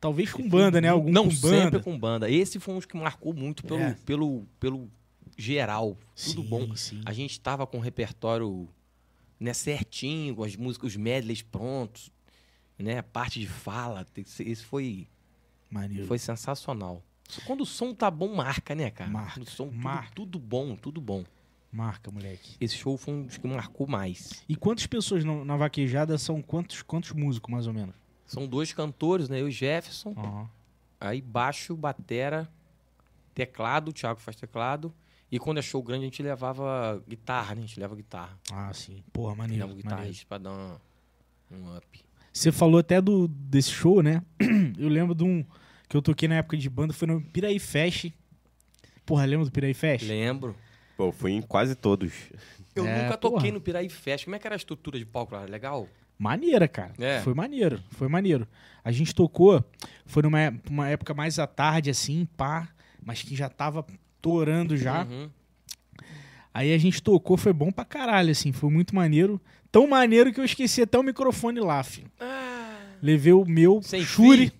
Speaker 2: Talvez com banda, né? Algum
Speaker 3: Não,
Speaker 2: com banda.
Speaker 3: sempre é com banda. Esse foi um dos que marcou muito pelo,
Speaker 2: É.
Speaker 3: pelo, pelo geral. Tudo
Speaker 2: sim,
Speaker 3: bom.
Speaker 2: Sim.
Speaker 3: A gente tava com o repertório né, certinho, com as músicas, os medleys prontos, né? A parte de fala. Esse esse foi,
Speaker 2: Maneiro.
Speaker 3: foi sensacional. Quando o som tá bom, marca, né, cara?
Speaker 2: Marca,
Speaker 3: Quando o som tudo-
Speaker 2: marca.
Speaker 3: tudo bom, tudo bom.
Speaker 2: Marca, moleque.
Speaker 3: Esse show foi um dos que marcou mais.
Speaker 2: E quantas pessoas no- na vaquejada são quantos, quantos músicos, mais ou menos?
Speaker 3: São dois cantores, né? Eu e Jefferson.
Speaker 2: Aham.
Speaker 3: Aí baixo, batera, teclado, o Thiago faz teclado. E quando é show grande, a gente levava guitarra, né? A gente leva guitarra.
Speaker 2: Ah, sim. Porra, maneiro.
Speaker 3: Leva um
Speaker 2: maneiro.
Speaker 3: guitarrista pra dar um, um up.
Speaker 2: Você falou até do, desse show, né? [clears throat] Eu lembro de um que eu toquei na época de banda, foi no Piraí Fest. Porra, lembra do Piraí Fest?
Speaker 3: Lembro.
Speaker 1: Pô, eu fui em quase todos.
Speaker 3: Eu
Speaker 2: É,
Speaker 3: nunca
Speaker 2: porra.
Speaker 3: toquei no Piraí Fest. Como é que era a estrutura de palco lá? Era Legal?
Speaker 2: Maneira, cara.
Speaker 3: É.
Speaker 2: Foi maneiro, foi maneiro. A gente tocou, foi numa é- uma época mais à tarde, assim, pá, mas que já tava torando já.
Speaker 3: Uhum.
Speaker 2: Aí a gente tocou, foi bom pra caralho, assim, foi muito maneiro. Tão maneiro que eu esqueci até o microfone lá, filho. Levei o meu
Speaker 3: Ah. Sem
Speaker 2: Shure.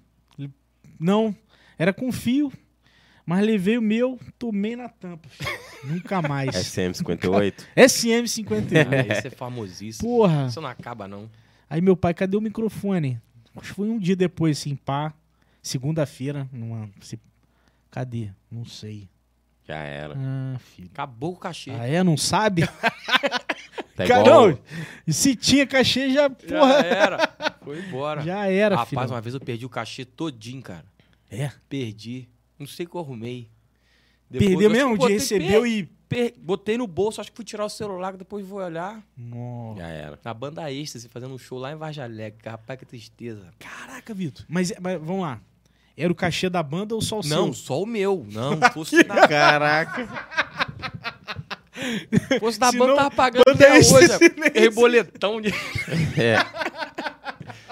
Speaker 2: Não, era com fio, mas levei o meu, tomei na tampa. filho. Nunca
Speaker 1: [laughs] É assim.
Speaker 2: mais.
Speaker 1: SM58.
Speaker 2: SM51. [laughs]
Speaker 3: Cara, Isso é famosíssimo.
Speaker 2: Porra.
Speaker 3: Isso não acaba, não.
Speaker 2: Aí meu pai, cadê o microfone? Acho que foi um dia depois, assim, pá. Segunda-feira, numa. se- Cadê? Não sei.
Speaker 1: Já era.
Speaker 2: Ah, filho.
Speaker 3: Acabou o cachê.
Speaker 2: Ah, é? Não sabe?
Speaker 1: Tá igual-
Speaker 2: Caramba! E se tinha cachê, já,
Speaker 3: Já
Speaker 2: porra,
Speaker 3: era. Foi embora.
Speaker 2: já era,
Speaker 3: Rapaz,
Speaker 2: filho.
Speaker 3: uma vez eu perdi o cachê todinho, cara.
Speaker 2: É.
Speaker 3: Perdi. Não sei o que eu arrumei. Depois-
Speaker 2: Perdeu
Speaker 3: eu
Speaker 2: mesmo? De
Speaker 3: acho que botei-
Speaker 2: recebeu e.
Speaker 3: per- per- Botei no bolso, acho que fui tirar o celular, que depois vou olhar.
Speaker 2: Nossa.
Speaker 1: Já era.
Speaker 3: Na banda êxtase, fazendo um show lá em Varja Alegre. cara. Rapaz, que tristeza.
Speaker 2: Caraca, Vitor. Mas, é, mas vamos lá. Era o cachê da banda ou só o
Speaker 3: Não,
Speaker 2: seu?
Speaker 3: só o meu. Não, fosse da,
Speaker 1: Caraca.
Speaker 3: fosse
Speaker 2: [laughs]
Speaker 3: da
Speaker 2: Se
Speaker 3: banda,
Speaker 2: não,
Speaker 3: tava pagando
Speaker 2: banda
Speaker 3: até hoje.
Speaker 2: êxtase, né?
Speaker 3: Reboletão de...
Speaker 1: É.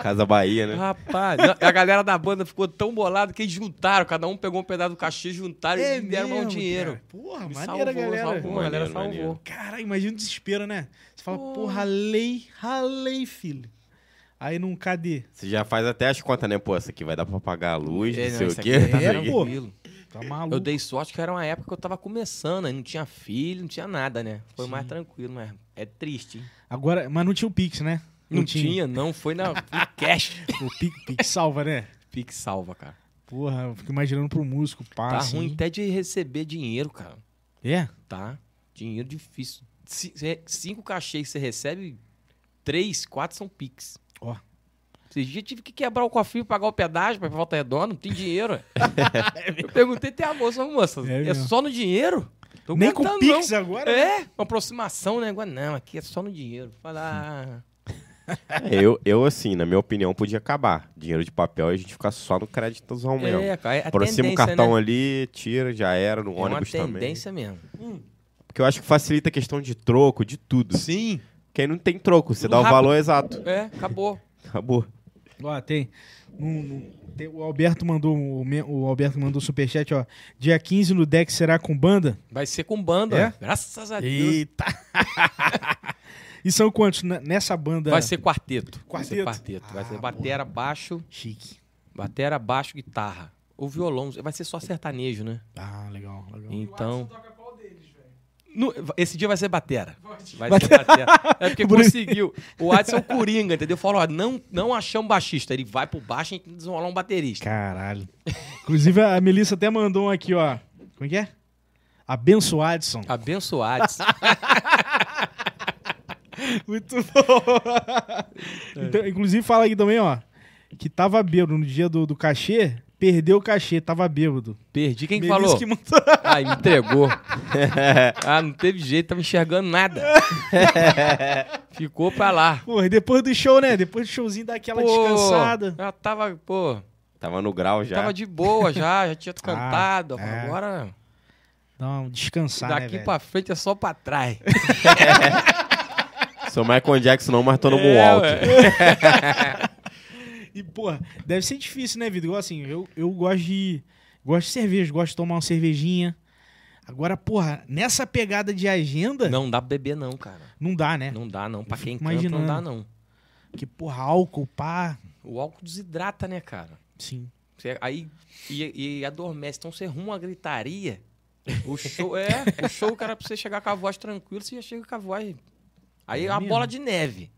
Speaker 1: Casa Bahia, né?
Speaker 3: Rapaz, não, a galera da banda ficou tão bolada que eles juntaram. Cada um pegou um pedaço do cachê, juntaram e me deram mais um
Speaker 2: É mesmo,
Speaker 3: dinheiro.
Speaker 2: cara. Porra,
Speaker 3: Me
Speaker 2: maneira,
Speaker 3: salvou,
Speaker 2: galera.
Speaker 3: salvou, a galera
Speaker 1: Maneiro, maneiro.
Speaker 3: salvou.
Speaker 2: Cara, imagina o desespero, né? Você fala,
Speaker 3: Porra.
Speaker 2: porra, ralei, ralei, filho. Aí não, cadê?
Speaker 1: Você já faz até as contas, né? Pô, essa aqui vai dar pra pagar a luz, não,
Speaker 3: É,
Speaker 1: sei
Speaker 3: isso
Speaker 1: o
Speaker 3: aqui
Speaker 1: quê.
Speaker 3: tá
Speaker 1: não sei o
Speaker 2: É,
Speaker 1: quê.
Speaker 2: pô.
Speaker 3: tranquilo.
Speaker 2: Tá maluco.
Speaker 3: Eu dei sorte que era uma época que eu tava começando, aí não tinha filho, não tinha nada, né? Foi mais tranquilo, mas é triste, hein?
Speaker 2: Agora, mas não tinha o Pix, né?
Speaker 3: Não, tinha. não, foi na foi cash.
Speaker 2: O Pix, Pix salva, né?
Speaker 3: Fique salva, cara.
Speaker 2: Porra, eu fico imaginando pro músico, pá,
Speaker 3: Tá
Speaker 2: assim.
Speaker 3: ruim até de receber dinheiro, cara.
Speaker 2: É?
Speaker 3: Tá? Dinheiro difícil. Ci- cê- cinco cachês que você recebe, três, quatro são Pix.
Speaker 2: Ó.
Speaker 3: Esses dias eu tive que quebrar o cofrinho, pagar o pedágio pra ir pra volta redonda, não tem dinheiro.
Speaker 2: [laughs]
Speaker 3: ué. eu perguntei até a moça, moça,
Speaker 2: É
Speaker 3: é,
Speaker 2: mesmo.
Speaker 3: só no dinheiro? Tô
Speaker 2: Nem com o
Speaker 3: aguentando, não.
Speaker 2: Pix agora? né?
Speaker 3: É, uma aproximação, né? Agora, Não, aqui é só no dinheiro. ah, Falar.
Speaker 1: É, [laughs] eu, eu, assim, na minha opinião, podia acabar. Dinheiro de papel e a gente ficar só no créditozão mesmo.
Speaker 3: É, cara, é a
Speaker 1: Aproxima o
Speaker 3: tendência,
Speaker 1: cartão
Speaker 3: né?
Speaker 1: ali, tira, já era, no
Speaker 3: É uma
Speaker 1: ônibus também.
Speaker 3: tendência mesmo.
Speaker 1: Porque eu acho que facilita a questão de troco, de tudo.
Speaker 3: Sim.
Speaker 1: Quem não tem troco, você
Speaker 3: Tudo
Speaker 1: dá o
Speaker 3: rápido.
Speaker 1: valor exato.
Speaker 3: É, acabou.
Speaker 1: Acabou.
Speaker 2: Ó, tem, um- um- tem- O Alberto mandou o, me- o Alberto mandou um superchat, ó. Dia 15 no deck será com banda?
Speaker 3: Vai ser com banda.
Speaker 2: É?
Speaker 3: ó. Graças a Deus.
Speaker 2: Eita! [laughs] e são quantos na- nessa banda?
Speaker 3: Vai ser quarteto. Vai
Speaker 2: Quarteto?
Speaker 3: ser quarteto. Vai ser
Speaker 2: Ah,
Speaker 3: batera, baixo,
Speaker 2: Chique.
Speaker 3: batera, baixo, guitarra. O violão. Vai ser só sertanejo, né?
Speaker 2: Ah, legal, legal.
Speaker 4: Então...
Speaker 3: Então.
Speaker 4: toca qual deles, velho?
Speaker 3: no- esse dia vai ser batera. Vai ser batera. É porque
Speaker 2: Bruno-
Speaker 3: conseguiu. O Adson é o Coringa, entendeu? Falou, ó, não, não achamos baixista. Ele vai pro baixo e a gente tem que desenrolar um baterista.
Speaker 2: Caralho. [laughs] Inclusive, a Melissa até mandou um aqui, ó. Como é que é? Abençoadson.
Speaker 3: [laughs] Abençoados.
Speaker 2: Muito bom. [laughs] Então, inclusive, fala aqui também, ó. Que tava bêbado no dia do, do cachê, perdeu o cachê, tava bêbado.
Speaker 3: Perdi quem que
Speaker 2: Melissa
Speaker 3: falou.
Speaker 2: que mandou.
Speaker 3: Ah, entregou. ah, não teve jeito, tava enxergando nada. Ficou pra lá.
Speaker 2: Porra, e depois do show, né? Depois do showzinho dá aquela descansada.
Speaker 3: Já tava, pô,
Speaker 1: Tava no grau já.
Speaker 3: tava de boa já, já tinha cantado.
Speaker 2: é.
Speaker 3: Agora,
Speaker 2: Dá uma descansada.
Speaker 3: daqui
Speaker 2: né,
Speaker 3: pra frente é só pra trás.
Speaker 1: Sou Michael Jackson não, mas tô no
Speaker 3: É,
Speaker 1: Moonwalk.
Speaker 3: ué.
Speaker 2: velho? E, porra, deve ser difícil, né, Vitor? Igual Assim, eu, eu gosto de. Gosto de cerveja, gosto de tomar uma cervejinha. Agora, porra, nessa pegada de agenda, não,
Speaker 3: [laughs] Não dá pra beber não, cara.
Speaker 2: dá, né?
Speaker 3: Não dá não, pra quem
Speaker 2: fico
Speaker 3: canta não
Speaker 2: imaginando.
Speaker 3: dá não.
Speaker 2: Porque, porra, álcool, pá.
Speaker 3: O álcool desidrata, né, cara?
Speaker 2: Sim.
Speaker 3: Você- aí, e, e adormece, então você arruma uma gritaria. O show, é, o show, cara, pra você chegar com a voz tranquila, você já chega com a voz... Aí
Speaker 2: É
Speaker 3: é uma
Speaker 2: mesmo.
Speaker 3: bola de neve.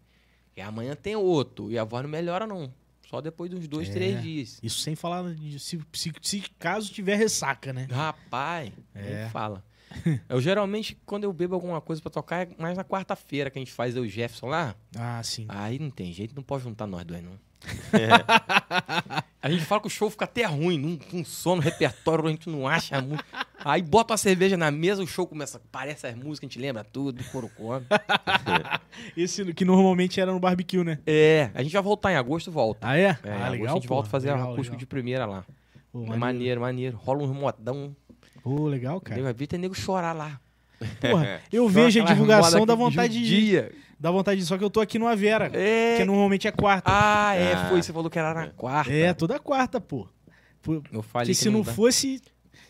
Speaker 3: E amanhã tem outro, e a voz não melhora não. Só depois de uns dois,
Speaker 2: É.
Speaker 3: três dias.
Speaker 2: Isso sem falar de se, se- se caso tiver ressaca, né?
Speaker 3: Rapaz,
Speaker 2: É. [laughs]
Speaker 3: nem fala. Eu geralmente, quando eu bebo alguma coisa pra tocar, é mais na quarta-feira que a gente faz eu e o Jefferson lá.
Speaker 2: Ah, sim.
Speaker 3: Aí não tem jeito, não pode juntar nós dois, não.
Speaker 2: É.
Speaker 3: [laughs] a gente fala que o show fica até ruim, não, não som no repertório, a gente não acha muito. Aí bota uma cerveja na mesa, o show começa, parece as músicas, a gente lembra tudo, corocone.
Speaker 2: Esse que normalmente era no barbecue, né?
Speaker 3: É, a gente vai voltar em agosto, volta.
Speaker 2: Ah, é?
Speaker 3: É, em
Speaker 2: ah,
Speaker 3: agosto a gente
Speaker 2: pô.
Speaker 3: volta a fazer
Speaker 2: legal,
Speaker 3: acústico de
Speaker 2: legal.
Speaker 3: primeira lá.
Speaker 2: Pô,
Speaker 3: É maneiro, maneiro. Rola um modão.
Speaker 2: Pô, legal, cara.
Speaker 3: Nego, Vai ver, tem nego chorar lá.
Speaker 2: Porra, eu
Speaker 3: Chora
Speaker 2: vejo a
Speaker 3: É. aquela
Speaker 2: divulgação
Speaker 3: moda
Speaker 2: da
Speaker 3: que
Speaker 2: vontade de.
Speaker 3: judia.
Speaker 2: Dá vontade de. Só que eu tô aqui no Avera,
Speaker 3: É.
Speaker 2: que normalmente é quarta.
Speaker 3: Ah, é,
Speaker 1: Ah.
Speaker 3: foi. Você falou que era na quarta.
Speaker 2: é, toda quarta, pô. Pô,
Speaker 3: Eu falei
Speaker 2: Porque
Speaker 3: que
Speaker 2: se não
Speaker 3: dá.
Speaker 2: fosse.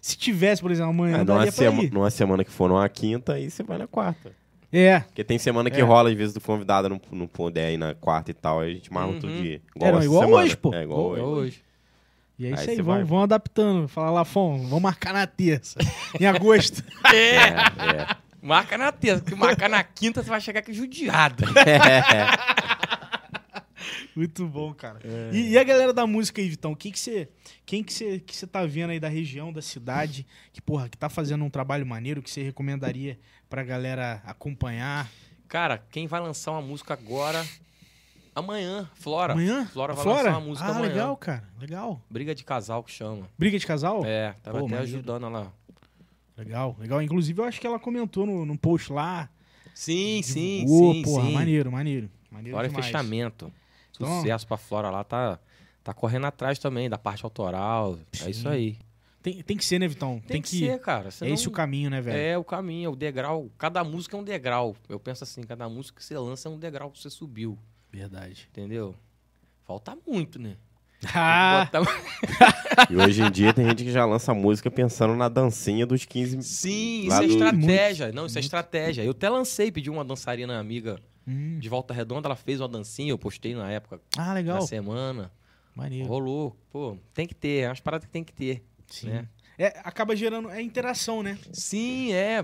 Speaker 2: Se tivesse, por exemplo, amanhã,
Speaker 1: É,
Speaker 2: eu
Speaker 1: numa,
Speaker 2: daria pra
Speaker 1: sema-
Speaker 2: ir.
Speaker 1: numa semana que for numa quinta, aí você vai na quarta.
Speaker 2: É.
Speaker 1: Porque tem semana que
Speaker 2: É.
Speaker 1: rola, às vezes, do convidado não, não puder ir na quarta e tal, aí a gente marca outro
Speaker 3: Uhum.
Speaker 1: dia.
Speaker 2: É, não,
Speaker 1: essa
Speaker 2: igual
Speaker 1: semana.
Speaker 2: hoje, pô.
Speaker 1: É, igual
Speaker 3: Igual
Speaker 1: hoje.
Speaker 3: hoje.
Speaker 2: E é
Speaker 1: Aí
Speaker 2: isso aí,
Speaker 1: você vai.
Speaker 2: vamos, vamos adaptando. Fala, Lafon, vamos marcar na terça. Em agosto.
Speaker 3: [laughs]
Speaker 1: É,
Speaker 3: Marca na terça, porque marcar na quinta você vai chegar aqui judiado.
Speaker 1: é.
Speaker 2: Muito bom, cara. E, e a galera da música aí, Vitão? Quem que você quem que você que você tá vendo aí da região, da cidade, que porra, que tá fazendo um trabalho maneiro que você recomendaria pra galera acompanhar?
Speaker 3: Cara, quem vai lançar uma música agora? Amanhã, Flora.
Speaker 2: Amanhã?
Speaker 3: Flora vai
Speaker 2: Flora?
Speaker 3: lançar uma música
Speaker 2: ah,
Speaker 3: amanhã.
Speaker 2: legal, cara. Legal.
Speaker 3: Briga de casal que chama.
Speaker 2: Briga de casal?
Speaker 3: É, tava
Speaker 2: Pô,
Speaker 3: até
Speaker 2: maneiro.
Speaker 3: ajudando ela.
Speaker 2: Legal, legal. Inclusive, eu acho que ela comentou no, no post lá.
Speaker 3: Sim, sim,
Speaker 2: Divulgou,
Speaker 3: sim,
Speaker 2: porra,
Speaker 3: sim.
Speaker 2: maneiro, maneiro. Maneiro
Speaker 3: Flora é
Speaker 2: demais.
Speaker 3: fechamento.
Speaker 2: Então-
Speaker 3: Sucesso pra Flora lá, tá, tá correndo atrás também da parte autoral. É isso
Speaker 2: Sim.
Speaker 3: aí.
Speaker 2: Tem, tem que ser, né, Vitão? Tem, que,
Speaker 3: ser, cara.
Speaker 2: É
Speaker 3: senão-
Speaker 2: esse o caminho, né, velho?
Speaker 3: É o caminho, é o degrau. Cada música é um degrau. Eu penso assim, cada música que você lança é um degrau que você subiu,
Speaker 2: Verdade.
Speaker 3: entendeu? Falta muito, né?
Speaker 2: [laughs] Ah,
Speaker 3: Botar-
Speaker 1: E hoje em dia tem gente que já lança música pensando na dancinha dos 15.
Speaker 3: Sim,
Speaker 1: Lá
Speaker 3: isso é
Speaker 1: do-
Speaker 3: estratégia. Não, isso
Speaker 2: Hum,
Speaker 3: é
Speaker 2: muito.
Speaker 3: estratégia. Eu até lancei, pedi uma dançarina amiga
Speaker 2: hum.
Speaker 3: de Volta Redonda, ela fez uma dancinha, eu postei na época,
Speaker 2: ah
Speaker 3: na
Speaker 2: legal.
Speaker 3: semana.
Speaker 2: Maneiro.
Speaker 3: Rolou. Pô, tem que ter, é umas paradas que tem que ter.
Speaker 2: Sim.
Speaker 3: né?
Speaker 2: É, acaba gerando é interação, né?
Speaker 3: Sim, é.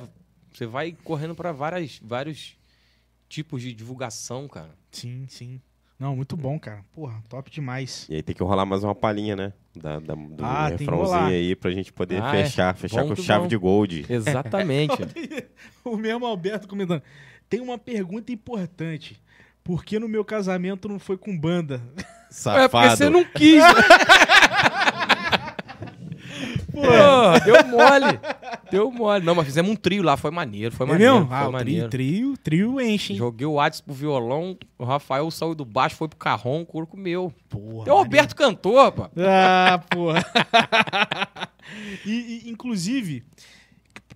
Speaker 3: Você vai correndo pra várias, vários tipos de divulgação, cara.
Speaker 2: Sim, sim. Não, muito bom, cara. Porra, top demais.
Speaker 1: E aí tem que rolar mais uma palhinha, né? Da, da- do
Speaker 2: Ah, tem que rolar.
Speaker 1: refrãozinho aí pra gente poder
Speaker 3: Ah, é.
Speaker 1: fechar. Fechar
Speaker 3: Bom
Speaker 1: com
Speaker 3: que
Speaker 1: chave
Speaker 3: bom.
Speaker 1: de gold.
Speaker 3: [laughs] Exatamente.
Speaker 2: [laughs] o mesmo Alberto comentando. Tem uma pergunta importante. Por que no meu casamento não foi com banda?
Speaker 1: Safado.
Speaker 3: não quis.
Speaker 2: [laughs] Pô, É.
Speaker 3: Pô, deu mole. Deu mole. Não, mas fizemos um trio lá, foi maneiro, foi
Speaker 2: é
Speaker 3: maneiro.
Speaker 2: mesmo?
Speaker 3: Foi
Speaker 2: Ah, o trio,
Speaker 3: maneiro.
Speaker 2: trio, trio enche, hein?
Speaker 3: Joguei o Adson pro violão, o Rafael saiu do baixo, foi pro carrão, o couro comeu.
Speaker 2: Porra,
Speaker 3: Até É o Roberto cantou, rapaz.
Speaker 2: Ah, porra. [laughs] e, e, inclusive,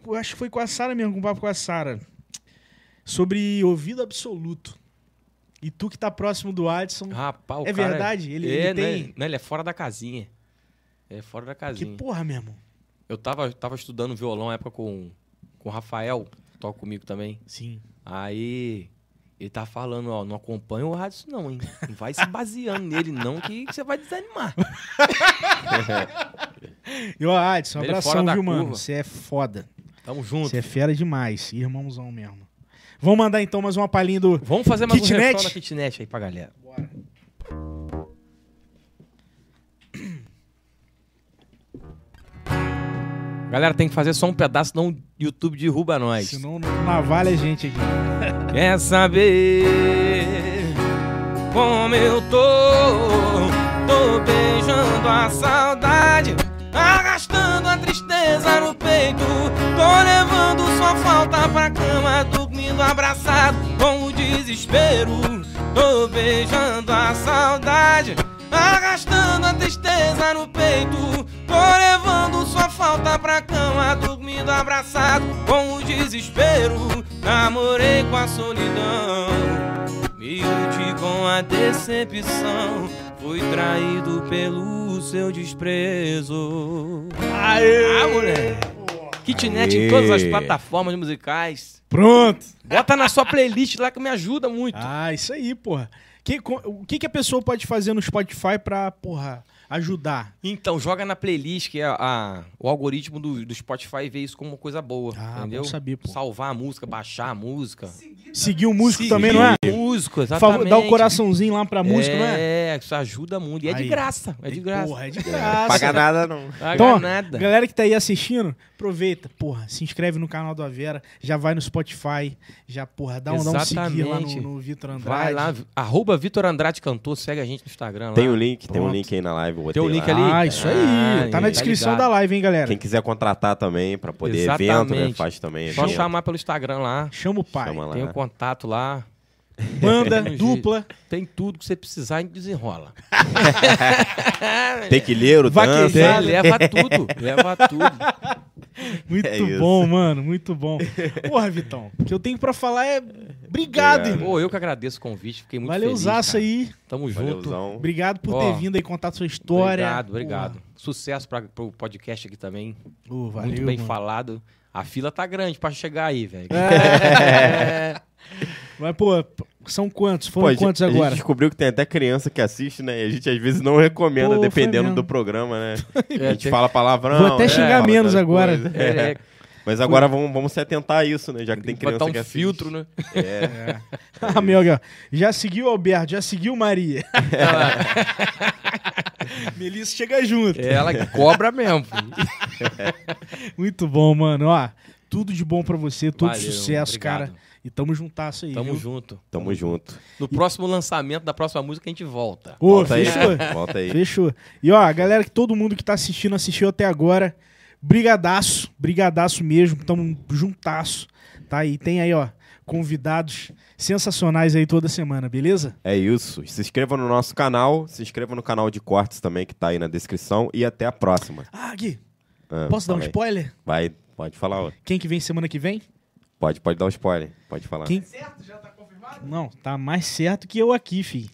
Speaker 2: eu acho que foi com a Sara mesmo, com o papo com a Sara. Sobre ouvido absoluto. E tu que tá próximo do Adson.
Speaker 3: Rapaz, Ah, o
Speaker 2: é
Speaker 3: cara
Speaker 2: verdade? Ele,
Speaker 3: é,
Speaker 2: ele
Speaker 3: né?
Speaker 2: tem.
Speaker 3: Não, ele é fora da casinha. Ele é fora da
Speaker 2: Que
Speaker 3: casinha.
Speaker 2: porra, meu irmão.
Speaker 3: Eu tava, tava estudando violão na época com, com o Rafael, que toca comigo também.
Speaker 2: Sim.
Speaker 3: Aí ele tá falando, ó, não acompanha o Adson não, hein? Não vai se baseando nele não, que você vai desanimar.
Speaker 2: E ó, Adson, um
Speaker 3: Ele fora
Speaker 2: abração,
Speaker 3: da
Speaker 2: viu, mano?
Speaker 3: curva.
Speaker 2: Você é foda.
Speaker 3: Tamo junto.
Speaker 2: Você é fera demais. Irmãozão mesmo. Vamos mandar então mais uma palhinha do.
Speaker 3: Vamos fazer mais
Speaker 2: Kitnet?
Speaker 3: um refrão da kitnet aí pra galera. Galera, tem que fazer só um pedaço, senão o YouTube derruba nós.
Speaker 2: Senão não navalha a gente aqui.
Speaker 3: Quer saber como eu tô? Tô beijando a saudade, arrastando a tristeza no peito. Tô levando sua falta pra cama, dormindo abraçado com o desespero. Tô beijando a saudade, arrastando a tristeza no peito. Tô levando sua falta pra cama, dormindo abraçado com o desespero. Namorei com a solidão, me iludi com a decepção. Fui traído pelo seu desprezo.
Speaker 2: Aê!
Speaker 3: Ah, moleque. Kitnet
Speaker 1: Aê.
Speaker 3: em todas as plataformas musicais.
Speaker 2: Pronto!
Speaker 3: Bota na sua playlist lá que me ajuda muito.
Speaker 2: Ah, isso aí, porra. Que- co- o que, que a pessoa pode fazer no Spotify pra, porra, ajudar?
Speaker 3: Então, joga na playlist, que é a- o algoritmo do, do Spotify vê isso como uma coisa boa.
Speaker 2: Ah,
Speaker 3: entendeu?
Speaker 2: bom saber, pô.
Speaker 3: Salvar a música, baixar a música.
Speaker 2: Seguir o músico também, não é?
Speaker 3: Músico,
Speaker 2: Favor-
Speaker 3: exatamente.
Speaker 2: Dá o coraçãozinho lá pra música,
Speaker 3: é,
Speaker 2: não é?
Speaker 3: É, Isso ajuda muito. E é de
Speaker 2: Aí.
Speaker 3: graça. É de graça.
Speaker 2: Porra, é de
Speaker 1: Não
Speaker 2: graça.
Speaker 1: paga nada, não.
Speaker 3: Paga
Speaker 2: Então,
Speaker 3: nada.
Speaker 2: Galera que tá aí assistindo, aproveita, porra, se inscreve no canal do Avera, já vai no Spotify, já, porra, dá um, dá um seguir lá no,
Speaker 3: Exatamente.
Speaker 2: no Vitor Andrade.
Speaker 3: Vai lá, vi- arroba Vitor Andrade Cantor, segue a gente no Instagram. lá.
Speaker 1: Tem o link, tem um
Speaker 2: Pronto.
Speaker 1: link aí na live. eu
Speaker 3: Tem o
Speaker 1: botei
Speaker 3: link
Speaker 1: lá.
Speaker 3: ali.
Speaker 2: Ah, isso aí.
Speaker 3: Ah,
Speaker 2: tá na
Speaker 3: tá
Speaker 2: descrição
Speaker 3: ligado.
Speaker 2: da live, hein, galera.
Speaker 1: Quem quiser contratar também pra poder evento, né?
Speaker 3: Exatamente.
Speaker 1: Faz também
Speaker 3: Só
Speaker 1: evento.
Speaker 3: chamar pelo Instagram lá.
Speaker 2: Chama o pai.
Speaker 1: Chama lá.
Speaker 3: Tem o contato lá. [laughs]
Speaker 2: Manda,
Speaker 3: Tem um
Speaker 2: dupla.
Speaker 3: Tem tudo que você precisar e desenrola.
Speaker 1: Tequileiro, dança.
Speaker 3: Vaquejada, leva tudo. Leva
Speaker 1: [laughs]
Speaker 3: tudo.
Speaker 2: Muito
Speaker 1: É isso.
Speaker 2: bom, mano. Muito
Speaker 3: [laughs]
Speaker 2: bom. Porra, Vitão. O que eu tenho pra falar é. Obrigado,
Speaker 1: Obrigado.
Speaker 2: irmão.
Speaker 3: Pô, eu que agradeço o convite. Fiquei muito
Speaker 2: Valeu,
Speaker 3: feliz.
Speaker 2: Zaço
Speaker 3: cara.
Speaker 2: aí.
Speaker 3: Tamo junto.
Speaker 1: Valeuzão.
Speaker 2: Obrigado por
Speaker 3: Ó,
Speaker 2: ter vindo aí contar sua história.
Speaker 3: Obrigado, obrigado. Sucesso para o podcast aqui também.
Speaker 2: Porra. Ô, valeu,
Speaker 3: muito bem
Speaker 2: mano. É.
Speaker 3: falado. A fila tá grande pra chegar aí, velho.
Speaker 2: [laughs] Mas, pô, são quantos?
Speaker 1: Pô, a
Speaker 2: Foram
Speaker 1: gente-
Speaker 2: quantos
Speaker 1: a gente
Speaker 2: agora?
Speaker 1: descobriu que tem até criança que assiste, né? E a gente às vezes não recomenda,
Speaker 2: Pô, foi
Speaker 1: dependendo
Speaker 2: mesmo.
Speaker 1: do programa,
Speaker 2: [laughs]
Speaker 1: né?
Speaker 3: É,
Speaker 1: a gente
Speaker 3: tem-
Speaker 1: fala palavrão.
Speaker 2: Vou até
Speaker 1: né?
Speaker 2: xingar
Speaker 1: Fala outras
Speaker 2: menos agora.
Speaker 1: coisas.
Speaker 3: É, é,
Speaker 1: [laughs] Mas agora vamos, vamos se atentar a isso, né? Já que tem criança
Speaker 3: botar um
Speaker 1: que assiste.
Speaker 3: filtro, né?
Speaker 1: É.
Speaker 2: Ah, meu, aqui, ó. já seguiu Alberto, já seguiu
Speaker 3: [laughs]
Speaker 2: Maria. Melissa chega junto.
Speaker 3: É, ela que cobra mesmo. filho.
Speaker 2: Muito bom, mano. Ó, tudo de bom pra você, todo
Speaker 3: Valeu,
Speaker 2: sucesso,
Speaker 3: obrigado.
Speaker 2: cara. [laughs] E tamo juntasso aí.
Speaker 3: Tamo
Speaker 2: viu?
Speaker 3: junto.
Speaker 1: Tamo junto.
Speaker 3: No próximo lançamento da próxima música a
Speaker 1: [laughs]
Speaker 3: gente volta.
Speaker 2: Ô,
Speaker 1: Volta aí.
Speaker 2: fechou.
Speaker 1: Volta aí.
Speaker 2: Fechou. E ó, a galera que todo mundo que tá assistindo, assistiu até agora, brigadaço, brigadaço mesmo, tamo juntasso, tá? E tem aí, ó, convidados sensacionais aí toda semana, beleza?
Speaker 1: É isso. Se inscreva no nosso canal, se inscreva no canal de cortes também, que tá aí na descrição. E até a próxima.
Speaker 2: Ah, Gui,
Speaker 1: Ah,
Speaker 2: posso dar um
Speaker 1: fala aí.
Speaker 2: spoiler?
Speaker 1: Vai, pode falar. ó.
Speaker 2: Quem que vem semana que vem?
Speaker 1: Pode, pode dar um spoiler. Pode falar.
Speaker 2: Quem?
Speaker 4: Certo? Já tá confirmado?
Speaker 2: Não, tá mais certo que eu
Speaker 1: [laughs]
Speaker 2: aqui, fi.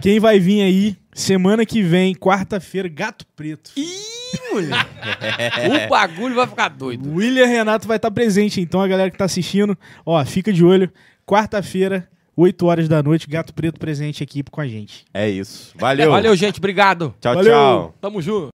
Speaker 2: Quem vai vir aí semana que vem, quarta-feira, Gato Preto.
Speaker 1: É.
Speaker 3: O bagulho vai ficar doido.
Speaker 2: William Renato vai estar presente, então a galera que tá assistindo, ó, fica de olho. Quarta-feira, 8 horas da noite, Gato Preto presente aqui com a gente.
Speaker 1: É isso. Valeu.
Speaker 3: Valeu, gente. Obrigado.
Speaker 1: Tchau,
Speaker 2: Valeu.
Speaker 1: tchau.
Speaker 3: Tamo junto.